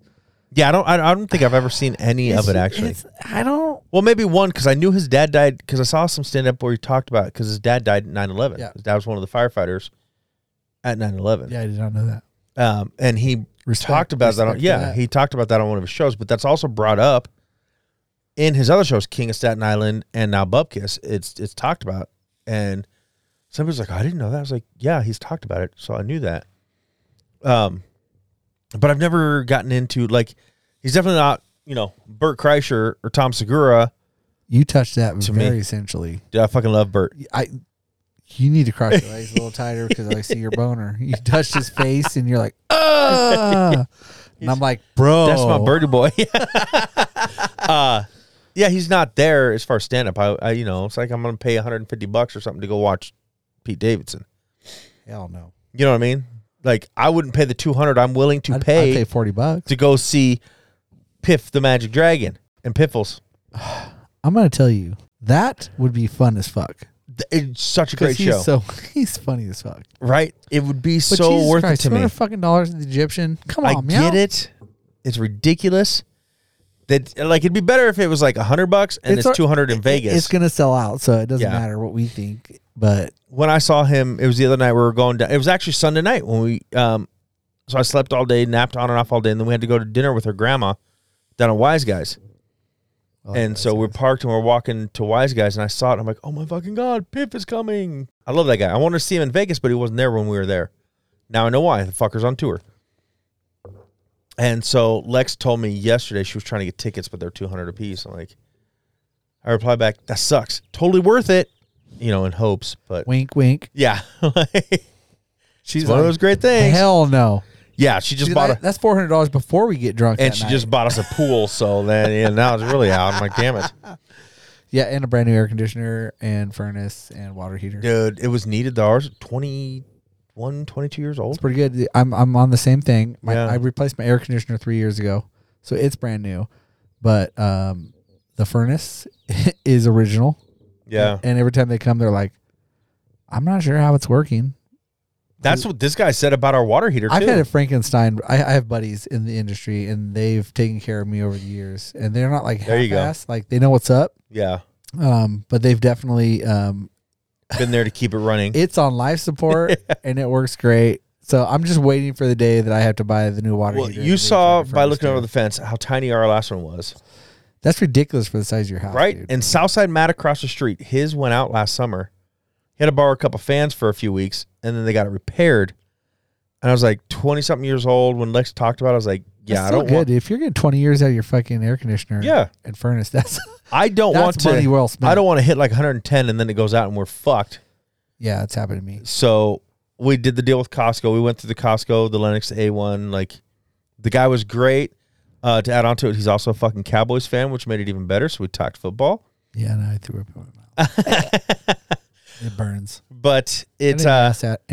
[SPEAKER 4] yeah. I don't. I I don't think I've ever seen any of
[SPEAKER 5] It's-
[SPEAKER 4] it actually.
[SPEAKER 5] it's- I don't.
[SPEAKER 4] Well, maybe one because I knew his dad died because I saw some stand up where he talked about because his dad died at 9 11.
[SPEAKER 5] Yeah.
[SPEAKER 4] His dad was one of the firefighters at 9 11.
[SPEAKER 5] Yeah, I did not know that.
[SPEAKER 4] Um, and he
[SPEAKER 5] Respect-
[SPEAKER 4] talked about that.
[SPEAKER 5] respect
[SPEAKER 4] On,
[SPEAKER 5] for
[SPEAKER 4] yeah,
[SPEAKER 5] that.
[SPEAKER 4] he talked about that on one of his shows, but that's also brought up in his other shows, King of Staten Island and now Bubkiss. It's it's talked about, and somebody's like, "Oh, I didn't know that. I was like, Yeah, he's talked about it, so I knew that. Um, but I've never gotten into like he's definitely not you know Burt Kreischer or Tom Segura.
[SPEAKER 5] You touched that
[SPEAKER 4] To me.
[SPEAKER 5] very essentially.
[SPEAKER 4] Dude, I fucking love Burt.
[SPEAKER 5] I. You need to cross your legs a little tighter because I see your boner. You touched his face and you're like, ah. And I'm like, bro,
[SPEAKER 4] That's my birdie boy. uh, yeah, he's not there as far as stand up. I, I, you know, it's like I'm gonna pay 150 bucks or something to go watch Pete Davidson.
[SPEAKER 5] Hell no.
[SPEAKER 4] You know what I mean? Like I wouldn't pay the 200. I'm willing to
[SPEAKER 5] I'd- I'd
[SPEAKER 4] pay,
[SPEAKER 5] pay forty bucks.
[SPEAKER 4] to go see Piff the Magic Dragon and Piffles.
[SPEAKER 5] I'm gonna tell you that would be fun as fuck.
[SPEAKER 4] Th- It's such a
[SPEAKER 5] 'Cause
[SPEAKER 4] great
[SPEAKER 5] he's
[SPEAKER 4] show,
[SPEAKER 5] So he's funny as fuck.
[SPEAKER 4] right? It would be
[SPEAKER 5] But
[SPEAKER 4] so
[SPEAKER 5] Jesus
[SPEAKER 4] worth
[SPEAKER 5] Christ,
[SPEAKER 4] it to me.
[SPEAKER 5] $200 fucking dollars in the Egyptian. Come on,
[SPEAKER 4] I get it. It's ridiculous. That like it'd be better if it was like 100 bucks and
[SPEAKER 5] It's
[SPEAKER 4] it's,
[SPEAKER 5] al-
[SPEAKER 4] 200 in Vegas.
[SPEAKER 5] It's gonna sell out, so it doesn't
[SPEAKER 4] Yeah.
[SPEAKER 5] matter what we think. But
[SPEAKER 4] when I saw him, it was the other night we were going down. It was actually Sunday night when we, um, so I slept all day, napped on and off all day, and then we had to go to dinner with her grandma down at Wise Guys.
[SPEAKER 5] well,
[SPEAKER 4] and so we're parked and we're walking to Wise Guys, and I saw it. And I'm like, oh my fucking God, Piff is coming. I love that guy. I wanted to see him in Vegas, but he wasn't there when we were there. Now I know why. The fucker's on tour. And so Lex told me yesterday she was trying to get tickets, but they're 200 apiece. I'm like, I replied back, that sucks. Totally worth it, you know, in hopes, but
[SPEAKER 5] wink, wink.
[SPEAKER 4] yeah. She's
[SPEAKER 5] like,
[SPEAKER 4] one of those great things.
[SPEAKER 5] Hell no.
[SPEAKER 4] Yeah, she just
[SPEAKER 5] Dude,
[SPEAKER 4] bought
[SPEAKER 5] that-
[SPEAKER 4] a
[SPEAKER 5] that's four hundred dollars before we get drunk.
[SPEAKER 4] and
[SPEAKER 5] that
[SPEAKER 4] she
[SPEAKER 5] night.
[SPEAKER 4] just bought us a pool, so then yeah, now it's really out. I'm like, damn it.
[SPEAKER 5] yeah, and a brand new air conditioner and furnace and water heater.
[SPEAKER 4] Dude, it was needed though. Ours 21, 22 years
[SPEAKER 5] It's
[SPEAKER 4] old.
[SPEAKER 5] pretty good. I'm I'm on the same thing. My,
[SPEAKER 4] Yeah.
[SPEAKER 5] I replaced my air conditioner three years ago, so it's brand new. But um, the furnace is original.
[SPEAKER 4] Yeah.
[SPEAKER 5] And every time they come, they're like, "I'm not sure how it's working."
[SPEAKER 4] That's what this guy said about our water heater too.
[SPEAKER 5] I've had a Frankenstein. I, I have buddies in the industry, and they've taken care of me over the years, and they're not like
[SPEAKER 4] There you go.
[SPEAKER 5] half-assed. Like they know what's up,
[SPEAKER 4] yeah.
[SPEAKER 5] um, but they've definitely um,
[SPEAKER 4] Been there to keep it running.
[SPEAKER 5] it's on life support, and it works great. So I'm just waiting for the day that I have to buy the new water
[SPEAKER 4] well,
[SPEAKER 5] heater.
[SPEAKER 4] you
[SPEAKER 5] and the
[SPEAKER 4] saw
[SPEAKER 5] refrigerator
[SPEAKER 4] by looking
[SPEAKER 5] furnace,
[SPEAKER 4] over the
[SPEAKER 5] too.
[SPEAKER 4] fence how tiny our last one was.
[SPEAKER 5] That's ridiculous for the size of your house,
[SPEAKER 4] right?
[SPEAKER 5] Ah, dude.
[SPEAKER 4] And Southside Matt across the street, his went out last summer. He had to borrow a couple fans for a few weeks, and then they got it repaired. And I was like twenty something years old when Lex talked about. it. I was like,
[SPEAKER 5] That's
[SPEAKER 4] yeah, I
[SPEAKER 5] still
[SPEAKER 4] don't
[SPEAKER 5] good.
[SPEAKER 4] want.
[SPEAKER 5] dude. If you're getting 20 years out of your fucking air conditioner,
[SPEAKER 4] Yeah.
[SPEAKER 5] and furnace, that's
[SPEAKER 4] I don't
[SPEAKER 5] That's
[SPEAKER 4] want to.
[SPEAKER 5] money well spent.
[SPEAKER 4] I don't want to hit like 110, and then it goes out, and we're fucked.
[SPEAKER 5] yeah, it's happened to me.
[SPEAKER 4] So we did the deal with Costco. We went through the Costco, the Lennox A1. Like the guy was great. Uh, to add on to it, he's also a fucking Cowboys fan, which made it even better. So we talked football,
[SPEAKER 5] Yeah, no, I threw up in my mouth. it burns.
[SPEAKER 4] but it's
[SPEAKER 5] I
[SPEAKER 4] uh,
[SPEAKER 5] think acid-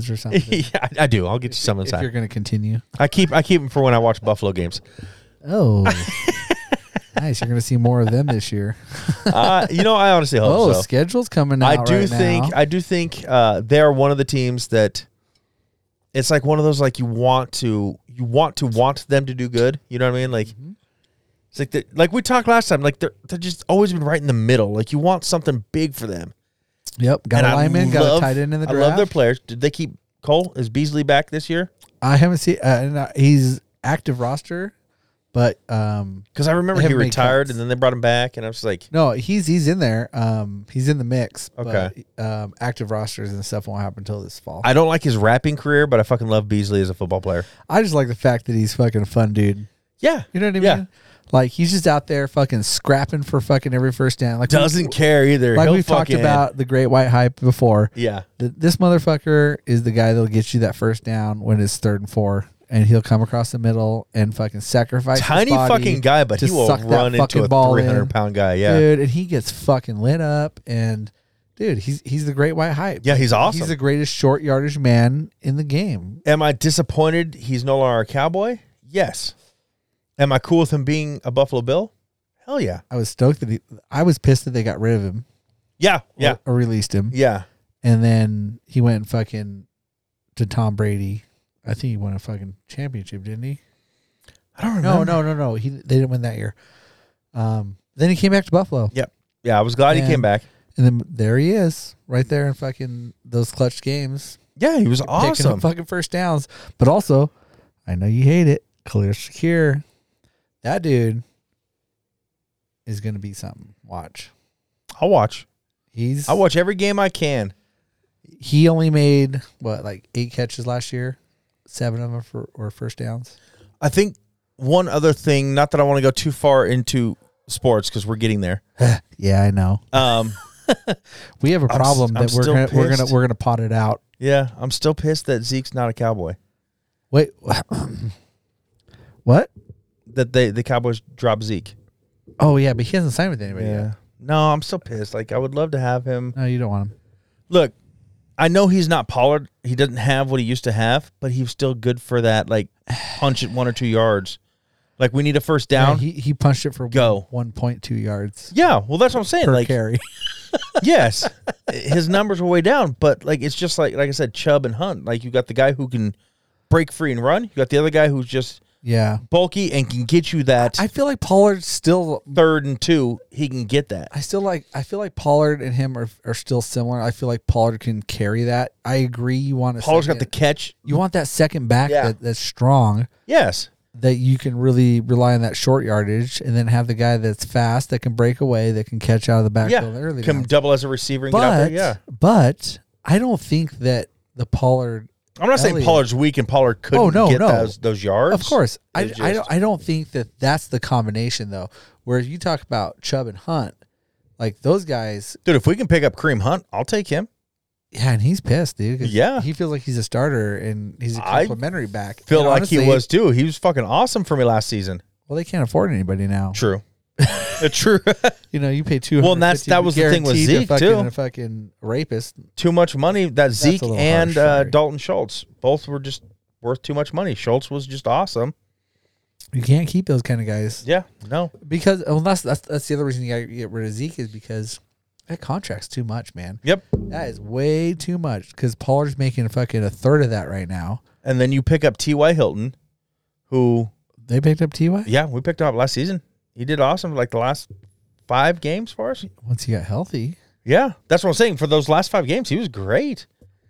[SPEAKER 5] antacids or something.
[SPEAKER 4] yeah, I- I do. I'll get you some
[SPEAKER 5] if
[SPEAKER 4] inside.
[SPEAKER 5] you're going to continue.
[SPEAKER 4] I keep I keep them for when I watch Buffalo games.
[SPEAKER 5] Oh, nice. You're going to see more of them this year.
[SPEAKER 4] Uh, you know, I honestly hope
[SPEAKER 5] Oh,
[SPEAKER 4] so.
[SPEAKER 5] schedule's coming out.
[SPEAKER 4] I do
[SPEAKER 5] right
[SPEAKER 4] think
[SPEAKER 5] now.
[SPEAKER 4] I do think uh, they are one of the teams that it's like one of those like you want to you want to want them to do good. You know what I mean? Like
[SPEAKER 5] Mm-hmm.
[SPEAKER 4] it's like the, like we talked last time. Like they're they're just always been right in the middle. Like you want something big for them.
[SPEAKER 5] Yep. Got a lineman, got a tight end in the draft.
[SPEAKER 4] I love their players. Did they keep Cole? Is Beasley back this year?
[SPEAKER 5] I haven't seen. Uh, and, uh, he's active roster, but um,
[SPEAKER 8] Because I remember
[SPEAKER 5] They
[SPEAKER 8] he
[SPEAKER 5] haven't made
[SPEAKER 8] retired
[SPEAKER 5] cuts.
[SPEAKER 8] and then they brought him back, and I was like,
[SPEAKER 5] no, he's he's in there. Um, he's in the mix.
[SPEAKER 8] Okay.
[SPEAKER 5] But, um, active rosters and stuff won't happen until this fall. I,
[SPEAKER 8] I don't like his rapping career, but I fucking love Beasley as a football player.
[SPEAKER 5] just like the fact that he's fucking a fun dude.
[SPEAKER 8] Yeah,
[SPEAKER 5] You know what I mean?
[SPEAKER 8] Yeah.
[SPEAKER 5] Like he's just out there fucking scrapping for fucking every first down. Like we-
[SPEAKER 8] doesn't care either.
[SPEAKER 5] Like
[SPEAKER 8] He'll
[SPEAKER 5] we've talked
[SPEAKER 8] fucking-
[SPEAKER 5] about the Great White Hype before.
[SPEAKER 8] Yeah,
[SPEAKER 5] Th- This motherfucker is the guy that'll get you that first down when it's third and four, and he'll come across the middle and fucking sacrifice. his
[SPEAKER 8] tiny
[SPEAKER 5] body.
[SPEAKER 8] fucking guy, but
[SPEAKER 5] to
[SPEAKER 8] he will
[SPEAKER 5] suck that
[SPEAKER 8] run into
[SPEAKER 5] fucking
[SPEAKER 8] a
[SPEAKER 5] ball
[SPEAKER 8] three hundred
[SPEAKER 5] in.
[SPEAKER 8] pound guy. Yeah,
[SPEAKER 5] dude, and he gets fucking lit up. And dude, he's he's the Great White Hype.
[SPEAKER 8] yeah, he's awesome.
[SPEAKER 5] He's the greatest short yardage man in the game.
[SPEAKER 8] Am I disappointed he's no longer a cowboy? Yes. Am I cool with him being a Buffalo Bill? Hell yeah.
[SPEAKER 5] I was stoked that he. I was pissed that they got rid of him.
[SPEAKER 8] Yeah. Yeah.
[SPEAKER 5] or, or released him,
[SPEAKER 8] Yeah.
[SPEAKER 5] and then he went and fucking to Tom Brady. I think he won a fucking championship, didn't he?
[SPEAKER 8] I don't
[SPEAKER 5] No, no, no, no. He they didn't win that year. Um, then he came back to Buffalo,
[SPEAKER 8] Yeah, I was glad he
[SPEAKER 5] Man.
[SPEAKER 8] came back.
[SPEAKER 5] and then there he is, right there in fucking those clutch games,
[SPEAKER 8] Yeah, he was
[SPEAKER 5] picking
[SPEAKER 8] awesome.
[SPEAKER 5] up fucking first downs. But also, I know you hate it, clear secure. That dude is gonna be something. Watch,
[SPEAKER 8] I'll watch.
[SPEAKER 5] he's
[SPEAKER 8] I'll watch every game I can.
[SPEAKER 5] he only made what like eight catches last year, seven of them for or first downs.
[SPEAKER 8] I think one other thing, not that I want to go too far into sports because we're getting there.
[SPEAKER 5] Yeah, I know.
[SPEAKER 8] Um,
[SPEAKER 5] We have a
[SPEAKER 8] I'm s-
[SPEAKER 5] problem
[SPEAKER 8] I'm
[SPEAKER 5] that we're
[SPEAKER 8] still
[SPEAKER 5] gonna, we're gonna
[SPEAKER 8] pissed.
[SPEAKER 5] we're gonna pot it out.
[SPEAKER 8] yeah, I'm still pissed that Zeke's not a cowboy.
[SPEAKER 5] Wait, what?
[SPEAKER 8] That they the Cowboys dropped Zeke.
[SPEAKER 5] Oh yeah, but he hasn't signed with
[SPEAKER 8] Oh,
[SPEAKER 5] anybody yet.
[SPEAKER 8] No, I'm still pissed. Like I would love to have him.
[SPEAKER 5] No, you don't want him.
[SPEAKER 8] Look, I know he's not Pollard. He doesn't have what he used to have, but he's still good for that like punch at one or two yards. Like we need a first
[SPEAKER 5] Yeah,
[SPEAKER 8] down.
[SPEAKER 5] he he punched it for
[SPEAKER 8] Go.
[SPEAKER 5] one point two yards
[SPEAKER 8] yeah, well that's what I'm saying.
[SPEAKER 5] per
[SPEAKER 8] like
[SPEAKER 5] carry.
[SPEAKER 8] yes, his numbers were way down, but like it's just like like I said, Chubb and Hunt. Like you got the guy who can break free and run. You got the other guy who's just
[SPEAKER 5] yeah,
[SPEAKER 8] bulky and can get you that
[SPEAKER 5] I feel like Pollard still.
[SPEAKER 8] third and two. He can get that.
[SPEAKER 5] I still like. I feel like Pollard and him are, are still similar. I feel like Pollard can carry that. I agree. You want to.
[SPEAKER 8] Pollard's got the catch.
[SPEAKER 5] You want that second back
[SPEAKER 8] Yeah.
[SPEAKER 5] that, that's strong
[SPEAKER 8] Yes,
[SPEAKER 5] that you can really rely on that short yardage, and then have the guy that's fast that can break away that can catch out of the
[SPEAKER 8] yeah.
[SPEAKER 5] backfield early.
[SPEAKER 8] Can
[SPEAKER 5] downs.
[SPEAKER 8] double as a receiver and get out there.
[SPEAKER 5] but
[SPEAKER 8] Yeah,
[SPEAKER 5] but I don't think that the Pollard.
[SPEAKER 8] I'm not saying
[SPEAKER 5] Elliott-
[SPEAKER 8] Pollard's weak and Pollard couldn't
[SPEAKER 5] Oh, no,
[SPEAKER 8] get
[SPEAKER 5] no.
[SPEAKER 8] those those yards.
[SPEAKER 5] Of course, I,
[SPEAKER 8] It's
[SPEAKER 5] I
[SPEAKER 8] just-
[SPEAKER 5] don't I don't think that that's the combination though. Whereas you talk about Chubb and Hunt, like those guys,
[SPEAKER 8] dude. If we can pick up Kareem Hunt, I'll take him.
[SPEAKER 5] yeah, and he's pissed, dude. 'cause
[SPEAKER 8] Yeah.
[SPEAKER 5] he feels like he's a starter and he's a
[SPEAKER 8] I
[SPEAKER 5] complimentary back.
[SPEAKER 8] Feel
[SPEAKER 5] And
[SPEAKER 8] like he
[SPEAKER 5] honestly-
[SPEAKER 8] was too. He was fucking awesome for me last season.
[SPEAKER 5] Well, they can't afford anybody now.
[SPEAKER 8] True, Uh, true.
[SPEAKER 5] You know, you pay two.
[SPEAKER 8] Well, and that's- that was the thing with Zeke,
[SPEAKER 5] fucking,
[SPEAKER 8] too.
[SPEAKER 5] A fucking rapist.
[SPEAKER 8] too much money. That Zeke
[SPEAKER 5] little
[SPEAKER 8] and
[SPEAKER 5] harsh,
[SPEAKER 8] uh,
[SPEAKER 5] sorry.
[SPEAKER 8] Dalton Schultz both were just worth too much money. Schultz was just awesome.
[SPEAKER 5] You can't keep those kind of guys
[SPEAKER 8] Yeah, no,
[SPEAKER 5] because well, that's, that's that's the other reason you got to get rid of Zeke is because that contract's too much, man.
[SPEAKER 8] yep.
[SPEAKER 5] That is way too much because Pollard's making fucking a third of that right now.
[SPEAKER 8] And then you pick up T. Y. Hilton, who
[SPEAKER 5] They picked up Ty
[SPEAKER 8] yeah we picked him up last season. He did awesome like the last five games for us.
[SPEAKER 5] once he got healthy.
[SPEAKER 8] Yeah, that's what I'm saying. For those last five games, he was great.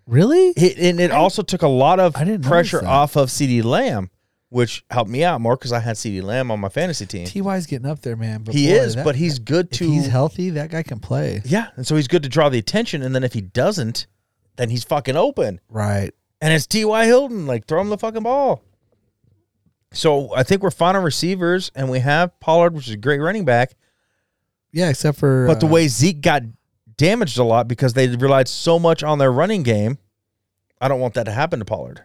[SPEAKER 5] Really?
[SPEAKER 8] It, and it also took a lot of
[SPEAKER 5] I didn't notice
[SPEAKER 8] pressure
[SPEAKER 5] that.
[SPEAKER 8] off of CD Lamb, which helped me out more because I had CD Lamb on my fantasy team.
[SPEAKER 5] Ty's getting up there, man. But
[SPEAKER 8] he
[SPEAKER 5] boy,
[SPEAKER 8] is,
[SPEAKER 5] that-
[SPEAKER 8] but he's good
[SPEAKER 5] if
[SPEAKER 8] to
[SPEAKER 5] he's healthy, that guy can play.
[SPEAKER 8] yeah, and so he's good to draw the attention. And then if he doesn't, then he's fucking open.
[SPEAKER 5] Right.
[SPEAKER 8] And it's T.Y. Hilton, like throw him the fucking ball. So I think we're fine on receivers, and we have Pollard, which is a great running back.
[SPEAKER 5] Yeah, except for
[SPEAKER 8] But the
[SPEAKER 5] uh,
[SPEAKER 8] way Zeke got damaged a lot because they relied so much on their running game, I don't want that to happen to Pollard.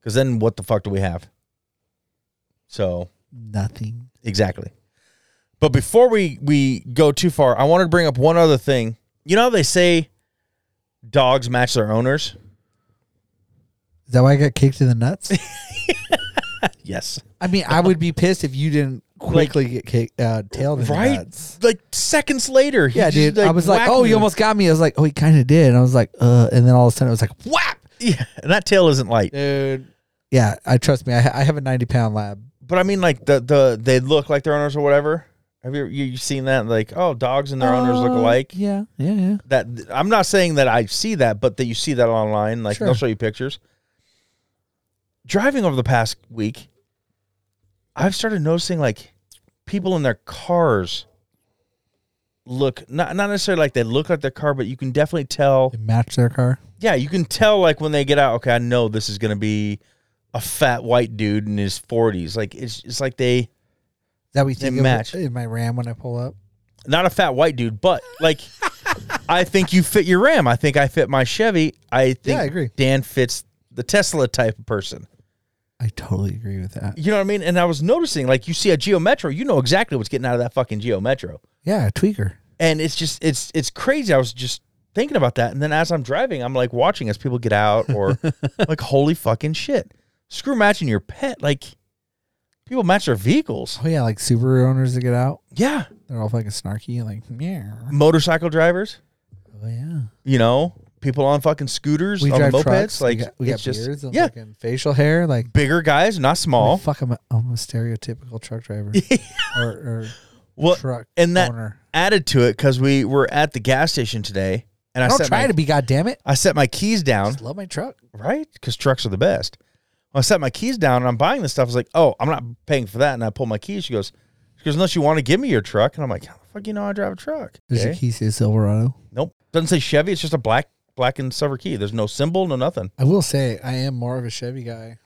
[SPEAKER 8] Because then what the fuck do we have? So
[SPEAKER 5] nothing.
[SPEAKER 8] exactly. But before we we go too far, I wanted to bring up one other thing. You know how they say dogs match their owners?
[SPEAKER 5] Is that why I got kicked in the nuts?
[SPEAKER 8] Yes.
[SPEAKER 5] I mean, I would be pissed if you didn't quickly get kicked, uh, tailed in the
[SPEAKER 8] Right?
[SPEAKER 5] nuts.
[SPEAKER 8] Like seconds later, he
[SPEAKER 5] Yeah,
[SPEAKER 8] just,
[SPEAKER 5] dude. I was like,
[SPEAKER 8] whacked
[SPEAKER 5] oh,
[SPEAKER 8] me.
[SPEAKER 5] you almost got me. I was like, oh, he kind of did. And I was like, uh, and then all of a sudden it was like, whap,
[SPEAKER 8] yeah. And that tail isn't light.
[SPEAKER 5] dude. Yeah, I trust me. I, ha- I have a ninety pound lab.
[SPEAKER 8] But I mean, like the the they look like their owners or whatever. Have you you you seen that? Like, oh, dogs and their owners look
[SPEAKER 5] Uh,
[SPEAKER 8] alike.
[SPEAKER 5] Yeah, yeah, yeah.
[SPEAKER 8] That I'm not saying that I see that, but that you see that online. Like
[SPEAKER 5] Sure.
[SPEAKER 8] they'll show you pictures. driving over the past week, I've started noticing like people in their cars look not not necessarily like they look like their car, but you can definitely tell
[SPEAKER 5] They match their car.
[SPEAKER 8] yeah, you can tell like when they get out. Okay, I know this is gonna be a fat white dude in his forties. Like it's it's like they
[SPEAKER 5] That we
[SPEAKER 8] They
[SPEAKER 5] think of
[SPEAKER 8] match.
[SPEAKER 5] in my Ram when I pull up.
[SPEAKER 8] not a fat white dude, but like I think you fit your Ram. I think I fit my Chevy. I think
[SPEAKER 5] Yeah, I agree.
[SPEAKER 8] Dan fits the Tesla type of person.
[SPEAKER 5] I totally agree with that.
[SPEAKER 8] You know what I mean? And I was noticing like you see a Geo Metro, you know exactly what's getting out of that fucking Geo Metro.
[SPEAKER 5] Yeah, a tweaker.
[SPEAKER 8] and it's just it's it's crazy. I was just thinking about that, and then as I'm driving, I'm like watching as people get out, or like holy fucking shit, screw matching your pet. Like people match their vehicles.
[SPEAKER 5] Oh yeah, like Subaru owners that get out,
[SPEAKER 8] Yeah,
[SPEAKER 5] they're all fucking snarky, like yeah.
[SPEAKER 8] motorcycle drivers.
[SPEAKER 5] Oh yeah.
[SPEAKER 8] You know, people on fucking scooters,
[SPEAKER 5] We
[SPEAKER 8] on
[SPEAKER 5] drive
[SPEAKER 8] mopeds.
[SPEAKER 5] trucks.
[SPEAKER 8] like
[SPEAKER 5] we got, we got
[SPEAKER 8] it's just
[SPEAKER 5] beards and
[SPEAKER 8] yeah,
[SPEAKER 5] fucking facial hair. Like
[SPEAKER 8] bigger guys, not small.
[SPEAKER 5] fuck, I'm a, I'm a stereotypical truck driver or, or
[SPEAKER 8] Well,
[SPEAKER 5] truck
[SPEAKER 8] and that
[SPEAKER 5] owner.
[SPEAKER 8] added to it because we were at the gas station today, and I,
[SPEAKER 5] I don't
[SPEAKER 8] set
[SPEAKER 5] try
[SPEAKER 8] my,
[SPEAKER 5] to be. goddamn it.
[SPEAKER 8] I set my keys
[SPEAKER 5] I
[SPEAKER 8] down.
[SPEAKER 5] just love my truck.
[SPEAKER 8] right? Because trucks are the best. Well, I set my keys down and I'm buying this stuff. I was like, oh, I'm not paying for that. And I pull my keys. She goes, she goes, unless you want to give me your truck. And I'm like, how the fuck you know I drive a truck?
[SPEAKER 5] There's a
[SPEAKER 8] Okay.
[SPEAKER 5] key to Silverado.
[SPEAKER 8] Nope. Doesn't say Chevy. It's just a black, black and silver key. There's no symbol, no nothing.
[SPEAKER 5] I will say I am more of a Chevy guy,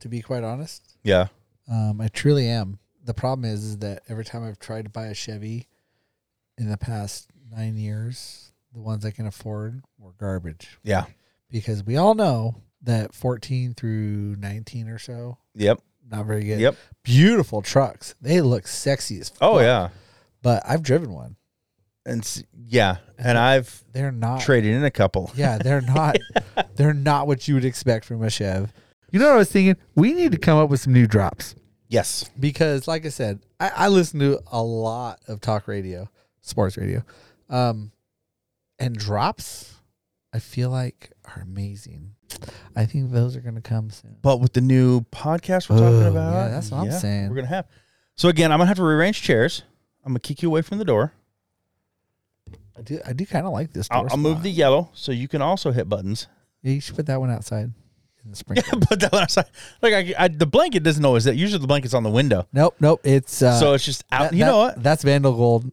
[SPEAKER 5] to be quite honest.
[SPEAKER 8] Yeah.
[SPEAKER 5] Um, I truly am. The problem is, is that every time I've tried to buy a Chevy in the past nine years, the ones I can afford were garbage.
[SPEAKER 8] Yeah.
[SPEAKER 5] Because we all know that 14 through 19 or so,
[SPEAKER 8] Yep.
[SPEAKER 5] not very good.
[SPEAKER 8] Yep.
[SPEAKER 5] Beautiful trucks. They look sexy as fuck.
[SPEAKER 8] Oh, yeah.
[SPEAKER 5] But I've driven one.
[SPEAKER 8] And s- yeah. And I've
[SPEAKER 5] They're not.
[SPEAKER 8] traded in a couple.
[SPEAKER 5] Yeah, they're not. they're not what you would expect from a Chev. You know what I was thinking? We need to come up with some new drops.
[SPEAKER 8] Yes.
[SPEAKER 5] because like I said, I, I listen to a lot of talk radio, sports radio, um, and drops. I feel like are amazing. I think those are going to come soon.
[SPEAKER 8] But with the new podcast we're talking
[SPEAKER 5] Oh,
[SPEAKER 8] about,
[SPEAKER 5] yeah, that's what I'm saying.
[SPEAKER 8] We're gonna have. So again, I'm gonna have to rearrange chairs. I'm gonna kick you away from the door.
[SPEAKER 5] I do. I do kind of like this.
[SPEAKER 8] I'll,
[SPEAKER 5] door
[SPEAKER 8] I'll move
[SPEAKER 5] spot.
[SPEAKER 8] the yellow so you can also hit buttons.
[SPEAKER 5] Yeah, you should put that one outside in the spring.
[SPEAKER 8] Yeah, put that one outside. Like I, I, the blanket doesn't always. That usually the blanket's on the window,
[SPEAKER 5] Nope, nope. It's uh,
[SPEAKER 8] so it's just out. you know what?
[SPEAKER 5] That's Vandal Gold.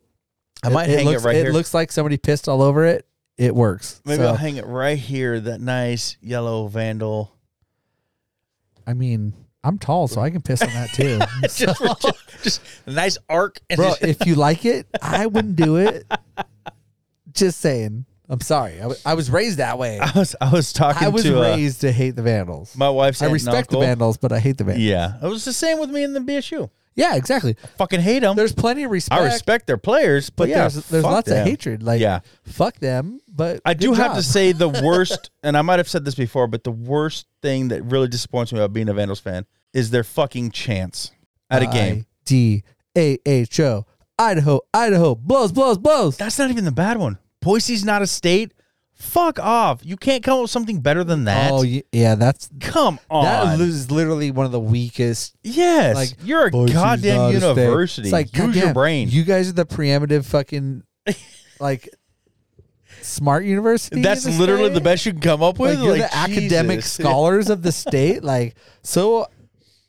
[SPEAKER 8] I might hang it
[SPEAKER 5] looks,
[SPEAKER 8] right
[SPEAKER 5] it
[SPEAKER 8] here.
[SPEAKER 5] looks like somebody pissed all over it. It works.
[SPEAKER 8] Maybe
[SPEAKER 5] So,
[SPEAKER 8] I'll hang it right here. That nice yellow vandal.
[SPEAKER 5] I mean, I'm tall, so I can piss on that too.
[SPEAKER 8] Just, for- just, just a nice arc. And
[SPEAKER 5] bro.
[SPEAKER 8] just-
[SPEAKER 5] if you like it, I wouldn't do it. Just saying. I'm sorry. I wa- I was raised that way.
[SPEAKER 8] I was I was talking
[SPEAKER 5] I was
[SPEAKER 8] to uh,
[SPEAKER 5] raised to hate the Vandals.
[SPEAKER 8] my wife's
[SPEAKER 5] I
[SPEAKER 8] aunt and
[SPEAKER 5] respect the
[SPEAKER 8] uncle.
[SPEAKER 5] Vandals, but I hate the Vandals.
[SPEAKER 8] Yeah, it was the same with me in the BSU.
[SPEAKER 5] Yeah, exactly.
[SPEAKER 8] Fucking hate them.
[SPEAKER 5] There's plenty of respect.
[SPEAKER 8] Um, I respect their players, but,
[SPEAKER 5] but
[SPEAKER 8] yeah,
[SPEAKER 5] there's, there's
[SPEAKER 8] fuck
[SPEAKER 5] lots
[SPEAKER 8] them.
[SPEAKER 5] of hatred. Like,
[SPEAKER 8] Yeah.
[SPEAKER 5] fuck them. But
[SPEAKER 8] I do
[SPEAKER 5] good
[SPEAKER 8] have to
[SPEAKER 5] job.
[SPEAKER 8] say the worst, and I might have said this before, but the worst thing that really disappoints me about being a Vandals fan is their fucking chance at a game.
[SPEAKER 5] I D A H O Idaho Idaho blows blows blows.
[SPEAKER 8] That's not even the bad one. Boise's not a state. Fuck off. You can't come up with something better than that.
[SPEAKER 5] oh y- yeah, that's
[SPEAKER 8] come on.
[SPEAKER 5] that is literally one of the weakest
[SPEAKER 8] yes.
[SPEAKER 5] like,
[SPEAKER 8] you're a
[SPEAKER 5] Boise's
[SPEAKER 8] goddamn
[SPEAKER 5] not a state.
[SPEAKER 8] university.
[SPEAKER 5] It's like
[SPEAKER 8] Use your
[SPEAKER 5] goddamn,
[SPEAKER 8] brain.
[SPEAKER 5] You guys are the preeminent fucking like smart university.
[SPEAKER 8] That's
[SPEAKER 5] in
[SPEAKER 8] literally
[SPEAKER 5] state?
[SPEAKER 8] the best you can come up with.
[SPEAKER 5] Like, you're the academic
[SPEAKER 8] Jesus.
[SPEAKER 5] scholars of the state. Like so,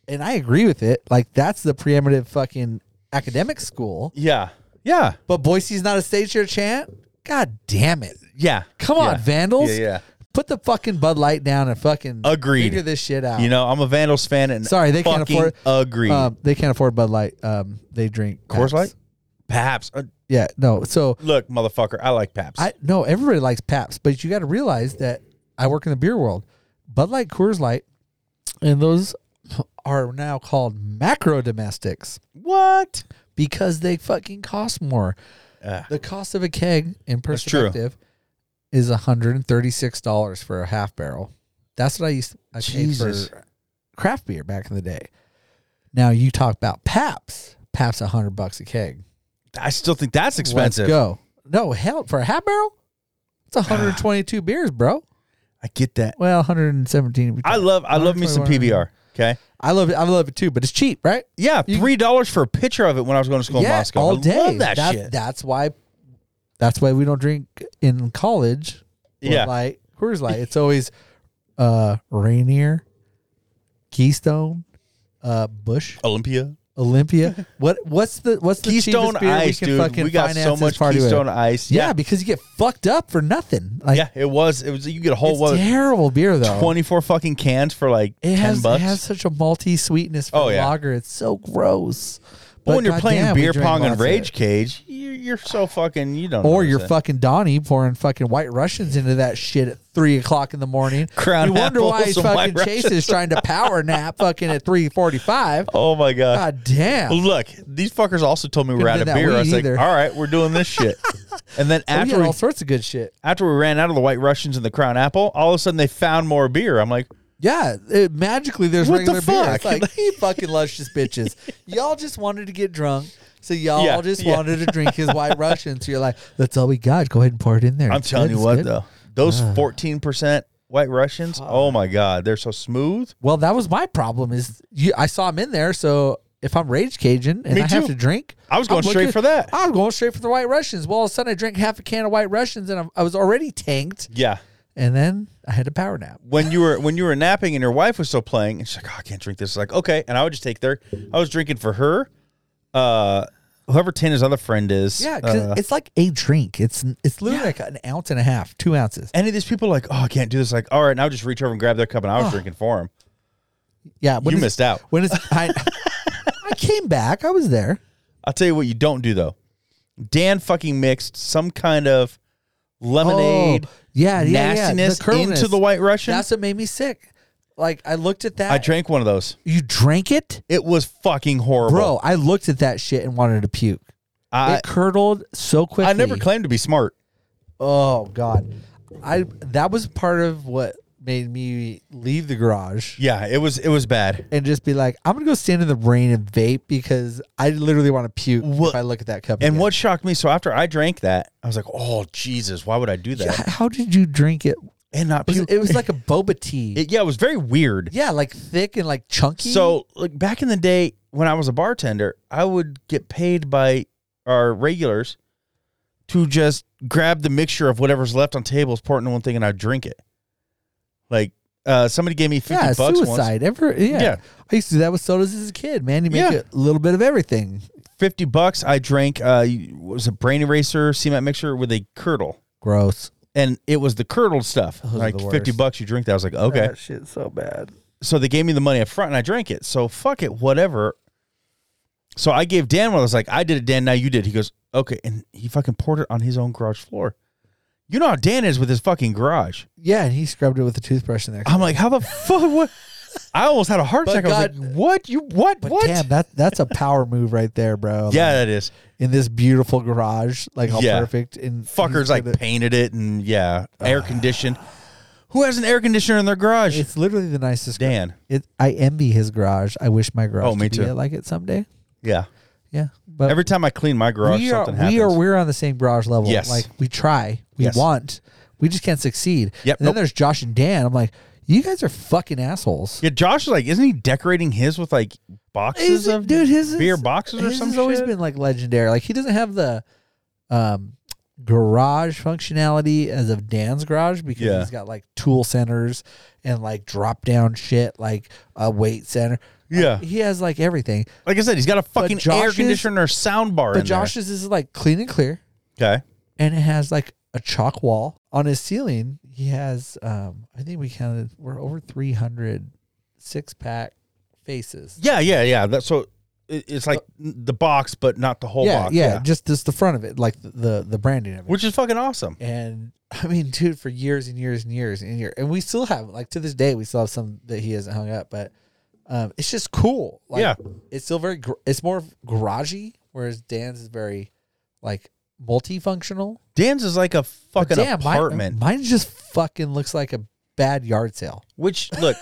[SPEAKER 5] and I agree with it. Like that's the preeminent fucking academic school.
[SPEAKER 8] Yeah. Yeah.
[SPEAKER 5] But Boise's not a state your chant. God damn it!
[SPEAKER 8] Yeah.
[SPEAKER 5] Come on,
[SPEAKER 8] Yeah.
[SPEAKER 5] Vandals.
[SPEAKER 8] Yeah, yeah.
[SPEAKER 5] Put the fucking Bud Light down and fucking
[SPEAKER 8] Agreed.
[SPEAKER 5] figure this shit out.
[SPEAKER 8] You know, I'm a Vandals fan and
[SPEAKER 5] Sorry, they can't
[SPEAKER 8] fucking
[SPEAKER 5] afford-
[SPEAKER 8] Agreed.
[SPEAKER 5] um, they can't afford Bud Light. Um, they drink
[SPEAKER 8] Coors
[SPEAKER 5] Pabst.
[SPEAKER 8] Light? Paps. Uh,
[SPEAKER 5] Yeah, no. So
[SPEAKER 8] look, motherfucker, I like Paps.
[SPEAKER 5] I no, everybody likes Paps, but you got to realize that I work in the beer world. Bud Light, Coors Light, and those are now called macro domestics
[SPEAKER 8] what?
[SPEAKER 5] because they fucking cost more.
[SPEAKER 8] Ah.
[SPEAKER 5] The cost of a keg in
[SPEAKER 8] That's true.
[SPEAKER 5] perspective is hundred and thirty six dollars for a half barrel. That's what I used I
[SPEAKER 8] Jesus.
[SPEAKER 5] paid for craft beer back in the day. Now you talk about Paps. Paps a hundred bucks a keg.
[SPEAKER 8] I still think that's expensive.
[SPEAKER 5] Let's go. No hell for a half barrel. It's one hundred twenty two beers, bro.
[SPEAKER 8] I get that.
[SPEAKER 5] Well, 117.
[SPEAKER 8] I love I love me some
[SPEAKER 5] 121.
[SPEAKER 8] PBR. Okay.
[SPEAKER 5] I love it. I love it too, but it's cheap, right?
[SPEAKER 8] Yeah,
[SPEAKER 5] You-
[SPEAKER 8] three dollars for a picture of it when I was going to school in Moscow.
[SPEAKER 5] all
[SPEAKER 8] I
[SPEAKER 5] day.
[SPEAKER 8] Love that,
[SPEAKER 5] That's-
[SPEAKER 8] shit.
[SPEAKER 5] That's why. That's why we don't drink in college. Bud
[SPEAKER 8] Yeah.
[SPEAKER 5] Light, Coors Light. It's always uh Rainier, Keystone, uh, Bush,
[SPEAKER 8] Olympia.
[SPEAKER 5] Olympia. What what's the what's the
[SPEAKER 8] Keystone
[SPEAKER 5] cheapest beer
[SPEAKER 8] Ice,
[SPEAKER 5] we can
[SPEAKER 8] dude.
[SPEAKER 5] fucking
[SPEAKER 8] We got
[SPEAKER 5] finance
[SPEAKER 8] so
[SPEAKER 5] this
[SPEAKER 8] much
[SPEAKER 5] party with?
[SPEAKER 8] Keystone Ice.
[SPEAKER 5] Yeah,
[SPEAKER 8] Yeah.
[SPEAKER 5] because you get fucked up for nothing. Like,
[SPEAKER 8] yeah, it was. It was. You get a whole
[SPEAKER 5] it's
[SPEAKER 8] what,
[SPEAKER 5] terrible beer though.
[SPEAKER 8] twenty-four fucking cans for like
[SPEAKER 5] it
[SPEAKER 8] ten
[SPEAKER 5] has
[SPEAKER 8] bucks.
[SPEAKER 5] it has such a malty sweetness for
[SPEAKER 8] Oh, yeah.
[SPEAKER 5] lager. It's so gross.
[SPEAKER 8] but when you're playing
[SPEAKER 5] goddamn, we
[SPEAKER 8] beer
[SPEAKER 5] drank
[SPEAKER 8] pong
[SPEAKER 5] lots of
[SPEAKER 8] and rage
[SPEAKER 5] it.
[SPEAKER 8] cage, you're, you're so fucking. You don't.
[SPEAKER 5] or
[SPEAKER 8] notice
[SPEAKER 5] you're
[SPEAKER 8] it.
[SPEAKER 5] fucking Donnie pouring fucking white Russians into that shit at three o'clock in the morning.
[SPEAKER 8] Crown
[SPEAKER 5] you wonder why
[SPEAKER 8] apples
[SPEAKER 5] he's
[SPEAKER 8] and
[SPEAKER 5] fucking
[SPEAKER 8] White
[SPEAKER 5] Chase
[SPEAKER 8] Russians.
[SPEAKER 5] is trying to power nap fucking at three forty-five.
[SPEAKER 8] Oh my god.
[SPEAKER 5] God damn.
[SPEAKER 8] Well, Look, these fuckers also told me we we're out
[SPEAKER 5] Could've
[SPEAKER 8] of
[SPEAKER 5] done that
[SPEAKER 8] beer. I
[SPEAKER 5] weed
[SPEAKER 8] was like,
[SPEAKER 5] either.
[SPEAKER 8] all right, we're doing this shit. and then
[SPEAKER 5] we
[SPEAKER 8] after
[SPEAKER 5] had
[SPEAKER 8] we,
[SPEAKER 5] all sorts of good shit.
[SPEAKER 8] after we ran out of the White Russians and the Crown Apple, all of a sudden they found more beer. I'm like,
[SPEAKER 5] Yeah, it, magically there's
[SPEAKER 8] What the
[SPEAKER 5] regular beer. It's
[SPEAKER 8] fuck?
[SPEAKER 5] like he fucking luscious bitches. Y'all just wanted to get drunk, so y'all
[SPEAKER 8] Yeah,
[SPEAKER 5] just
[SPEAKER 8] yeah.
[SPEAKER 5] wanted to drink his white Russian. So you're like, that's all we got. Go ahead and pour it in there.
[SPEAKER 4] I'm
[SPEAKER 5] It's
[SPEAKER 4] telling
[SPEAKER 5] good,
[SPEAKER 4] you
[SPEAKER 5] it's
[SPEAKER 4] what
[SPEAKER 5] good." Ah.
[SPEAKER 4] though,
[SPEAKER 8] those 14% White Russians, oh my God, they're so smooth.
[SPEAKER 5] Well, that was my problem. Is you, I saw him in there, so if I'm rage caging and
[SPEAKER 8] Me
[SPEAKER 5] I have
[SPEAKER 8] too.
[SPEAKER 5] to drink,
[SPEAKER 4] I was
[SPEAKER 5] I'm
[SPEAKER 4] going straight
[SPEAKER 5] looking-
[SPEAKER 4] for that.
[SPEAKER 5] I was going straight for the white Russians. Well, all of a sudden I drank half a can of white Russians and I'm, I was already tanked,
[SPEAKER 4] Yeah.
[SPEAKER 5] and then I had a power nap.
[SPEAKER 4] When you were when you were napping and your wife was still playing, and she's like, oh, I can't drink this. Like, okay, and I would just take their. I was drinking for her. Uh, whoever Tana's other friend is.
[SPEAKER 5] Yeah, 'cause
[SPEAKER 4] uh,
[SPEAKER 5] it's like a drink. It's it's literally like an ounce and a half, two ounces.
[SPEAKER 4] any of these people are like, oh, I can't do this. Like, all right, and I would just reach over and grab their cup, and I was
[SPEAKER 5] Oh.
[SPEAKER 4] drinking for them.
[SPEAKER 5] Yeah, when
[SPEAKER 4] You
[SPEAKER 5] it's-
[SPEAKER 4] missed out.
[SPEAKER 5] When it's I, I came back. I was there.
[SPEAKER 4] I'll tell you what you don't do though. Dan fucking mixed some kind of lemonade
[SPEAKER 5] Oh, yeah, yeah, yeah. The
[SPEAKER 4] nastiness into
[SPEAKER 5] curlness.
[SPEAKER 4] the White Russian.
[SPEAKER 5] That's what made me sick. Like I looked at that.
[SPEAKER 4] I drank one of those.
[SPEAKER 5] you drank it,
[SPEAKER 4] It was fucking horrible.
[SPEAKER 5] bro. I looked at that shit and wanted to puke.
[SPEAKER 4] I
[SPEAKER 5] it curdled so quickly.
[SPEAKER 4] I never claimed to be smart.
[SPEAKER 5] Oh god, I that was part of what made me leave the garage.
[SPEAKER 4] Yeah, it was it was bad.
[SPEAKER 5] And just be like, I'm gonna go stand in the rain and vape because I literally want to puke if
[SPEAKER 4] What-
[SPEAKER 5] I look at that cup.
[SPEAKER 4] And
[SPEAKER 5] again.
[SPEAKER 4] what shocked me, so after I drank that, I was like, "Oh Jesus, why would I do that?"
[SPEAKER 5] How did you drink it?
[SPEAKER 4] And not
[SPEAKER 5] Was
[SPEAKER 4] puke.
[SPEAKER 5] it, it was like a boba tea.
[SPEAKER 4] It- yeah, it was very weird.
[SPEAKER 5] Yeah, like thick and like chunky.
[SPEAKER 4] So, like back in the day when I was a bartender, I would get paid by our regulars to just grab the mixture of whatever's left on tables, pour it into one thing, and I'd drink it. Like uh, somebody gave me fifty
[SPEAKER 5] yeah,
[SPEAKER 4] bucks once.
[SPEAKER 5] suicide. Ever, yeah.
[SPEAKER 4] Yeah.
[SPEAKER 5] I used to do that with sodas as a kid, man. You make
[SPEAKER 4] Yeah.
[SPEAKER 5] a little bit of everything.
[SPEAKER 4] Fifty bucks. I drank. Uh, what was a brain eraser cement mixture with a curdle,
[SPEAKER 5] Gross.
[SPEAKER 4] and it was the curdled stuff.
[SPEAKER 5] Those are
[SPEAKER 4] like
[SPEAKER 5] the
[SPEAKER 4] fifty
[SPEAKER 5] worst.
[SPEAKER 4] bucks, you drink that. I was like, okay.
[SPEAKER 5] shit's so bad.
[SPEAKER 4] so they gave me the money up front and I drank it. So fuck it, whatever. So I gave Dan one. I was like, I did it, Dan. Now you did. He goes, okay, and he fucking poured it on his own garage floor. You know how Dan is with his fucking garage.
[SPEAKER 5] Yeah, and he scrubbed it with a toothbrush in there.
[SPEAKER 4] I'm like, how the fuck? What? I almost had a heart
[SPEAKER 5] But
[SPEAKER 4] attack. I was
[SPEAKER 5] God-
[SPEAKER 4] like, what? You what?
[SPEAKER 5] But
[SPEAKER 4] what?
[SPEAKER 5] damn, that that's a power move right there, bro. Like,
[SPEAKER 4] yeah, that is.
[SPEAKER 5] in this beautiful garage, like all
[SPEAKER 4] Yeah.
[SPEAKER 5] perfect. And
[SPEAKER 4] Fuckers
[SPEAKER 5] he's
[SPEAKER 4] like
[SPEAKER 5] gonna-
[SPEAKER 4] painted it and yeah,
[SPEAKER 5] Uh,
[SPEAKER 4] air conditioned. Who has an air conditioner in their garage?
[SPEAKER 5] it's literally the nicest. gar-
[SPEAKER 4] Dan.
[SPEAKER 5] It, I envy his garage. I wish my garage.
[SPEAKER 4] Oh, me
[SPEAKER 5] could
[SPEAKER 4] too.
[SPEAKER 5] Be like it someday.
[SPEAKER 4] Yeah.
[SPEAKER 5] Yeah, but
[SPEAKER 4] Every time I clean my garage,
[SPEAKER 5] we are,
[SPEAKER 4] something happens.
[SPEAKER 5] We are we're on the same garage level.
[SPEAKER 4] Yes.
[SPEAKER 5] Like we try, we
[SPEAKER 4] Yes.
[SPEAKER 5] want, we just can't succeed.
[SPEAKER 4] Yep,
[SPEAKER 5] And then
[SPEAKER 4] nope.
[SPEAKER 5] there's Josh and Dan. I'm like, you guys are fucking assholes.
[SPEAKER 4] Yeah, Josh is like, isn't he decorating his with like boxes
[SPEAKER 5] He's-
[SPEAKER 4] of
[SPEAKER 5] dude, his
[SPEAKER 4] beer
[SPEAKER 5] is-
[SPEAKER 4] boxes or
[SPEAKER 5] his
[SPEAKER 4] something?
[SPEAKER 5] has always been like legendary. Like he doesn't have the um garage functionality as of Dan's garage because
[SPEAKER 4] Yeah.
[SPEAKER 5] he's got like tool centers and like drop down shit, like a weight center.
[SPEAKER 4] Yeah.
[SPEAKER 5] He has like everything.
[SPEAKER 4] Like I said, he's got a fucking air
[SPEAKER 5] Josh's-
[SPEAKER 4] conditioner sound bar
[SPEAKER 5] But
[SPEAKER 4] in there.
[SPEAKER 5] Josh's is like clean and clear.
[SPEAKER 4] Okay.
[SPEAKER 5] and it has like a chalk wall on his ceiling. He has, um, I think we counted, we're over 300 six pack faces.
[SPEAKER 4] Yeah, yeah, yeah. That's so it- it's like the box, but not the whole
[SPEAKER 5] Uh, yeah,
[SPEAKER 4] box.
[SPEAKER 5] yeah, just just the front of it, like the the, the branding of it.
[SPEAKER 4] Which is fucking awesome.
[SPEAKER 5] and I mean, dude, for years and years and years and year, and we still have like to this day, we still have some that he hasn't hung up, but um, it's just cool. Like,
[SPEAKER 4] Yeah.
[SPEAKER 5] it's still very, gr- it's more garagey, whereas Dan's is very like multifunctional.
[SPEAKER 4] Dan's is like a
[SPEAKER 5] But
[SPEAKER 4] fucking
[SPEAKER 5] damn, mine-
[SPEAKER 4] apartment.
[SPEAKER 5] mine just fucking looks like a bad yard sale.
[SPEAKER 4] which look,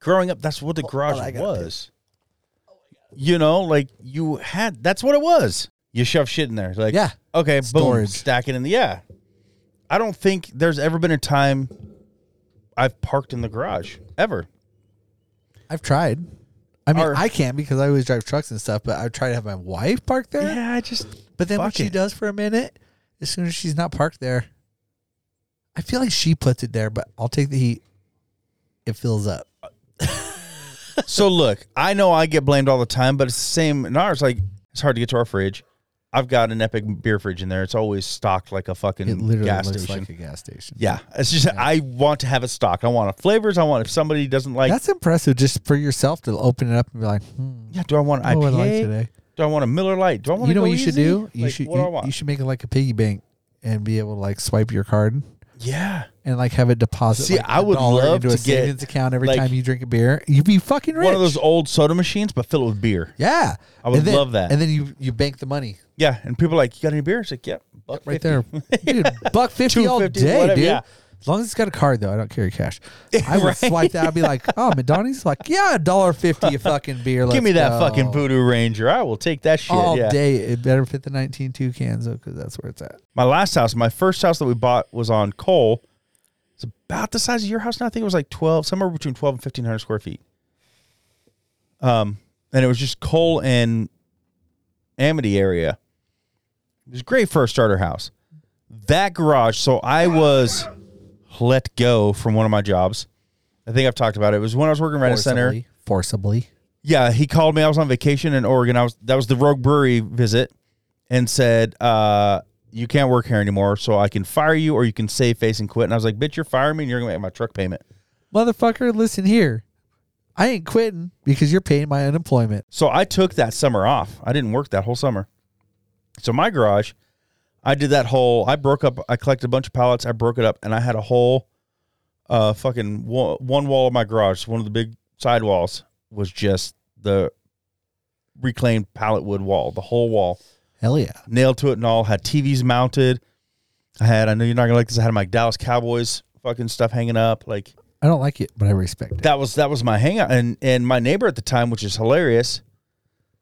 [SPEAKER 4] growing up, that's what the garage
[SPEAKER 5] Oh, I gotta
[SPEAKER 4] was. You know, like you had that's what it was. You shove shit in there. Like
[SPEAKER 5] Yeah.
[SPEAKER 4] Okay, boom,
[SPEAKER 5] Storage.
[SPEAKER 4] stack it in the yeah. I don't think there's ever been a time I've parked in the garage ever.
[SPEAKER 5] I've tried. I mean,
[SPEAKER 4] Or-
[SPEAKER 5] I can't because I always drive trucks and stuff, but I've tried to have my wife park there.
[SPEAKER 4] Yeah, I just
[SPEAKER 5] but then what
[SPEAKER 4] fuck
[SPEAKER 5] she
[SPEAKER 4] it.
[SPEAKER 5] does for a minute, as soon as she's not parked there, I feel like she puts it there, but I'll take the heat. It fills up.
[SPEAKER 8] so look, I know I get blamed all the time, but it's the same in ours. Like it's hard to get to our fridge. I've got an epic beer fridge in there. It's always stocked like a fucking
[SPEAKER 5] It literally
[SPEAKER 8] gas
[SPEAKER 5] looks
[SPEAKER 8] station.
[SPEAKER 5] like a gas station.
[SPEAKER 8] yeah, it's just I want to have it stocked. I want it flavors. I want if somebody doesn't like.
[SPEAKER 5] That's impressive just for yourself to open it up and be like, hmm,
[SPEAKER 8] yeah, do I want
[SPEAKER 5] I
[SPEAKER 8] IPA?
[SPEAKER 5] know what I like today.
[SPEAKER 8] Do I want a Miller Light? Do I want?
[SPEAKER 5] You know
[SPEAKER 8] go
[SPEAKER 5] what you should
[SPEAKER 8] easy?
[SPEAKER 5] do? You
[SPEAKER 8] Like,
[SPEAKER 5] should
[SPEAKER 8] What do I
[SPEAKER 5] you-
[SPEAKER 8] want?
[SPEAKER 5] you should make it like a piggy bank and be able to like swipe your card
[SPEAKER 8] yeah,
[SPEAKER 5] and like have it deposit.
[SPEAKER 8] See,
[SPEAKER 5] like,
[SPEAKER 8] I
[SPEAKER 5] a
[SPEAKER 8] would
[SPEAKER 5] dollar
[SPEAKER 8] love
[SPEAKER 5] into
[SPEAKER 8] to
[SPEAKER 5] a
[SPEAKER 8] get,
[SPEAKER 5] savings account every
[SPEAKER 8] like,
[SPEAKER 5] time you drink a beer. You'd be fucking rich.
[SPEAKER 8] one of those old soda machines, but fill it with beer.
[SPEAKER 5] yeah,
[SPEAKER 8] I would
[SPEAKER 5] And then-
[SPEAKER 8] love that.
[SPEAKER 5] And then you you bank the money
[SPEAKER 8] Yeah, and people are like, "You got any beer?" It's like, "Yep, buck
[SPEAKER 5] right
[SPEAKER 8] 50."
[SPEAKER 5] there, dude. Buck fifty all
[SPEAKER 8] 250,
[SPEAKER 5] day,
[SPEAKER 8] whatever,
[SPEAKER 5] dude.
[SPEAKER 8] yeah.
[SPEAKER 5] As long as it's got a card though, I don't carry cash. I would swipe that. I'd be like, oh, Madonna's like, yeah, a dollar fifty a fucking beer.
[SPEAKER 8] Give
[SPEAKER 5] let's
[SPEAKER 8] me that
[SPEAKER 5] go."
[SPEAKER 8] fucking Voodoo Ranger. I will take that shit.
[SPEAKER 5] all
[SPEAKER 8] yeah.
[SPEAKER 5] day. It better fit the nineteen two cans though, because that's where it's at.
[SPEAKER 8] My last house, my first house that we bought was on coal. It's about the size of your house now. I think it was like twelve, somewhere between twelve and fifteen hundred square feet. Um, and it was just coal and Amity area. It was great for a starter house. That garage. So I was let go from one of my jobs. I think I've talked about it. It was when I was working right at center.
[SPEAKER 5] forcibly.
[SPEAKER 8] Yeah, he called me. I was on vacation in Oregon. I was that was the Rogue Brewery visit, and said, uh, "You can't work here anymore, so I can fire you, or you can save face and quit." And I was like, "Bitch, you're firing me, and you're gonna make my truck payment."
[SPEAKER 5] motherfucker, listen here. I ain't quitting because you're paying my unemployment.
[SPEAKER 8] So I took that summer off. I didn't work that whole summer. So my garage, I did that whole. I broke up. I collected a bunch of pallets. I broke it up, and I had a whole, uh, fucking wa- one wall of my garage. One of the big side walls was just the reclaimed pallet wood wall. The whole wall.
[SPEAKER 5] Hell yeah.
[SPEAKER 8] nailed to it and all. Had TVs mounted. I had. I know you're not gonna like this. I had my Dallas Cowboys fucking stuff hanging up. Like
[SPEAKER 5] I don't like it, but I respect it.
[SPEAKER 8] that was that was my hangout. And and my neighbor at the time, which is hilarious.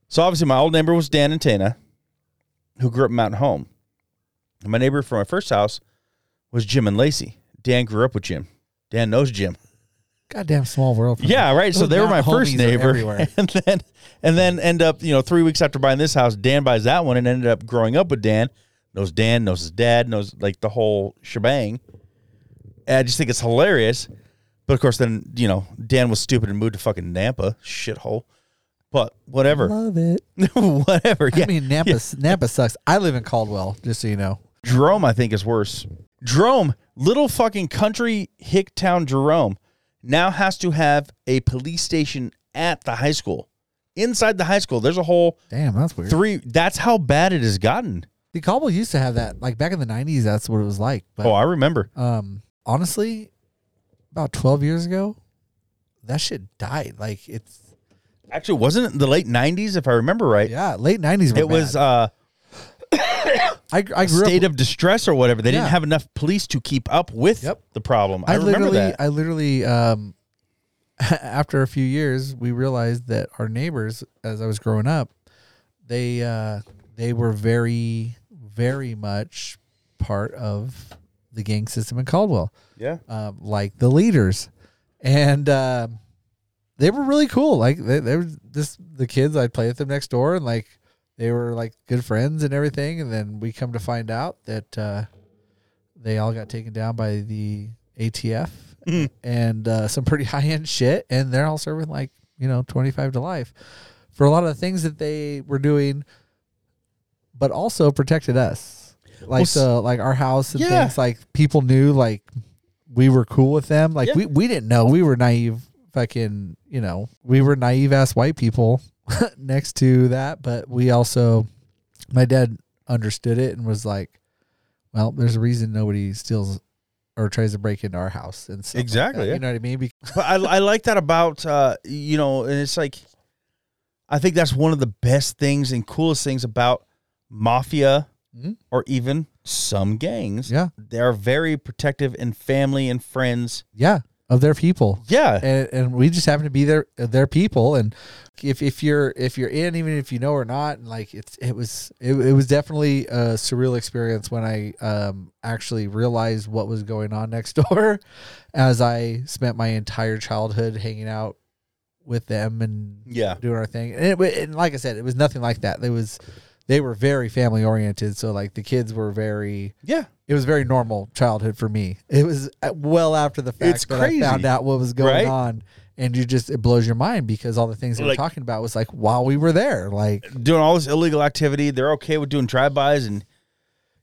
[SPEAKER 8] So obviously, my old neighbor was Dan and Tana, who grew up in Mountain Home. And my neighbor from my first house was Jim and Lacey. Dan grew up with Jim. Dan knows Jim.
[SPEAKER 5] Goddamn small world. for
[SPEAKER 8] Yeah,
[SPEAKER 5] me.
[SPEAKER 8] right. So
[SPEAKER 5] Those
[SPEAKER 8] they were my
[SPEAKER 5] mountain
[SPEAKER 8] first
[SPEAKER 5] homies are
[SPEAKER 8] neighbor,
[SPEAKER 5] everywhere.
[SPEAKER 8] and then and then end up you know three weeks after buying this house, Dan buys that one and ended up growing up with Dan. Knows Dan, knows his dad, knows like the whole shebang. And I just think it's hilarious, but of course then you know Dan was stupid and moved to fucking Nampa shithole. But whatever,
[SPEAKER 5] Love it.
[SPEAKER 8] whatever. Yeah.
[SPEAKER 5] I mean, Napa, Napa sucks. I live in Caldwell, just so you know.
[SPEAKER 8] Jerome, I think, is worse. Jerome, little fucking country hick town Jerome, now has to have a police station at the high school. Inside the high school, there's a whole
[SPEAKER 5] Damn, that's weird.
[SPEAKER 8] three. That's how bad it has gotten.
[SPEAKER 5] The Caldwell used to have that. Like back in the 90s, that's what it was like. But
[SPEAKER 8] Oh, I remember.
[SPEAKER 5] um, honestly, about 12 years ago, that shit died. Like it's,
[SPEAKER 8] Actually, wasn't it in the late '90s, if I remember right?
[SPEAKER 5] yeah, late 90s. Were
[SPEAKER 8] it was
[SPEAKER 5] bad.
[SPEAKER 8] uh,
[SPEAKER 5] I, I grew up
[SPEAKER 8] state of distress or whatever. They didn't
[SPEAKER 5] Yeah.
[SPEAKER 8] have enough police to keep up with
[SPEAKER 5] Yep.
[SPEAKER 8] the problem. I, remember
[SPEAKER 5] literally,
[SPEAKER 8] that.
[SPEAKER 5] I literally, um, after a few years, we realized that our neighbors, as I was growing up, they uh, they were very, very much part of the gang system in Caldwell,
[SPEAKER 8] yeah,
[SPEAKER 5] um, like the leaders, and um they were really cool. Like they, they were this the kids I'd play with them next door, and like they were like good friends and everything. And then we come to find out that. Uh, they all got taken down by the ATF
[SPEAKER 8] Mm.
[SPEAKER 5] and uh, some pretty high end shit, and they're all serving like you know twenty five to life for a lot of the things that they were doing, but also protected us, like
[SPEAKER 8] Well,
[SPEAKER 5] the like our house and
[SPEAKER 8] Yeah.
[SPEAKER 5] things. Like people knew like we were cool with them. Like
[SPEAKER 8] Yeah.
[SPEAKER 5] we we didn't know we were naive fucking you know we were naive ass white people next to that, but we also my dad understood it and was like well, there's a reason nobody steals or tries to break into our house and stuff like
[SPEAKER 8] Exactly,
[SPEAKER 5] that.
[SPEAKER 8] yeah.
[SPEAKER 5] You know what I mean? Because
[SPEAKER 8] but I, I like that about uh, you know, and it's like I think that's one of the best things and coolest things about mafia
[SPEAKER 5] Mhm.
[SPEAKER 8] or even some gangs.
[SPEAKER 5] Yeah.
[SPEAKER 8] they are very protective and family and friends.
[SPEAKER 5] yeah, of their people,
[SPEAKER 8] Yeah,
[SPEAKER 5] and, and we just happen to be their their people. And if if you're if you're in, even if you know or not, and like it's it was it, it was definitely a surreal experience when I um actually realized what was going on next door, as I spent my entire childhood hanging out with them and
[SPEAKER 8] yeah,
[SPEAKER 5] doing our thing. And, it, wa- and like I said, it was nothing like that. It was they were very family oriented, so like the kids were very.
[SPEAKER 8] yeah.
[SPEAKER 5] It was very normal childhood for me. It was uh, well after the fact
[SPEAKER 8] It's
[SPEAKER 5] that
[SPEAKER 8] crazy,
[SPEAKER 5] I found out what was going
[SPEAKER 8] right?
[SPEAKER 5] on, and you just it blows your mind because all the things they were
[SPEAKER 8] Like-
[SPEAKER 5] talking about was like while we were there, like
[SPEAKER 8] doing all this illegal activity. They're okay with doing drive-bys and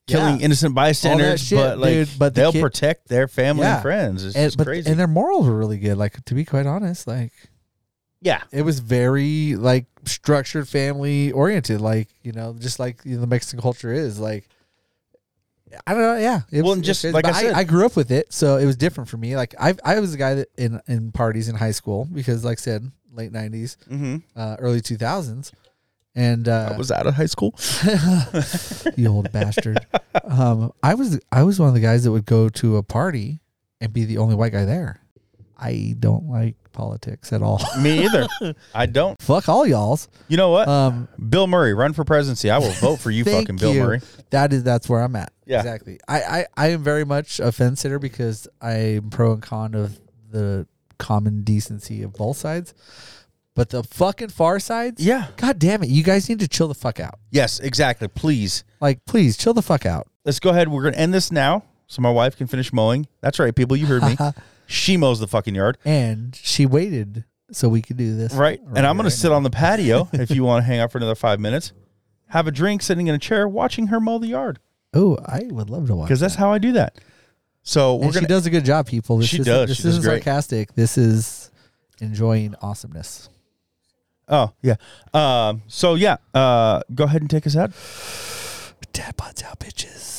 [SPEAKER 8] killing
[SPEAKER 5] Yeah.
[SPEAKER 8] innocent bystanders,
[SPEAKER 5] shit,
[SPEAKER 8] but like
[SPEAKER 5] dude, but the
[SPEAKER 8] they'll
[SPEAKER 5] kid-
[SPEAKER 8] protect their family
[SPEAKER 5] Yeah.
[SPEAKER 8] and friends. It's
[SPEAKER 5] and,
[SPEAKER 8] just
[SPEAKER 5] but,
[SPEAKER 8] crazy.
[SPEAKER 5] and their morals were really good. Like to be quite honest, like
[SPEAKER 8] yeah,
[SPEAKER 5] it was very like structured, family oriented. Like you know, just like you know, the Mexican culture is like. I don't know. Yeah, it
[SPEAKER 8] Well,
[SPEAKER 5] was
[SPEAKER 8] and just
[SPEAKER 5] it-
[SPEAKER 8] like
[SPEAKER 5] but
[SPEAKER 8] I said-
[SPEAKER 5] I, grew up with it, so it was different for me. Like I, I was a guy that in in parties in high school because, like I said, late nineties,
[SPEAKER 8] mm-hmm.
[SPEAKER 5] uh, early two thousands, and uh,
[SPEAKER 8] I was out of high school.
[SPEAKER 5] you old bastard. Um, I was I was one of the guys that would go to a party and be the only white guy there. I don't like politics at all.
[SPEAKER 8] Me either. I don't.
[SPEAKER 5] Fuck all y'all's.
[SPEAKER 8] You know what?
[SPEAKER 5] Um,
[SPEAKER 8] Bill Murray, run for presidency. I will vote for you,
[SPEAKER 5] thank
[SPEAKER 8] fucking Bill
[SPEAKER 5] you.
[SPEAKER 8] Murray.
[SPEAKER 5] That is that's where I'm at.
[SPEAKER 8] Yeah.
[SPEAKER 5] exactly. I, I I am very much a fence sitter because I'm pro and con of the common decency of both sides. But the fucking far sides,
[SPEAKER 8] Yeah.
[SPEAKER 5] God damn it, you guys need to chill the fuck out.
[SPEAKER 8] Yes, exactly. Please.
[SPEAKER 5] Like, please chill the fuck out.
[SPEAKER 8] Let's go ahead. We're going to end this now so my wife can finish mowing. That's right, people. You heard me. she mows the fucking yard.
[SPEAKER 5] And she waited so we could do this.
[SPEAKER 8] Right. and I'm
[SPEAKER 5] right
[SPEAKER 8] going to sit on the patio if you want to hang out for another five minutes, have a drink sitting in a chair watching her mow the yard
[SPEAKER 5] Oh, I would love to watch.
[SPEAKER 8] because that's how I do that. So we're
[SPEAKER 5] and
[SPEAKER 8] going
[SPEAKER 5] she
[SPEAKER 8] to.
[SPEAKER 5] does a good job, people. This
[SPEAKER 8] She
[SPEAKER 5] isn't-
[SPEAKER 8] does.
[SPEAKER 5] This
[SPEAKER 8] She does
[SPEAKER 5] isn't
[SPEAKER 8] great.
[SPEAKER 5] sarcastic. This is enjoying awesomeness.
[SPEAKER 8] Oh, yeah. Um, so, yeah, uh, go ahead and take us out.
[SPEAKER 5] Dad bots out, bitches.